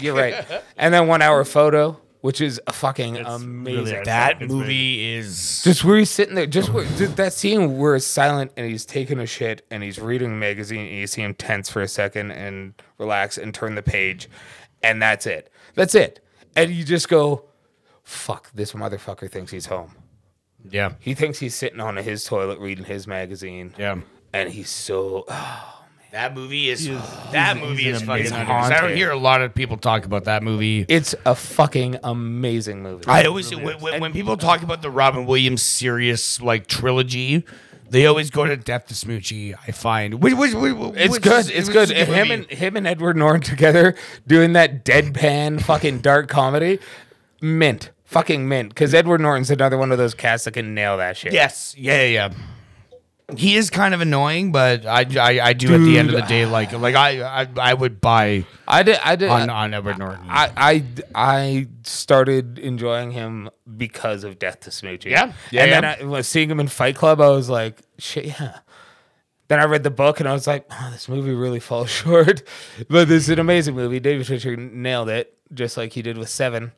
Speaker 2: You're right. And then one hour photo, which is a fucking
Speaker 3: It's
Speaker 2: amazing.
Speaker 3: really
Speaker 1: That
Speaker 3: It's
Speaker 1: movie is
Speaker 2: just where he's sitting there, just where dude, that scene where it's silent and he's taking a shit and he's reading a magazine and you see him tense for a second and relax and turn the page, and that's it. That's it. And you just go, "Fuck, this motherfucker thinks he's home.
Speaker 1: yeah,
Speaker 2: He thinks he's sitting on his toilet reading his magazine."
Speaker 1: yeah.
Speaker 2: and he's so
Speaker 1: That movie is,
Speaker 3: is-
Speaker 1: that
Speaker 3: he's-
Speaker 1: movie
Speaker 3: he's
Speaker 1: is
Speaker 3: an
Speaker 1: fucking. underrated. 'Cause
Speaker 3: amazing
Speaker 1: I don't
Speaker 2: haunted.
Speaker 1: hear a lot of people talk about that movie.
Speaker 2: it's a fucking amazing movie.
Speaker 1: I always
Speaker 3: really
Speaker 1: when,
Speaker 3: is.
Speaker 1: when, when people talk about the Robin Williams serious like trilogy, they always go to Death to Smoochie. I find which, which, which,
Speaker 2: it's
Speaker 1: which
Speaker 2: good.
Speaker 1: is-
Speaker 2: It's
Speaker 1: which
Speaker 2: good.
Speaker 1: is a
Speaker 2: him
Speaker 1: movie.
Speaker 2: and him and Edward Norton together doing that deadpan fucking dark comedy, mint, fucking mint. Because Edward Norton's another one of those cats that can nail that shit.
Speaker 1: yes, yeah, yeah. yeah. He is kind of annoying, but I, I, I do at the end of the day like like I I, I would buy
Speaker 2: I did. I did.
Speaker 1: on, on Edward Norton.
Speaker 2: Uh, I, I I started enjoying him because of Death to Smoochie.
Speaker 1: Yeah. Yeah,
Speaker 2: and
Speaker 1: yeah.
Speaker 2: then I, when seeing him in Fight Club, I was like, shit, yeah. Then I read the book and I was like, oh, this movie really falls short. but this is an amazing movie. David Fincher nailed it, just like he did with Seven.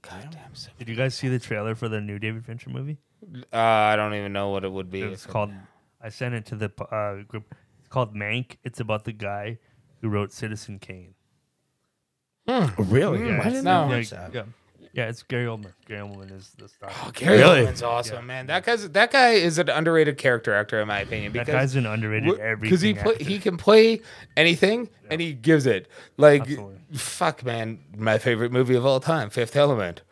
Speaker 2: Goddamn Seven.
Speaker 3: Did you guys see the trailer for the new David Fincher movie?
Speaker 2: Uh, I don't even know what it would be.
Speaker 3: It's called. I sent it to the uh, group. It's called Mank. It's about the guy who wrote Citizen Kane.
Speaker 1: really?
Speaker 3: Oh,
Speaker 2: hmm.
Speaker 3: Yeah, it's-
Speaker 2: know.
Speaker 3: yeah,
Speaker 2: watch
Speaker 3: yeah. Yeah, it's Gary Oldman. Gary Oldman is the star.
Speaker 2: Oh, Gary
Speaker 1: Really?
Speaker 2: Oldman's awesome, man. That guy's that guy is an underrated character actor in my opinion.
Speaker 3: that
Speaker 2: Because
Speaker 3: guy's an underrated everything.
Speaker 2: because he play,
Speaker 3: actor.
Speaker 2: he can play anything and he gives it like
Speaker 3: Absolutely.
Speaker 2: fuck man my favorite movie of all time Fifth Element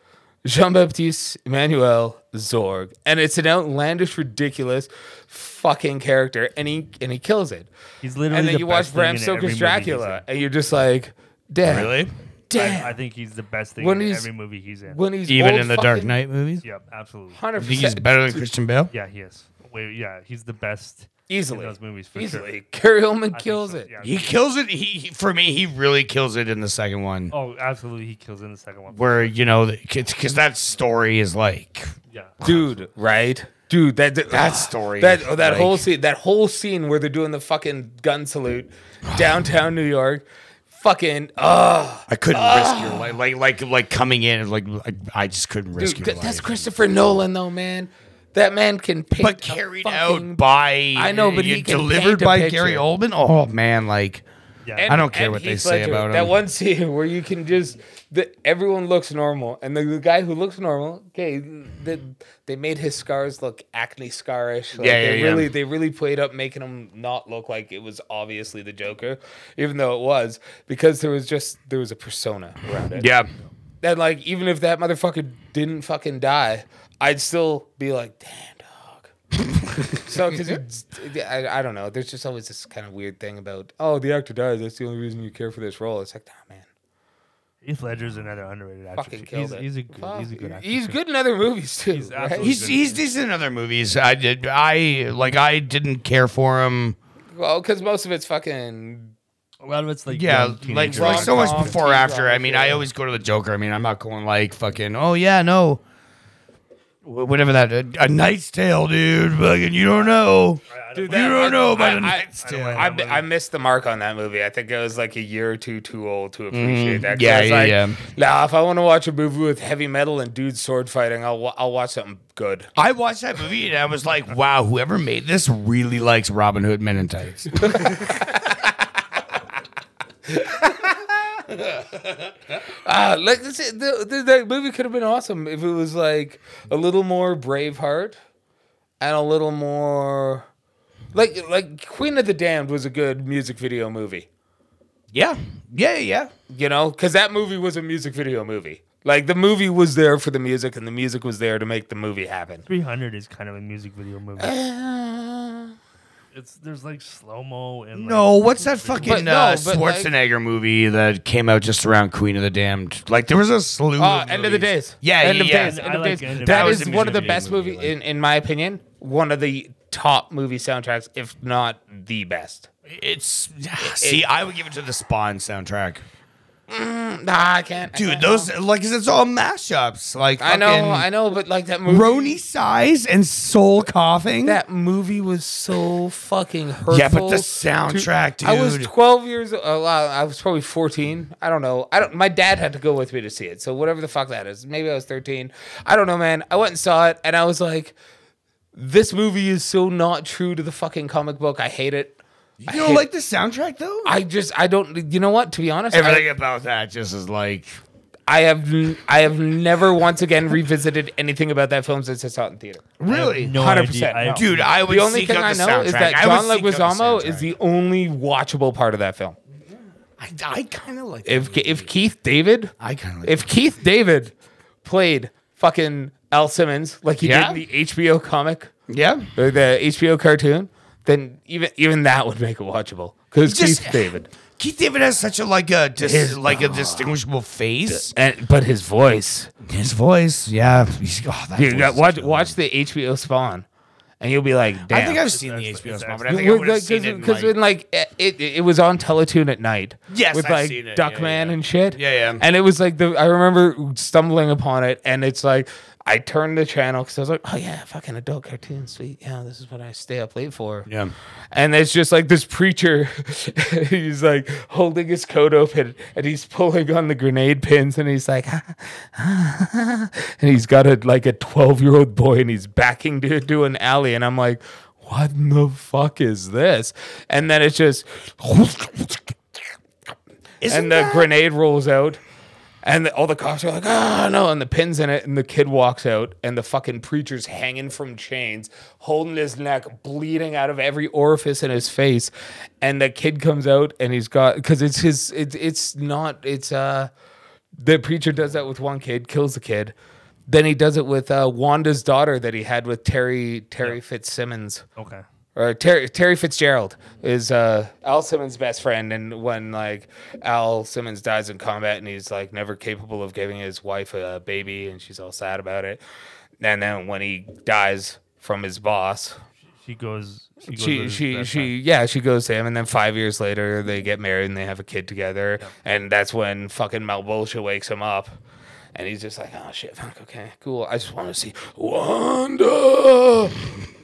Speaker 2: Jean Baptiste Emmanuel Zorg and it's an outlandish ridiculous fucking character and he and he kills it
Speaker 3: He's literally
Speaker 2: and then
Speaker 3: the
Speaker 2: you
Speaker 3: best
Speaker 2: watch Bram
Speaker 3: thing in every
Speaker 2: Stoker's
Speaker 3: movie he's
Speaker 2: Dracula and you're just like damn
Speaker 1: Really?
Speaker 2: damn
Speaker 3: I, I think he's the best thing
Speaker 2: When
Speaker 3: in
Speaker 2: he's-
Speaker 3: every movie he's in.
Speaker 2: when he's
Speaker 1: Even
Speaker 2: old
Speaker 1: in the
Speaker 2: fucking,
Speaker 1: Dark Knight movies,
Speaker 3: yep, absolutely.
Speaker 1: I
Speaker 2: hundred
Speaker 1: think he's
Speaker 2: percent
Speaker 1: better than Christian Bale.
Speaker 3: Yeah, he is. Wait, yeah, he's the best in
Speaker 2: easily
Speaker 3: those movies for sure. I
Speaker 2: easily
Speaker 3: think
Speaker 2: Gary Oldman
Speaker 3: so,
Speaker 2: kills it
Speaker 3: yeah.
Speaker 1: He kills it. He he- for me, he really kills it in the second one.
Speaker 3: Oh, absolutely, he kills in the second one.
Speaker 1: where you know because that story is like
Speaker 3: Yeah,
Speaker 2: dude right Dude, that that,
Speaker 1: That story,
Speaker 2: that oh, that
Speaker 1: like-
Speaker 2: whole scene, that whole scene where they're doing the fucking gun salute downtown New York, fucking oh,
Speaker 1: I couldn't risk your life. Like, like, like coming in, and like, like, I just couldn't risk
Speaker 2: dude,
Speaker 1: your
Speaker 2: th-
Speaker 1: life.
Speaker 2: that's Christopher Nolan though, man. That man can paint.
Speaker 1: but
Speaker 2: a
Speaker 1: carried
Speaker 2: fucking-
Speaker 1: out by
Speaker 2: I know, but
Speaker 1: you-
Speaker 2: he can
Speaker 1: delivered
Speaker 2: paint a
Speaker 1: by
Speaker 2: picture.
Speaker 1: Gary Oldman. Oh man, like
Speaker 3: Yeah.
Speaker 1: I don't care what they say about
Speaker 2: That
Speaker 1: him.
Speaker 2: one scene where you can just the, everyone looks normal, and the, the guy who looks normal, okay, they, they made his scars look acne scarish. Like,
Speaker 1: Yeah, yeah,
Speaker 2: they
Speaker 1: yeah.
Speaker 2: Really, they really played up making him not look like it was obviously the Joker, even though it was, because there was just there was a persona around it.
Speaker 1: yeah,
Speaker 2: And like, even if that motherfucker didn't fucking die, I'd still be like, damn. dog. so, because I, I don't know, there's just always this kind of weird thing about, oh, the actor dies. That's the only reason you care for this role. It's like, nah, man,
Speaker 3: Heath Ledger's another underrated actor.
Speaker 2: fucking
Speaker 3: too.
Speaker 2: killed
Speaker 3: he's,
Speaker 2: it.
Speaker 3: he's a good, he's a
Speaker 2: Fuck.
Speaker 3: good actor.
Speaker 2: He's
Speaker 3: too.
Speaker 2: good in other movies too.
Speaker 3: He's
Speaker 2: right?
Speaker 3: absolutely-
Speaker 1: he's he's decent in other movies. I did. I like. I didn't care for him.
Speaker 2: well, because most of it's fucking.
Speaker 3: A lot of it's like
Speaker 1: Yeah,
Speaker 3: young
Speaker 1: like,
Speaker 3: teenagers.
Speaker 1: like so much
Speaker 2: Rom-com,
Speaker 1: before or after. I
Speaker 2: teen-drama,
Speaker 1: mean,
Speaker 2: yeah.
Speaker 1: I always go to the Joker. I mean, I'm not going like fucking. Oh yeah, no. Wh- Whatever that a, a Knight's Tale, dude. Fucking, you don't know.
Speaker 2: Dude,
Speaker 1: you don't know about a Knight's
Speaker 3: don't
Speaker 1: Tale.
Speaker 3: like
Speaker 2: I,
Speaker 3: that movie.
Speaker 2: I missed the mark on that movie. I think I was like a year or two too old to appreciate that.
Speaker 1: Mm-hmm.
Speaker 2: 'Cause
Speaker 1: Yeah,
Speaker 2: I was
Speaker 1: yeah,
Speaker 2: like,
Speaker 1: yeah.
Speaker 2: Nah, if I want to watch a movie with heavy metal and dudes sword fighting, I'll wa- I'll watch something good.
Speaker 1: I watched that movie and I was like, wow, whoever made this really likes Robin Hood Men in Tights.
Speaker 2: Uh, like that's it. The, the, that movie could have been awesome if it was like a little more Braveheart and a little more like like Queen of the Damned was a good music video movie,
Speaker 1: yeah. Yeah, yeah.
Speaker 2: you know, because that movie was a music video movie. Like the movie was there for the music, and the music was there to make the movie happen.
Speaker 3: 300 is kind of a music video movie. It's there's like slow mo and like,
Speaker 1: No, what's that fucking
Speaker 2: But Ah. no,
Speaker 1: uh,
Speaker 2: but like-
Speaker 1: Schwarzenegger movie that came out just around Queen of the Damned? Like, there was a slew.
Speaker 2: Ah,
Speaker 1: of
Speaker 2: end of the
Speaker 1: movies.
Speaker 2: days.
Speaker 1: Yeah,
Speaker 2: end of
Speaker 1: yeah.
Speaker 2: days.
Speaker 3: I
Speaker 2: End of
Speaker 3: like
Speaker 2: days.
Speaker 3: End of
Speaker 2: that
Speaker 3: Days.
Speaker 2: is
Speaker 3: That was a
Speaker 2: one of the
Speaker 3: music
Speaker 2: best
Speaker 1: video movie,
Speaker 2: movie, in, in my opinion. One of the top movie soundtracks, if not the best.
Speaker 1: It's. See, I would give it to the Spawn soundtrack.
Speaker 2: Nah, I can't. I
Speaker 1: Dude,
Speaker 2: can't.
Speaker 1: those, like, 'cause it's all mashups. Like,
Speaker 2: I know,
Speaker 1: fucking
Speaker 2: I know, but like that movie.
Speaker 1: Roni Size and Soul Coughing.
Speaker 2: That movie was so fucking hurtful.
Speaker 1: yeah, but the soundtrack, dude.
Speaker 2: I was 12 years old. I was probably 14. I don't know. I don't. My dad had to go with me to see it. So whatever the fuck that is. Maybe I was 13. I don't know, man. I went and saw it, and I was like, "This movie is so not true to the fucking comic book. I hate it.
Speaker 1: you don't like the soundtrack, though?
Speaker 2: I just. I don't. You know what? To be honest,
Speaker 1: Everything
Speaker 2: I,
Speaker 1: about that just is like.
Speaker 2: I have. n- I have never once again revisited anything about that film since I saw it in theater.
Speaker 1: Really?
Speaker 3: no
Speaker 2: 100%.
Speaker 3: idea. I-
Speaker 2: No.
Speaker 1: Dude, I would
Speaker 2: The only
Speaker 1: seek
Speaker 2: thing
Speaker 1: out
Speaker 2: I
Speaker 1: the
Speaker 2: know is
Speaker 1: soundtrack.
Speaker 2: that
Speaker 1: I would
Speaker 2: John
Speaker 1: seek out
Speaker 2: Leguizamo is
Speaker 1: soundtrack.
Speaker 2: the only watchable part of that film.
Speaker 1: I, I kind of like.
Speaker 2: If if Keith David,
Speaker 1: I kind of like.
Speaker 2: if Keith David played fucking Al Simmons like he
Speaker 1: Yeah.
Speaker 2: did in the HBO comic
Speaker 1: yeah.
Speaker 2: or the HBO cartoon, then even even that would make it watchable because
Speaker 1: Just-
Speaker 2: Keith David.
Speaker 1: Keith David has such a like a dis- like a distinguishable face.
Speaker 2: And but his voice,
Speaker 1: His voice, yeah. He's, oh, that
Speaker 2: dude,
Speaker 1: voice
Speaker 2: got-
Speaker 1: is
Speaker 2: watch
Speaker 1: good.
Speaker 2: watch the HBO Spawn, and you'll be like, damn.
Speaker 1: I think I've seen the HBO
Speaker 3: excellent. It's
Speaker 1: spot, but I
Speaker 3: excellent.
Speaker 1: think I would have seen it. in,
Speaker 2: because
Speaker 1: like-
Speaker 2: when like it, it, it was on Teletoon at night.
Speaker 1: Yes,
Speaker 2: with
Speaker 1: I've
Speaker 2: like
Speaker 1: seen it. Yeah,
Speaker 2: Duckman
Speaker 1: yeah.
Speaker 2: and shit.
Speaker 1: Yeah, yeah.
Speaker 2: And it was like the I remember stumbling upon it, and it's like I turned the channel because I was like, oh yeah, fucking adult cartoon, sweet. Yeah, this is what I stay up late for.
Speaker 1: yeah.
Speaker 2: And it's just like this preacher, he's like holding his coat open and he's pulling on the grenade pins and he's like, "Ah, and he's got a like a 12 year old boy and he's backing to, to an alley. And I'm like, what in the fuck is this? And then it's just,
Speaker 1: Isn't
Speaker 2: and the
Speaker 1: that-
Speaker 2: grenade rolls out. And the, all the cops are like, oh no, and the pin's in it, and the kid walks out, and the fucking preacher's hanging from chains, holding his neck, bleeding out of every orifice in his face, and the kid comes out, and he's got because it's his, it's it's not, it's uh, the preacher does that with one kid, kills the kid, then he does it with uh, Wanda's daughter that he had with Terry Terry Fitzsimmons
Speaker 3: Okay.
Speaker 2: or Terry, Terry Fitzgerald is uh, Al Simmons' best friend, and when like Al Simmons dies in combat, and he's like never capable of giving his wife a baby, and she's all sad about it. And then when he dies from his boss,
Speaker 3: She goes. She goes with
Speaker 2: she
Speaker 3: his
Speaker 2: she
Speaker 3: best
Speaker 2: she yeah she goes to him, and then five years later they get married and they have a kid together, and that's when fucking Malbolgia wakes him up. And he's just like, oh shit, fuck, okay, cool. I just want to see Wanda.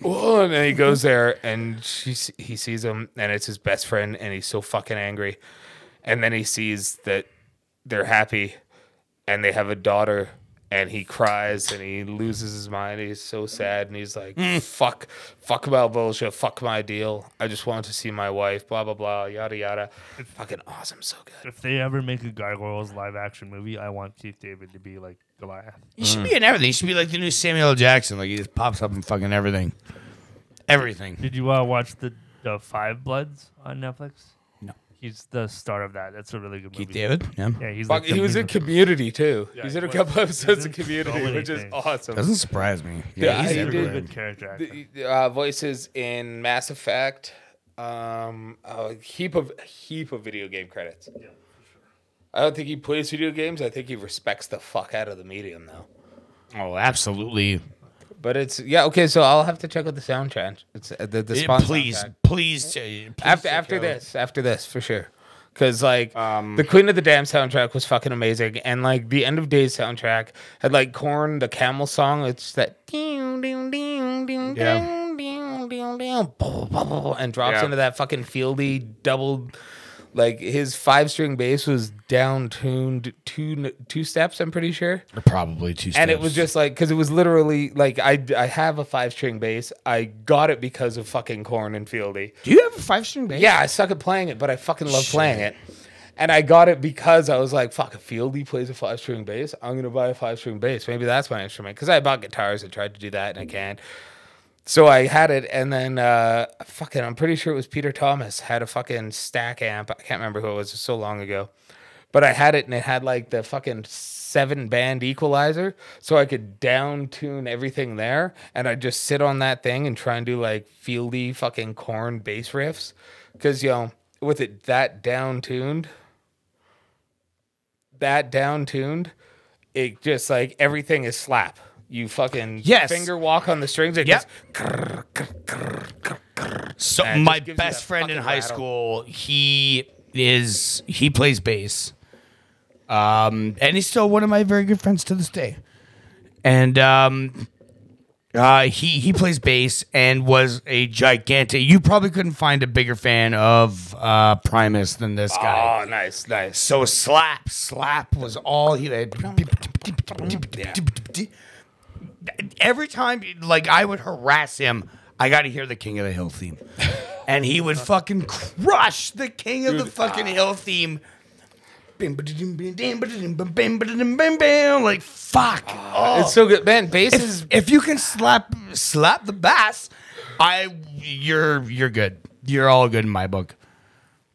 Speaker 2: Wanda. And he goes there and she, s- he sees him and it's his best friend and he's so fucking angry. And then he sees that they're happy and they have a daughter and he cries and he loses his mind. He's so sad and he's like, fuck, fuck about bullshit, fuck my deal. I just want to see my wife, blah, blah, blah, yada, yada. Fucking awesome, so good.
Speaker 3: If they ever make a Gargoyles live action movie, I want Keith David to be like Goliath.
Speaker 1: He should be in everything. He should be like the new Samuel L. Jackson. Like he just pops up in fucking everything. Everything.
Speaker 3: Did you uh, watch the, the Five Bloods on Netflix?
Speaker 1: No.
Speaker 3: He's the star of that. That's a really good movie.
Speaker 1: Keith David. Yeah.
Speaker 3: Yeah, he's
Speaker 2: Fuck,
Speaker 3: like the-
Speaker 2: he was
Speaker 3: he's
Speaker 2: in
Speaker 3: the-
Speaker 2: Community too.
Speaker 3: Yeah,
Speaker 2: he's
Speaker 3: he
Speaker 2: in a
Speaker 3: was.
Speaker 2: couple episodes
Speaker 3: in
Speaker 2: of Community,
Speaker 3: so many
Speaker 2: which is
Speaker 3: things.
Speaker 2: awesome.
Speaker 1: Doesn't surprise me.
Speaker 2: Yeah,
Speaker 1: Yeah, he's
Speaker 2: he did
Speaker 1: everywhere.
Speaker 3: good character actor.
Speaker 2: The, uh, voices in Mass Effect, um, a heap of a heap of video game credits. I don't think he plays video games. I think he respects the fuck out of the medium though.
Speaker 1: Oh, absolutely.
Speaker 2: But it's yeah okay. So I'll have to check out the soundtrack. It's uh, the the
Speaker 1: Yeah,
Speaker 2: sponsor.
Speaker 1: please,
Speaker 2: soundtrack.
Speaker 1: please, uh, please
Speaker 2: after
Speaker 1: check
Speaker 2: after
Speaker 1: out-
Speaker 2: this after this for sure. Cause like
Speaker 1: Um,
Speaker 2: the Queen of the Dam soundtrack was fucking amazing, and like the End of Days soundtrack had like Corn the Camel song. It's that ding ding ding ding
Speaker 1: Yeah.
Speaker 2: ding ding ding ding bo- bo- bo- and drops
Speaker 1: Yeah.
Speaker 2: into that fucking fieldy double. Like his five string bass was down tuned two two steps. I'm pretty sure
Speaker 1: Probably two.
Speaker 2: and it was just like because it was literally like I I have a five string bass. I got it because of fucking Corn and Fieldy.
Speaker 1: Do you have a five string bass?
Speaker 2: Yeah, I suck at playing it, but I fucking love playing it. And I got it because I was like, fuck, if Fieldy plays a five string bass, I'm gonna buy a five string bass. Maybe that's my instrument. Because I bought guitars and tried to do that and I can't. So I had it, and then uh, fucking, I'm pretty sure it was Peter Thomas had a fucking stack amp. I can't remember who it was. It's so long ago, but I had it, and it had like the fucking seven band equalizer, so I could down tune everything there, and I just sit on that thing and try and do like fieldy fucking corn bass riffs, because you know with it that down tuned, that down tuned, it just like everything is slap. You fucking
Speaker 1: Yes.
Speaker 2: finger walk on the strings. It
Speaker 1: Yep.
Speaker 2: just
Speaker 1: So
Speaker 2: And it
Speaker 1: my
Speaker 2: just gives you
Speaker 1: best
Speaker 2: that
Speaker 1: friend in
Speaker 2: fucking
Speaker 1: high
Speaker 2: rattle.
Speaker 1: school, he is he plays bass, um, and he's still one of my very good friends to this day. And um, uh, he he plays bass and was a gigantic. You probably couldn't find a bigger fan of uh, Primus than this guy.
Speaker 2: Oh, nice, nice.
Speaker 1: So slap, slap was all he had. Every time, like I would harass him, I got to hear the King of the Hill theme, and he would fucking crush the King of the fucking Hill theme. Like fuck. Oh.
Speaker 2: It's so good, man. Bass is
Speaker 1: if, if you can slap slap the bass, I you're you're good. You're all good in my book.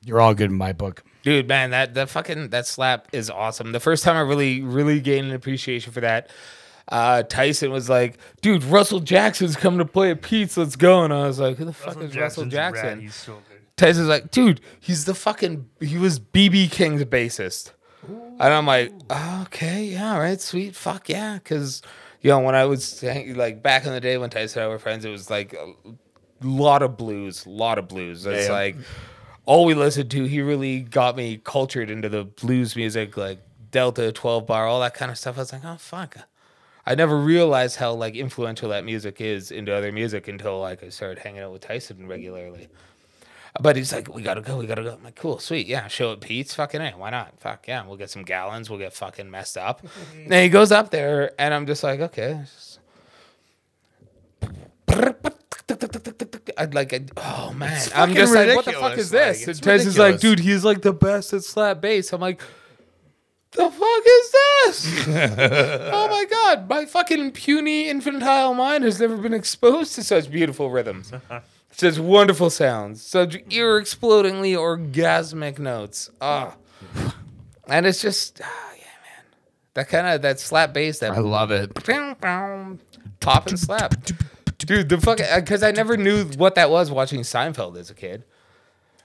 Speaker 1: You're all good in my book.
Speaker 2: dude, man. That that fucking that slap is awesome. The first time I really really gained an appreciation for that. Uh, Tyson was like, "Dude, Russell Jackson's coming to play at Pete's. Let's go!" And I was like, "Who the fuck is Russell
Speaker 3: Jackson's rad.
Speaker 2: Jackson?"
Speaker 3: He's so good.
Speaker 2: Tyson's like, dude, he's the fucking he was BB King's bassist. And I'm like, okay, yeah, all right, sweet, fuck yeah, because you know when I was hang- like back in the day when Tyson and I were friends, it was like a lot of blues, lot of blues. It's
Speaker 1: Yeah.
Speaker 2: like all we listened to. He really got me cultured into the blues music, like Delta, Twelve Bar, all that kind of stuff. I was like, oh fuck, I never realized how like influential that music is into other music until like I started hanging out with Tyson regularly. But he's like, we gotta go, we gotta go. I'm like, cool, sweet, yeah. Show at Pete's, fucking it. Why not? Fuck yeah, we'll get some gallons. We'll get fucking messed up. and
Speaker 1: Mm-hmm.
Speaker 2: he goes up there, and I'm just like, okay. it's just- I'd like, I'd- oh man, I'm
Speaker 1: fucking
Speaker 2: just like, what the fuck
Speaker 1: ridiculous,
Speaker 2: is this?
Speaker 1: like, it's
Speaker 2: and Tez is like,
Speaker 1: ridiculous.
Speaker 2: dude, he's like the best at slap bass. I'm like, the fuck is this? oh my god, my fucking puny infantile mind has never been exposed to such beautiful rhythms. Such wonderful sounds, such ear explodingly orgasmic notes. Ah. And it's just ah, yeah, man. That kind of that slap bass that
Speaker 1: I love it.
Speaker 2: Bow, bow. pop and slap. Dude, the fucking because I never knew what that was watching Seinfeld as a kid,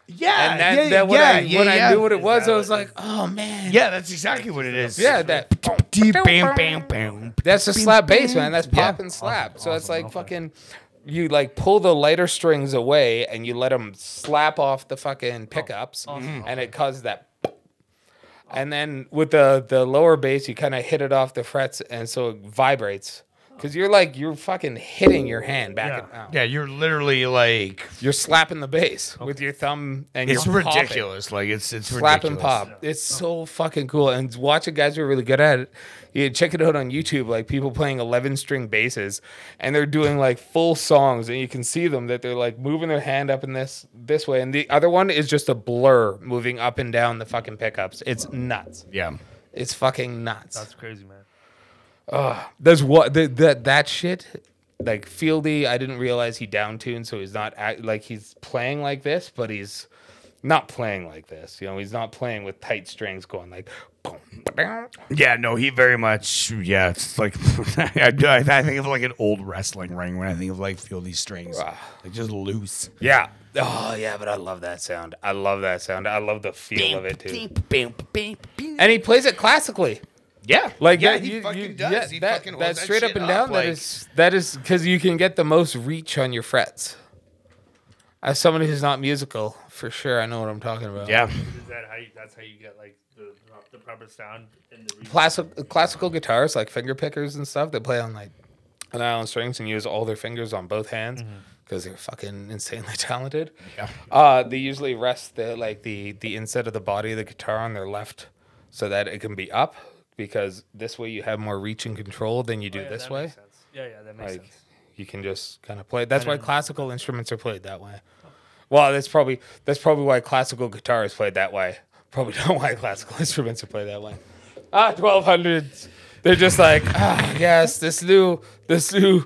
Speaker 1: Yeah,
Speaker 2: and that,
Speaker 1: Ah, yeah,
Speaker 2: that when,
Speaker 1: yeah,
Speaker 2: I,
Speaker 1: yeah,
Speaker 2: when
Speaker 1: yeah.
Speaker 2: I knew what it was,
Speaker 3: that
Speaker 2: I
Speaker 3: what
Speaker 2: was
Speaker 3: it
Speaker 2: like, oh man,
Speaker 1: Yeah, that's exactly what it is.
Speaker 2: yeah, that
Speaker 1: Deep bam bam bam.
Speaker 2: that's a slap bass, man. That's
Speaker 1: Yeah.
Speaker 2: pop and slap. so it's like fucking, you like pull the lighter strings away
Speaker 1: Oh,
Speaker 2: and you let them slap off the fucking pickups, and it causes that. and then with the the lower bass, you kind of hit it off the frets, and so it vibrates. Cause you're like you're fucking hitting your hand back
Speaker 3: Yeah.
Speaker 2: and out.
Speaker 1: Yeah, you're literally like
Speaker 2: You're slapping the bass with your thumb, and
Speaker 1: it's
Speaker 2: you're popping.
Speaker 1: ridiculous. Like it's it's
Speaker 2: Slap and
Speaker 1: ridiculous.
Speaker 2: pop. It's so fucking cool. And watching guys who are really good at it, you check it out on YouTube. Like people playing eleven string basses, and they're doing like full songs, and you can see them that they're like moving their hand up in this this way, and the other one is just a blur moving up and down the fucking pickups. It's nuts.
Speaker 1: Yeah.
Speaker 2: It's fucking nuts.
Speaker 3: That's crazy, man.
Speaker 2: There's what the, that that shit. Like Fieldy, I didn't realize he downtuned, so he's not act, like he's playing like this, but he's not playing like this. You know, he's not playing with tight strings going like. boom, ba-dum.
Speaker 1: Yeah, no, he very much. Yeah, it's like I, do- I think of like an old wrestling ring when I think of like feel these strings, like just loose.
Speaker 2: Yeah. Oh yeah, but I love that sound. I love that sound. I love the feel of it too. And he plays it classically.
Speaker 1: Yeah,
Speaker 2: Like
Speaker 1: yeah,
Speaker 2: that,
Speaker 1: he
Speaker 2: you-
Speaker 1: fucking
Speaker 2: you-
Speaker 1: does.
Speaker 2: yeah,
Speaker 1: he
Speaker 2: that,
Speaker 1: fucking
Speaker 2: that
Speaker 1: holds
Speaker 2: straight up
Speaker 1: shit
Speaker 2: and down.
Speaker 1: like-
Speaker 2: that is that is because you can get the most reach on your frets. As someone who's not musical, for sure, I know what I'm talking about.
Speaker 1: yeah,
Speaker 3: Is that how you, that's how you get like the, the proper sound in the region?
Speaker 2: Classic, classical guitarists like finger pickers and stuff that play on like an island strings and use all their fingers on both hands
Speaker 3: Mm-hmm.
Speaker 2: because they're fucking insanely talented.
Speaker 1: yeah.
Speaker 2: Uh, they usually rest the like the the inset of the body of the guitar on their left, so that it can be up. Because this way you have more reach and control than you do
Speaker 3: Oh, Yeah,
Speaker 2: this
Speaker 3: that
Speaker 2: way.
Speaker 3: makes sense. Yeah, yeah, that makes
Speaker 2: Like
Speaker 3: sense.
Speaker 2: you can just kind of play. That's why classical instruments are played that way. Well, that's probably that's probably why classical guitar is played that way. Probably not why classical instruments are played that way. Ah, twelve hundreds. They're just like ah yes, this new this new.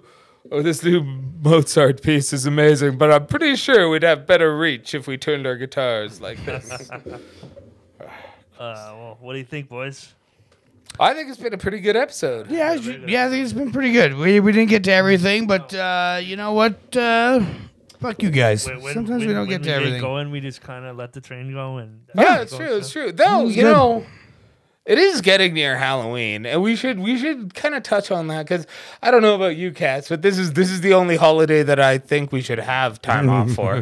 Speaker 2: Oh, this new Mozart piece is amazing, but I'm pretty sure we'd have better reach if we turned our guitars like this.
Speaker 3: Uh, well, what do you think, boys?
Speaker 2: I think it's been a pretty good episode.
Speaker 1: Yeah, I ju- yeah, I think it's been pretty good. We, we didn't get to everything, but uh, you know what? Uh, fuck you guys.
Speaker 3: When- when-
Speaker 1: Sometimes we
Speaker 3: when-
Speaker 1: don't
Speaker 3: when
Speaker 1: get
Speaker 3: we
Speaker 1: to everything.
Speaker 3: Going, we just kind of let the train go, and
Speaker 2: Yeah, it's true. It's true. Though you know, it is getting near Halloween, and we should we should kind of touch on that because I don't know about you, cats, but this is this is the only holiday that I think we should have time off for.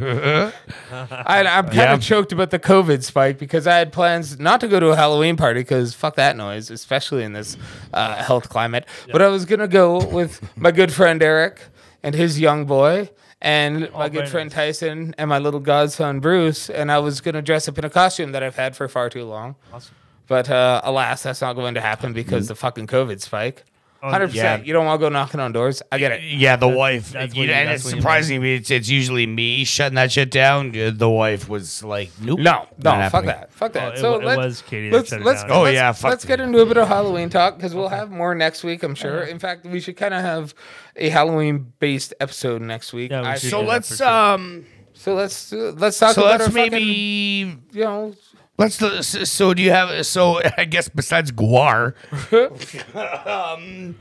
Speaker 2: I, I'm kind of
Speaker 1: Yeah.
Speaker 2: choked about the COVID spike because I had plans not to go to a Halloween party because fuck that noise, especially in this uh, health climate. But I was gonna go with my good friend Eric and his young boy. And my good
Speaker 3: very
Speaker 2: friend
Speaker 3: nice.
Speaker 2: Tyson and my little godson Bruce, and I was gonna dress up in a costume that I've had for far too long.
Speaker 3: Awesome.
Speaker 2: But uh, alas, that's not going to happen because the fucking COVID spike.
Speaker 3: Oh,
Speaker 2: Hundred
Speaker 1: Mm. yeah.
Speaker 2: percent. You don't want to go knocking on doors. I get it.
Speaker 1: Yeah, the wife.
Speaker 3: that's
Speaker 1: you
Speaker 3: what
Speaker 1: know,
Speaker 3: you-
Speaker 1: and
Speaker 3: that's
Speaker 1: it's
Speaker 3: what you
Speaker 1: surprising me. It's, it's usually me shutting that shit down. Uh, The wife was like, nope.
Speaker 2: No,
Speaker 1: not
Speaker 2: no, fuck
Speaker 1: happening.
Speaker 2: that. Fuck that.
Speaker 3: Oh, it
Speaker 2: so
Speaker 3: wa- it
Speaker 2: let's,
Speaker 3: was Katie that
Speaker 2: Let's
Speaker 3: shut it
Speaker 2: let's
Speaker 3: down.
Speaker 2: go.
Speaker 1: Oh,
Speaker 2: let's,
Speaker 1: yeah, fuck
Speaker 2: let's
Speaker 1: you.
Speaker 2: get into a bit of Halloween talk because we'll have more next week. I'm sure.
Speaker 3: Uh-huh.
Speaker 2: In fact, we should kind of have a Halloween based episode next week.
Speaker 3: Yeah, we
Speaker 2: I-
Speaker 3: should.
Speaker 2: so,
Speaker 1: So
Speaker 3: Yeah,
Speaker 1: let's
Speaker 3: for sure.
Speaker 1: um.
Speaker 2: let's uh, let's talk
Speaker 1: So
Speaker 2: about
Speaker 1: let's
Speaker 2: our fucking,
Speaker 1: maybe
Speaker 2: you know
Speaker 1: let's. do- s- So do you have? So I guess besides Guar, um,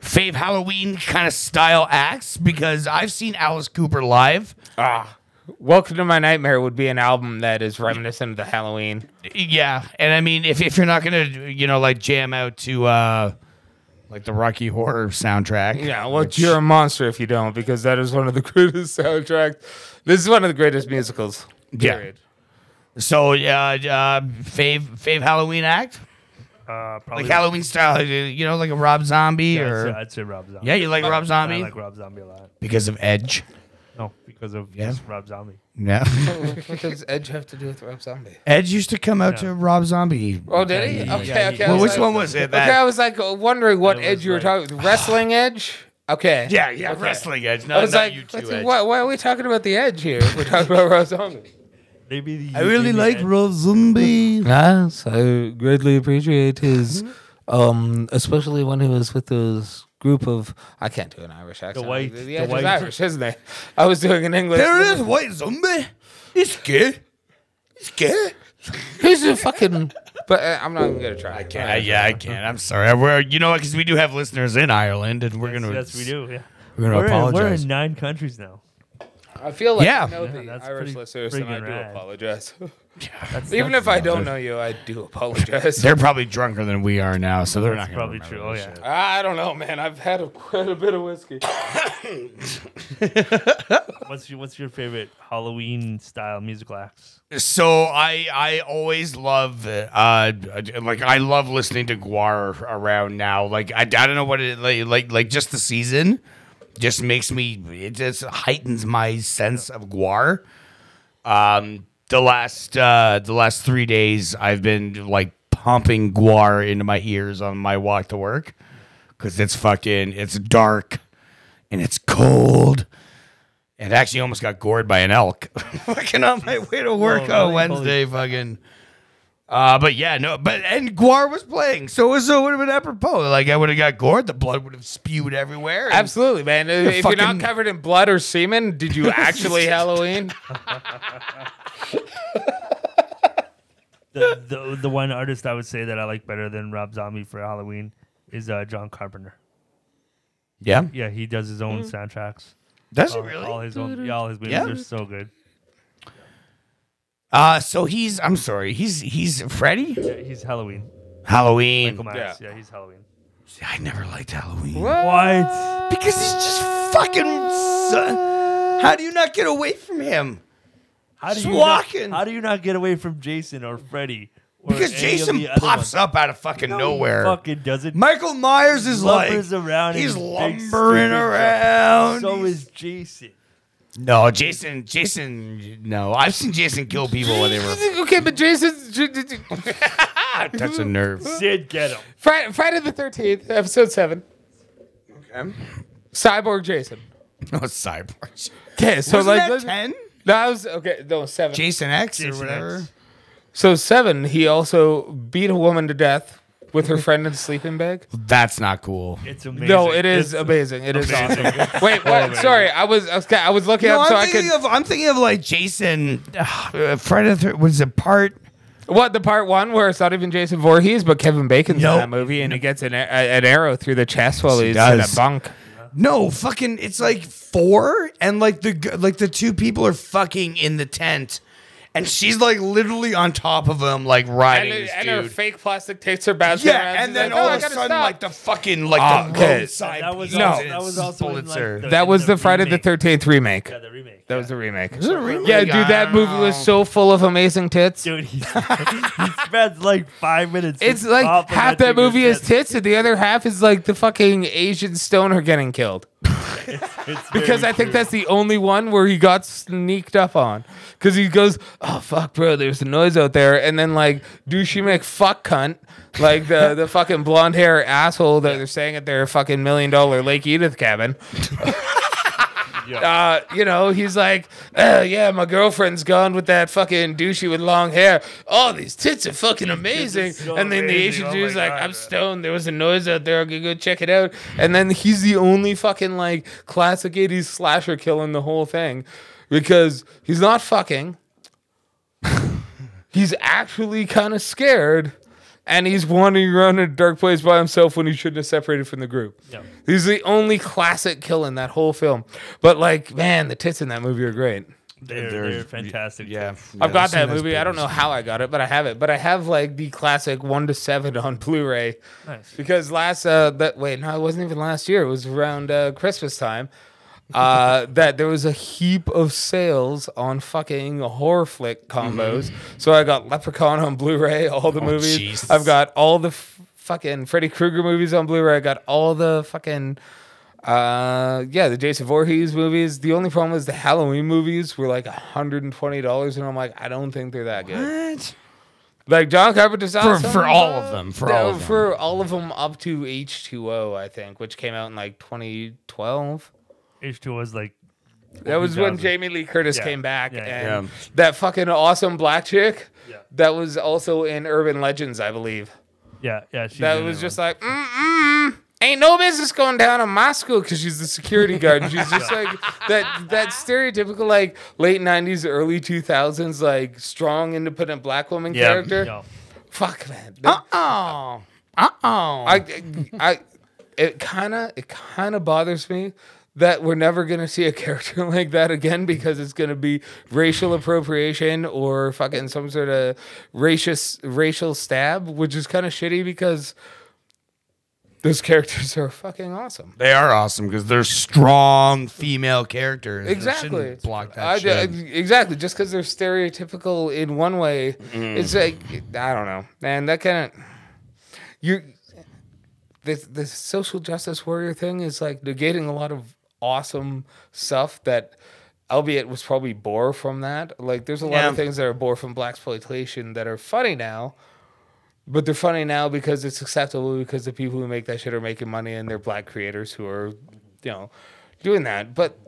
Speaker 1: fave Halloween kind of style acts because I've seen Alice Cooper live.
Speaker 2: ah. Welcome to My Nightmare would be an album that is reminiscent of the Halloween.
Speaker 1: Yeah, and I mean, if if you're not gonna, you know, like jam out to uh, like the Rocky Horror soundtrack.
Speaker 2: Yeah, well, you're a monster if you don't, because that is one of the greatest soundtracks. This is one of the greatest musicals.
Speaker 1: Yeah.
Speaker 2: Period.
Speaker 1: So yeah, uh, fave fave Halloween act
Speaker 3: Uh, probably
Speaker 1: like Halloween style, you know, like a Rob Zombie
Speaker 3: Yeah, I'd,
Speaker 1: or
Speaker 3: say, I'd say Rob Zombie.
Speaker 1: yeah, you like Rob Zombie
Speaker 3: I like Rob Zombie a lot.
Speaker 1: because of Edge.
Speaker 3: No, because of
Speaker 1: Yeah.
Speaker 3: just Rob Zombie.
Speaker 1: Yeah.
Speaker 2: what does Edge have to do with Rob Zombie?
Speaker 1: Edge used to come out
Speaker 3: Yeah.
Speaker 1: to Rob Zombie.
Speaker 2: Oh, did he? Okay,
Speaker 3: yeah,
Speaker 2: okay.
Speaker 3: he-
Speaker 2: I
Speaker 1: Well,
Speaker 2: was
Speaker 1: which
Speaker 2: like-
Speaker 1: one was it?
Speaker 2: Okay, I
Speaker 1: That?
Speaker 2: was like wondering what
Speaker 3: It
Speaker 2: edge
Speaker 3: was
Speaker 2: you were
Speaker 3: like-
Speaker 2: talking. Wrestling edge? Okay.
Speaker 1: Yeah, yeah,
Speaker 2: Okay.
Speaker 1: wrestling Edge. No,
Speaker 2: I was
Speaker 1: not
Speaker 2: like,
Speaker 1: you two
Speaker 2: what's-
Speaker 1: Edge.
Speaker 2: why, why are we talking about the edge here? We're talking about Rob Zombie.
Speaker 3: Maybe the,
Speaker 1: I really
Speaker 3: maybe
Speaker 1: like
Speaker 3: Ed-
Speaker 1: Rob Zombie.
Speaker 2: Yes, I greatly appreciate his, um, especially when he was with those group of. I can't do an Irish accent.
Speaker 3: white-
Speaker 2: The,
Speaker 3: the
Speaker 2: Edge is
Speaker 3: white-
Speaker 2: Irish, isn't he? I was doing an English.
Speaker 1: There is White Zombie. He's gay. He's gay.
Speaker 2: He's a fucking. But uh, I'm not even gonna try. I
Speaker 1: Yeah, Uh, yeah, I can't. I'm sorry. We're, you know, because we do have listeners in Ireland, and we're
Speaker 3: Yes,
Speaker 1: gonna
Speaker 3: yes, we do. Yeah.
Speaker 1: We're gonna
Speaker 3: We're in, we're
Speaker 1: apologize.
Speaker 3: in nine countries now.
Speaker 2: I feel like
Speaker 1: Yeah.
Speaker 2: I know
Speaker 3: Yeah,
Speaker 2: the
Speaker 3: that's
Speaker 2: Irish
Speaker 3: pretty
Speaker 2: listeners, and I
Speaker 3: friggin'
Speaker 2: do
Speaker 3: rad.
Speaker 2: apologize.
Speaker 3: That's,
Speaker 2: Even
Speaker 3: that's-
Speaker 2: if I don't know you, I do apologize.
Speaker 1: They're probably drunker than we are now, so they're not gonna
Speaker 3: probably
Speaker 1: remember
Speaker 3: true. Oh
Speaker 1: this
Speaker 3: yeah,
Speaker 1: shit.
Speaker 2: I don't know, man. I've had a, quite a bit of whiskey.
Speaker 3: What's your What's your favorite Halloween style musical acts?
Speaker 1: So I I always love uh like I love listening to Guar around now. Like I, I don't know what it like like, like just the season just makes me it just heightens my sense of Guar. Um the last uh the last 3 days I've been like pumping Guar into my ears on my walk to work cuz it's fucking it's dark and it's cold. And actually almost got gored by an elk. fucking on my way to work
Speaker 3: Oh,
Speaker 1: on
Speaker 3: really?
Speaker 1: Wednesday, fucking. Uh, but yeah, no, but and Guar was playing, so it was- so it would have been apropos. Like I would have got gored, the blood would have spewed everywhere. and-
Speaker 2: Absolutely, man. If you're
Speaker 1: fucking-
Speaker 2: not covered in blood or semen, did you actually Halloween?
Speaker 3: The, the The one artist I would say that I like better than Rob Zombie for Halloween is uh, John Carpenter.
Speaker 1: yeah,
Speaker 3: Yeah, he does his own soundtracks.
Speaker 1: does it
Speaker 3: All, all
Speaker 1: really?
Speaker 3: his own. Yeah, all his movies
Speaker 1: Yeah.
Speaker 3: are so good.
Speaker 1: Uh, so he's I'm sorry, he's he's Freddy
Speaker 3: Yeah, he's Halloween.
Speaker 1: Halloween.
Speaker 3: Michael Myers.
Speaker 2: Yeah.
Speaker 3: yeah, he's Halloween.
Speaker 1: See, I never liked Halloween
Speaker 3: What?
Speaker 1: because he's just fucking. su- How do you not get away from him?
Speaker 3: How do
Speaker 1: Just
Speaker 3: you
Speaker 1: walking.
Speaker 3: Not, how do you not get away from Jason or Freddy? Or
Speaker 1: Because
Speaker 3: any of
Speaker 1: Jason
Speaker 3: the other
Speaker 1: pops
Speaker 3: ones?
Speaker 1: up out of fucking
Speaker 3: No, he
Speaker 1: nowhere.
Speaker 3: Fucking doesn't.
Speaker 1: Michael Myers is
Speaker 3: Lumbers
Speaker 1: like
Speaker 3: around
Speaker 1: he's
Speaker 3: in his
Speaker 1: lumbering
Speaker 3: big stupid truck.
Speaker 1: around.
Speaker 3: So
Speaker 1: He's-
Speaker 3: is Jason.
Speaker 1: no, Jason. Jason. No, I've seen Jason kill people when they were
Speaker 2: okay, but Jason, J- J- J-
Speaker 1: touch a nerve.
Speaker 3: Sid, get him.
Speaker 2: Fri- Friday the Thirteenth, Episode Seven,
Speaker 1: Okay.
Speaker 2: Cyborg Jason.
Speaker 1: No cyborg.
Speaker 2: Okay, so
Speaker 1: Wasn't
Speaker 2: like
Speaker 1: that
Speaker 2: let's-
Speaker 1: ten?
Speaker 2: no, I was okay. No, seven.
Speaker 1: Jason X or
Speaker 3: Jason
Speaker 1: whatever.
Speaker 3: X.
Speaker 2: so seven. He also beat a woman to death with her friend in a sleeping bag.
Speaker 1: That's not cool.
Speaker 3: It's amazing.
Speaker 2: No, it is
Speaker 3: It's-
Speaker 2: amazing. It is
Speaker 3: amazing.
Speaker 2: awesome. Wait, what? Sorry, I was I was, I was looking
Speaker 1: No,
Speaker 2: up
Speaker 1: I'm
Speaker 2: so I could.
Speaker 1: thinking of I'm thinking of like Jason. Uh, Friday the thir- was a part.
Speaker 2: What the part one where it's not even Jason Voorhees but Kevin Bacon's
Speaker 1: Nope.
Speaker 2: in that movie and he gets an, a, an arrow through the chest while
Speaker 1: He
Speaker 2: he's in a
Speaker 1: does.
Speaker 2: bunk.
Speaker 1: No, fucking. It's like four, and like the g- like the two people are fucking in the tent, and she's like literally on top of him, like riding this dude.
Speaker 2: fake plastic tits are bouncing
Speaker 1: yeah, and then all of a sudden, like the fucking like
Speaker 2: Ah,
Speaker 1: the
Speaker 2: okay.
Speaker 1: roadside.
Speaker 3: That was
Speaker 1: piece
Speaker 3: also-
Speaker 1: and
Speaker 3: that
Speaker 1: it's
Speaker 3: was also in, like,
Speaker 1: Pulitzer.
Speaker 3: the-
Speaker 2: that was
Speaker 3: in the
Speaker 2: the Friday the
Speaker 3: remake.
Speaker 2: Thirteenth remake.
Speaker 3: Yeah, the remake.
Speaker 2: That was the remake.
Speaker 1: a remake?
Speaker 2: Yeah, dude,
Speaker 1: I
Speaker 2: that movie was
Speaker 1: don't
Speaker 2: so full of amazing tits.
Speaker 3: Dude, he's, he spends like five minutes.
Speaker 2: It's
Speaker 3: just
Speaker 2: like half
Speaker 3: complimenting
Speaker 2: that movie
Speaker 3: his
Speaker 2: is tits, and the other half is like the fucking Asian stoner getting killed.
Speaker 3: It's
Speaker 2: Because
Speaker 3: very
Speaker 2: I think
Speaker 3: true.
Speaker 2: that's the only one where he got sneaked up on. Because he goes, "Oh fuck, bro, there's a noise out there," and then like douchey Mc fuck cunt, like the the fucking blonde hair asshole that they're staying at their fucking million dollar Lake Edith cabin. Uh, you know, he's like, "Uh, yeah, my girlfriend's gone with that fucking douchey with long hair. Oh, these tits are fucking amazing.
Speaker 3: so
Speaker 2: and then the
Speaker 3: amazing.
Speaker 2: Asian
Speaker 3: Oh
Speaker 2: dude's
Speaker 3: my
Speaker 2: like,
Speaker 3: God,
Speaker 2: I'm
Speaker 3: man."
Speaker 2: stoned. There was a noise out there. I could go check it out. And then he's the only fucking like classic 80s slasher killing the whole thing because he's not fucking. he's actually kind of scared. And he's wandering around in a dark place by himself when he shouldn't have separated from the group.
Speaker 3: Yeah.
Speaker 2: He's the only classic kill in that whole film. But like, man, the tits in that movie are great.
Speaker 3: They're,
Speaker 1: They're-
Speaker 3: they're, fantastic.
Speaker 1: Yeah,
Speaker 3: tits.
Speaker 2: I've got that
Speaker 1: seen those
Speaker 2: movie. I don't know
Speaker 1: pictures.
Speaker 2: how I got it, but I have it. But I have like the classic one to seven on Blu-ray
Speaker 3: Nice.
Speaker 2: because last uh that wait no it wasn't even last year it was around uh, Christmas time uh that there was a heap of sales on fucking horror flick combos. So I got Leprechaun on Blu-ray, all the movies.
Speaker 1: Jesus.
Speaker 2: I've got all the f- fucking Freddy Krueger movies on Blu-ray. I got all the fucking. Uh yeah, the Jason Voorhees movies. The only problem is the Halloween movies were like $120 and I'm like I don't think they're that good.
Speaker 1: What?
Speaker 2: Like John Carpenter's
Speaker 1: For,
Speaker 2: awesome,
Speaker 1: for all
Speaker 2: but-
Speaker 1: of them, for
Speaker 2: no,
Speaker 1: all of them.
Speaker 2: for all of them up to H2O, I think, which came out in like 2012.
Speaker 3: H2 was like.
Speaker 2: That was when
Speaker 3: 2000.
Speaker 2: Jamie Lee Curtis
Speaker 3: Yeah.
Speaker 2: came back,
Speaker 3: Yeah, yeah.
Speaker 2: and
Speaker 1: Yeah.
Speaker 2: that fucking awesome black chick
Speaker 3: Yeah.
Speaker 2: that was also in Urban Legends, I believe.
Speaker 3: Yeah, yeah. she's
Speaker 2: That
Speaker 3: in
Speaker 2: was
Speaker 3: it.
Speaker 2: just like, mm mm. Ain't no business going down in my school because she's the security guard. And she's just like that that stereotypical like late '90s, early 2000s like strong, independent black woman
Speaker 1: Yeah.
Speaker 2: character.
Speaker 3: No.
Speaker 2: Fuck man,
Speaker 1: Uh-oh. Oh, Uh-oh.
Speaker 2: I, I, it kind of, it kind of bothers me that we're never going to see a character like that again because it's going to be racial appropriation or fucking some sort of racist racial stab, which is kind of shitty because those characters are fucking awesome.
Speaker 1: They are awesome because they're strong female characters. They
Speaker 2: Exactly.
Speaker 1: shouldn't Block that
Speaker 2: I-
Speaker 1: shit.
Speaker 2: I- exactly. Just because they're stereotypical in one way,
Speaker 1: Mm.
Speaker 2: it's like I don't know, man. That kind of you. This this social justice warrior thing is like negating a lot of awesome stuff that, albeit was probably bore from that. Like there's a lot of
Speaker 1: Yeah.
Speaker 2: things that are bore from black exploitation that are funny now. But they're funny now because it's acceptable because the people who make that shit are making money and they're black creators who are, you know, doing that. But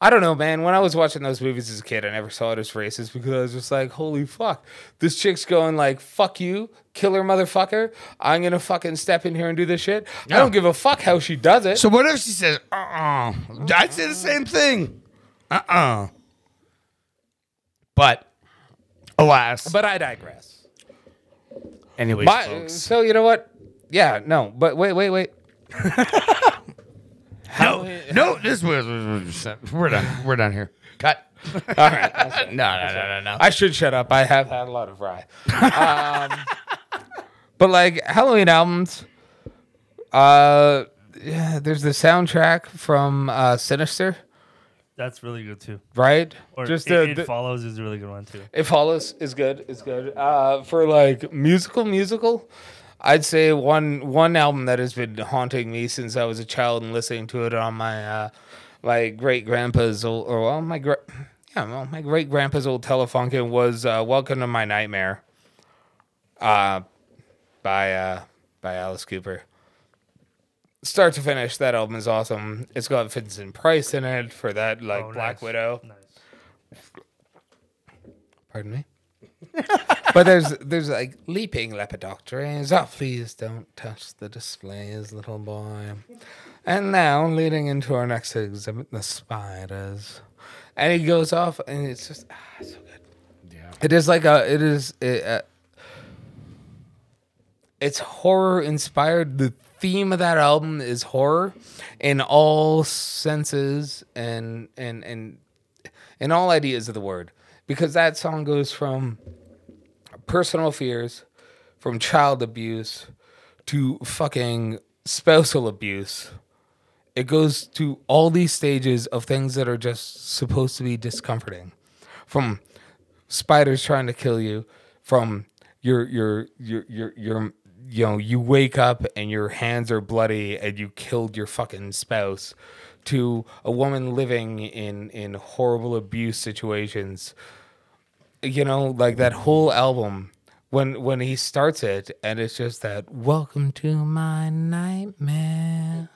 Speaker 2: I don't know, man. When I was watching those movies as a kid, I never saw it as racist because I was just like, holy fuck. This chick's going like, fuck you, killer motherfucker. I'm going to fucking step in here and do this shit. I
Speaker 1: Yeah.
Speaker 2: don't give a fuck how she does it.
Speaker 1: so what if she says, uh uh I'd say the same thing. Uh uh But, alas.
Speaker 2: but I digress.
Speaker 1: anyways,
Speaker 2: My-
Speaker 1: folks.
Speaker 2: so you know what? Yeah, no. But wait, wait, wait.
Speaker 1: No, no, this was. uh, We're done. We're done here. Cut. All right. no, no, no, no, no.
Speaker 2: I should shut up. I have had a lot of rye. um, but like Halloween albums, uh, yeah, there's the soundtrack from uh, Sinister,
Speaker 3: That's really good too.
Speaker 2: right?
Speaker 3: Or
Speaker 2: Just
Speaker 3: Just
Speaker 2: the-
Speaker 3: it,
Speaker 2: the-
Speaker 3: it follows is a really good one too.
Speaker 2: It Follows is good. Is good. Uh, for like musical, musical, I'd say one one album that has been haunting me since I was a child and listening to it on my uh, my great grandpa's old or well my gra- yeah well, my great grandpa's old Telefunken was uh, Welcome to My Nightmare. Uh, by uh, by Alice Cooper. Start to finish, that album is awesome. It's got Vincent Price in it for that like
Speaker 3: Oh,
Speaker 2: Black
Speaker 3: nice.
Speaker 2: Widow.
Speaker 3: Nice.
Speaker 2: Pardon me. but there's there's like leaping lepidopterans. Oh, please don't touch the displays, little boy. And now leading into our next exhibit, the spiders. And he goes off, and it's just ah, it's so good.
Speaker 1: Yeah.
Speaker 2: It is like a it is it, uh, it's horror inspired. The theme of that album is horror in all senses and and and in all ideas of the word because that song goes from personal fears from child abuse to fucking spousal abuse it goes to all these stages of things that are just supposed to be discomforting from spiders trying to kill you from your your your your your you know you wake up and your hands are bloody and you killed your fucking spouse to a woman living in in horrible abuse situations you know like that whole album when when he starts it and it's just that welcome to my nightmare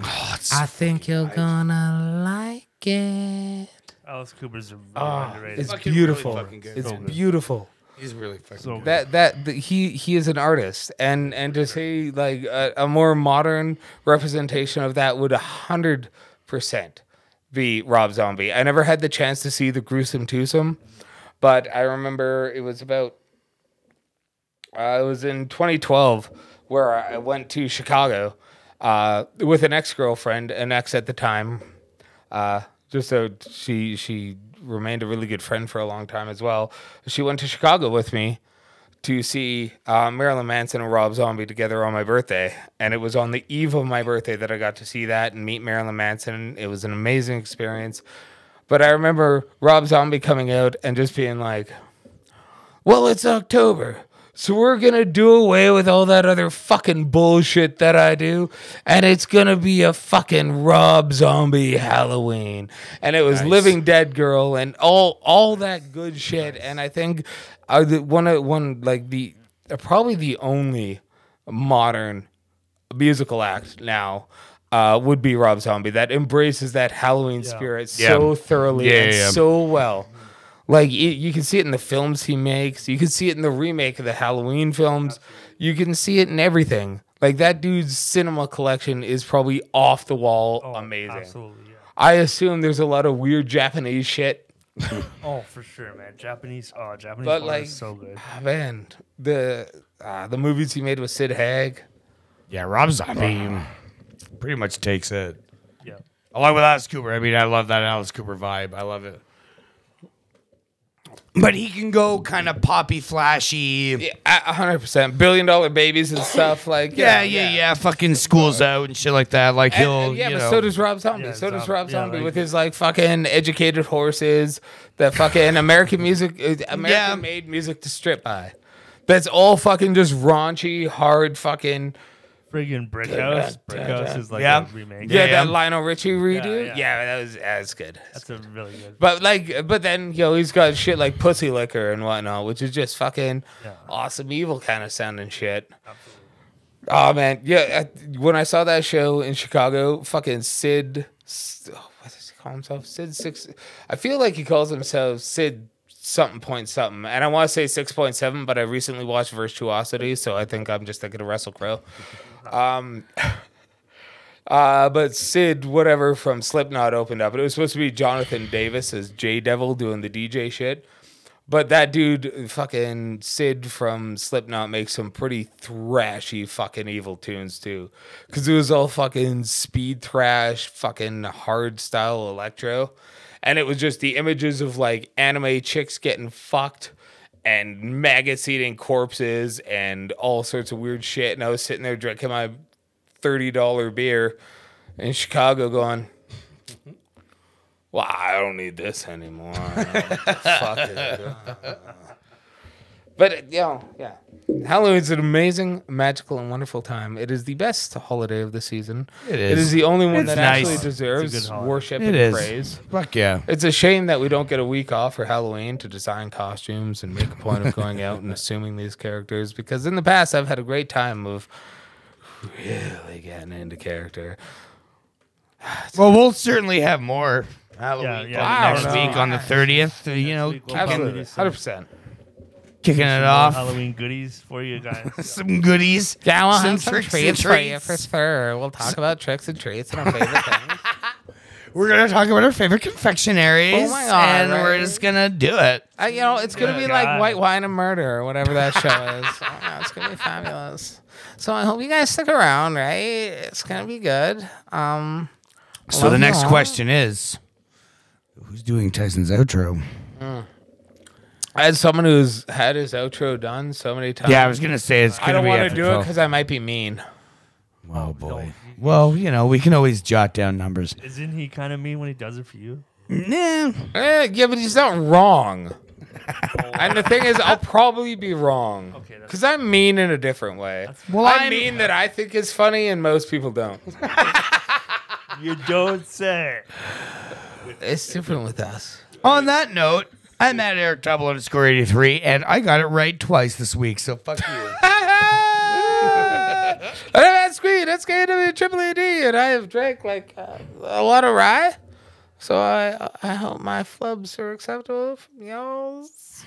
Speaker 1: Oh,
Speaker 2: i think you're gonna like it
Speaker 3: Alice Cooper's a really underrated.
Speaker 2: Ah, it's
Speaker 1: Fucking
Speaker 2: beautiful.
Speaker 1: really fucking good.
Speaker 2: it's
Speaker 3: So good.
Speaker 2: beautiful.
Speaker 1: He's really fucking.
Speaker 3: so good.
Speaker 2: That that the, he he is an artist, and and to say like a, a more modern representation of that would a hundred percent be Rob Zombie. I never had the chance to see the gruesome twosome, but I remember it was about uh, it was in 2012 where I went to Chicago uh, with an ex girlfriend, an ex at the time. Uh, just so she she remained a really good friend for a long time as well. She went to Chicago with me to see uh, Marilyn Manson and Rob Zombie together on my birthday, and it was on the eve of my birthday that I got to see that and meet Marilyn Manson. It was an amazing experience. But I remember Rob Zombie coming out and just being like, well, it's October. So we're going to do away with all that other fucking bullshit that I do. And it's going to be a fucking Rob Zombie Halloween. And it was Living Dead Girl and all all that good shit. And I think I, the- one, of- one, like the, uh, probably the only modern musical act now uh, would be Rob Zombie that embraces that Halloween spirit
Speaker 1: Yeah.
Speaker 2: so thoroughly
Speaker 1: Yeah,
Speaker 2: and
Speaker 1: yeah, yeah.
Speaker 2: so well. Like you, you can see it in the films he makes. You can see it in the remake of the Halloween films. You can see it in everything. Like that dude's cinema collection is probably off the wall,
Speaker 3: Oh,
Speaker 2: amazing.
Speaker 3: Absolutely, yeah.
Speaker 2: I assume there's a lot of weird Japanese shit,
Speaker 3: Oh, for sure, man. Japanese. Oh, Japanese.
Speaker 2: but
Speaker 3: horror
Speaker 2: like,
Speaker 3: is so good.
Speaker 2: ah, man, the ah, the movies he made with Sid Haig.
Speaker 1: Yeah, Rob Zombie. pretty much takes it.
Speaker 3: Yeah.
Speaker 1: Along with Alice Cooper. I mean, I love that Alice Cooper vibe. I love it. But he can go kind of poppy, flashy. Yeah,
Speaker 2: Yeah, a- a hundred percent. Billion dollar babies and stuff like
Speaker 1: yeah, yeah. Fucking school's out and shit like that. Like
Speaker 2: And-
Speaker 1: he'll,
Speaker 2: and yeah,
Speaker 1: you
Speaker 2: but
Speaker 1: know.
Speaker 2: so does Rob Zombie.
Speaker 3: Yeah,
Speaker 2: so does
Speaker 3: Zombie.
Speaker 2: Rob
Speaker 3: Yeah,
Speaker 2: Zombie
Speaker 3: like-
Speaker 2: with his like fucking educated horses, the fucking American music, uh, American
Speaker 1: Yeah.
Speaker 2: made music to strip by. That's all fucking just raunchy, hard fucking.
Speaker 3: Friggin' Brick House. Brick House is like
Speaker 1: Yeah.
Speaker 3: a remake.
Speaker 2: Yeah,
Speaker 1: Yeah.
Speaker 2: that Lionel Richie redo.
Speaker 3: yeah.
Speaker 2: Yeah, that was that's good.
Speaker 3: That's a really good.
Speaker 2: But like, but then yo, he's got shit like pussy liquor and whatnot, which is just fucking
Speaker 3: Yeah.
Speaker 2: awesome evil kind of sounding shit. Oh man, yeah. I, when I saw that show in Chicago, fucking Sid, S- oh, what does he call himself? Sid six. I feel like he calls himself Sid something point something, and I want to say six point seven, but I recently watched Virtuosity, so I think I'm just thinking of Russell Crowe. Um, uh, but Sid, whatever from Slipknot opened up, and it was supposed to be Jonathan Davis as J Devil doing the DJ shit. But that dude, fucking Sid from Slipknot, makes some pretty thrashy fucking evil tunes too. Cause it was all fucking speed thrash, fucking hard style electro. And it was just the images of like anime chicks getting fucked and maggots eating corpses and all sorts of weird shit. And I was sitting there drinking my $30 beer in Chicago going, well, I don't need this anymore. Fuck it. But you know, yeah, Halloween's an amazing, magical, and wonderful time. It is the best holiday of the season.
Speaker 1: It is.
Speaker 2: It is the only one
Speaker 1: It's
Speaker 2: that
Speaker 1: nice.
Speaker 2: actually
Speaker 3: It's a
Speaker 2: deserves
Speaker 3: good holiday.
Speaker 2: worship
Speaker 1: It
Speaker 2: and
Speaker 1: is.
Speaker 2: praise.
Speaker 1: Fuck yeah.
Speaker 2: It's a shame that we don't get a week off for Halloween to design costumes and make a point of going out and assuming these characters because in the past I've had a great time of really getting into character.
Speaker 1: Well, we'll certainly have more
Speaker 3: Yeah,
Speaker 1: Halloween
Speaker 3: yeah,
Speaker 1: yeah,
Speaker 2: next
Speaker 1: next
Speaker 2: week.
Speaker 1: week on the thirtieth. uh, You know,
Speaker 3: week
Speaker 1: kicking-
Speaker 3: we'll probably
Speaker 2: Absolutely,
Speaker 3: do some-
Speaker 2: hundred percent.
Speaker 1: kicking
Speaker 3: some
Speaker 1: it
Speaker 3: little
Speaker 2: uh,
Speaker 1: off.
Speaker 3: Halloween goodies for you guys.
Speaker 1: Some goodies.
Speaker 2: Yeah, we'll
Speaker 1: some
Speaker 2: have some
Speaker 1: tricks and
Speaker 2: treats for you for
Speaker 1: treats.
Speaker 2: sure. We'll talk about tricks and treats and our favorite things.
Speaker 1: We're gonna talk about our favorite confectionaries,
Speaker 2: Oh my God,
Speaker 1: and we're
Speaker 2: right?
Speaker 1: just gonna do it.
Speaker 2: Uh, you know, it's gonna
Speaker 3: Good
Speaker 2: be
Speaker 1: Oh,
Speaker 2: like
Speaker 3: God.
Speaker 2: White Wine and Murder or whatever that show is. Oh, yeah, it's gonna be fabulous. So I hope you guys stick around, right? It's gonna be good. Um,
Speaker 1: So the
Speaker 2: Love
Speaker 1: next
Speaker 2: you all.
Speaker 1: question is, who's doing Tyson's outro?
Speaker 2: as someone who's had his outro done so many times,
Speaker 1: Yeah, I was gonna say it's
Speaker 2: I
Speaker 1: gonna
Speaker 2: don't
Speaker 1: be.
Speaker 2: want to
Speaker 1: effing
Speaker 2: do it
Speaker 1: tough.
Speaker 2: because I might be mean.
Speaker 1: Oh boy.
Speaker 3: don't.
Speaker 1: Well, you know, we can always jot down numbers.
Speaker 3: Isn't he kind of mean when he does it for you?
Speaker 1: Nah.
Speaker 2: Eh, yeah, but he's not wrong. and the thing is, I'll probably be wrong.
Speaker 3: Okay, that's-
Speaker 2: Because I'm mean in a different way.
Speaker 1: Well,
Speaker 2: I
Speaker 1: I'm-
Speaker 2: mean that I think is funny and most people don't.
Speaker 3: You don't say.
Speaker 2: It's different with us.
Speaker 1: On that note, I'm at Eric Double underscore eighty three, and I got it right twice this week. So fuck you.
Speaker 2: I'm at Squee. That's KW Triple AD, and I have drank like uh, a lot of rye. So I I hope my flubs are acceptable from y'all's.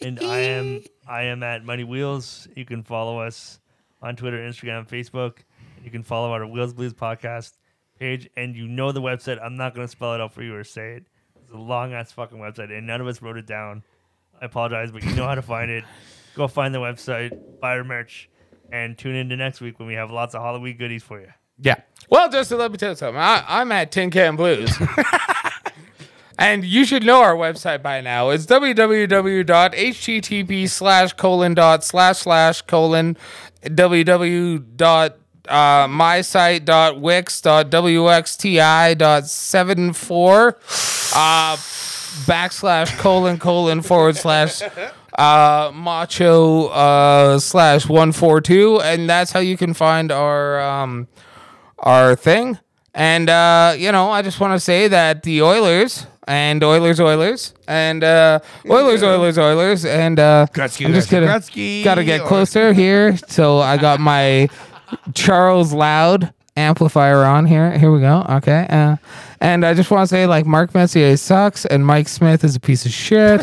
Speaker 3: And I am I am at Money Wheels. You can follow us on Twitter, Instagram, Facebook. You can follow our Wheels Blues podcast page, and you know the website. I'm not going to spell it out for you or say it. It's a long ass fucking website, and none of us wrote it down. I apologize, but you know how to find it. Go find the website, buy our merch, and tune in to next week when we have lots of Halloween goodies for you.
Speaker 1: Yeah.
Speaker 2: Well, Justin, let me tell you something. I, I'm at Tin Can Blues. and you should know our website by now. It's www.http slash colon dot slash slash colon www dot uh, my site dot wix dot wxti dot seven four uh, backslash colon colon forward slash uh, macho uh, slash one four two and that's how you can find our um, our thing. And uh, you know, I just want to say that the Oilers and Oilers, Oilers and uh, Oilers, Oilers, Oilers, and uh,
Speaker 1: Gretzky,
Speaker 2: I'm just
Speaker 1: Gretzky,
Speaker 2: gonna
Speaker 1: Gretzky,
Speaker 2: gotta get
Speaker 1: or-
Speaker 2: closer here. So I got my Charles Loud amplifier on here. Here we go. Okay. Uh, and I just want to say like Mark Messier sucks and Mike Smith is a piece of shit.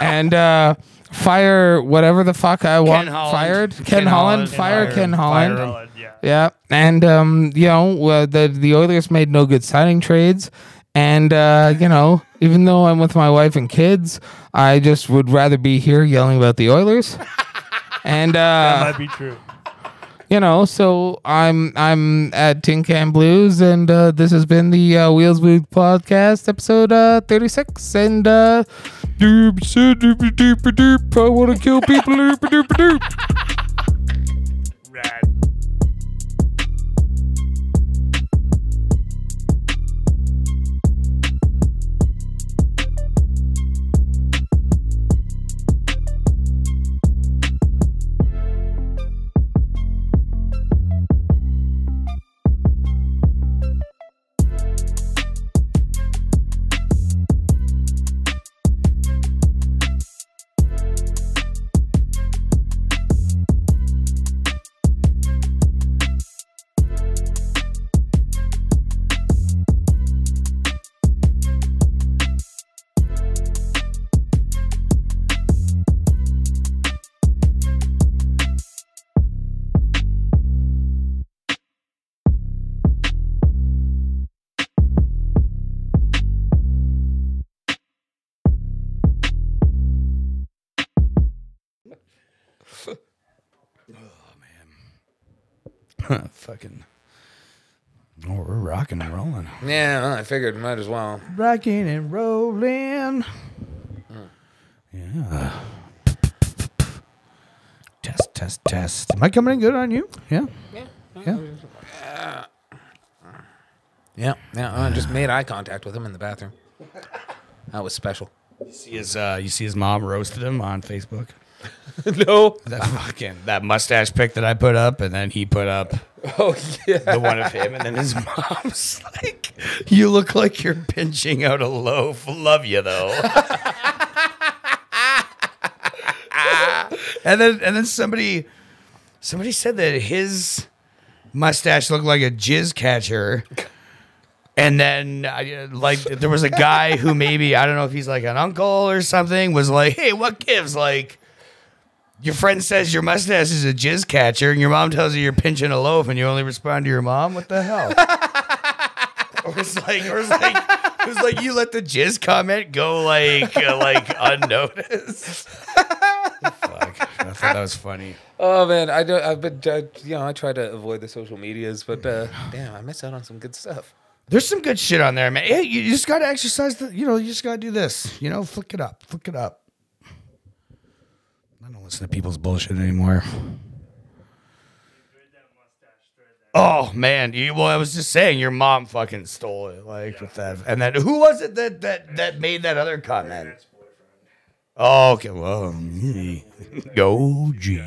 Speaker 2: and uh, fire whatever the fuck I want
Speaker 1: Holland.
Speaker 2: fired. Ken,
Speaker 1: Ken
Speaker 2: Holland,
Speaker 1: Holland.
Speaker 2: fire
Speaker 1: Fire
Speaker 2: Ken
Speaker 1: him.
Speaker 2: Holland.
Speaker 1: Fire him.
Speaker 3: Solid, yeah.
Speaker 2: Yeah, and um, you know uh, the the Oilers made no good signing trades, and uh, you know even though I'm with my wife and kids, I just would rather be here yelling about the Oilers. and
Speaker 3: That
Speaker 2: uh,
Speaker 3: might be true.
Speaker 2: you know, so I'm I'm at Tin Can Blues, and uh, this has been the uh, Wheels Boot Podcast, episode uh, 36. And uh, doop, so doop, doop, doop, I want to kill people. doop, doop, doop.
Speaker 3: Rad.
Speaker 1: Fucking. Oh, we're rocking and rolling.
Speaker 4: Yeah, well, I figured might as well.
Speaker 1: Rocking and rolling. Yeah. Test, test, test. Am I coming in good on you? Yeah.
Speaker 4: Yeah, yeah. I just made eye contact with him in the bathroom. That was special.
Speaker 1: See his, uh, you see his mom roasted him on Facebook.
Speaker 4: no.
Speaker 1: That fucking that mustache pic that I put up, and then he put up
Speaker 4: Oh yeah.
Speaker 1: the one of him, and then his mom's like, "You look like you're pinching out a loaf. Love you though." and then and then somebody somebody said that his mustache looked like a jizz catcher. And then, I, like, there was a guy who maybe I don't know if he's like an uncle or something was like, "Hey, what gives?" Like, your friend says your mustache is a jizz catcher, and your mom tells you you're pinching a loaf, and you only respond to your mom. What the hell? or it's like, or it's like, it was like you let the jizz comment go like uh, like unnoticed. Fuck, I thought that was funny.
Speaker 4: Oh man, I don't. I've been. I, you know, I try to avoid the social medias, but uh, damn, I miss out on some good stuff.
Speaker 1: There's some good shit on there, man. Hey, you just gotta exercise the. You know, you just gotta do this. You know, flick it up, flick it up. I don't listen to people's bullshit anymore. Oh man, you, well, I was just saying your mom fucking stole it, like with that. And then who was it that that that made that other comment? Oh, okay, well, go, G.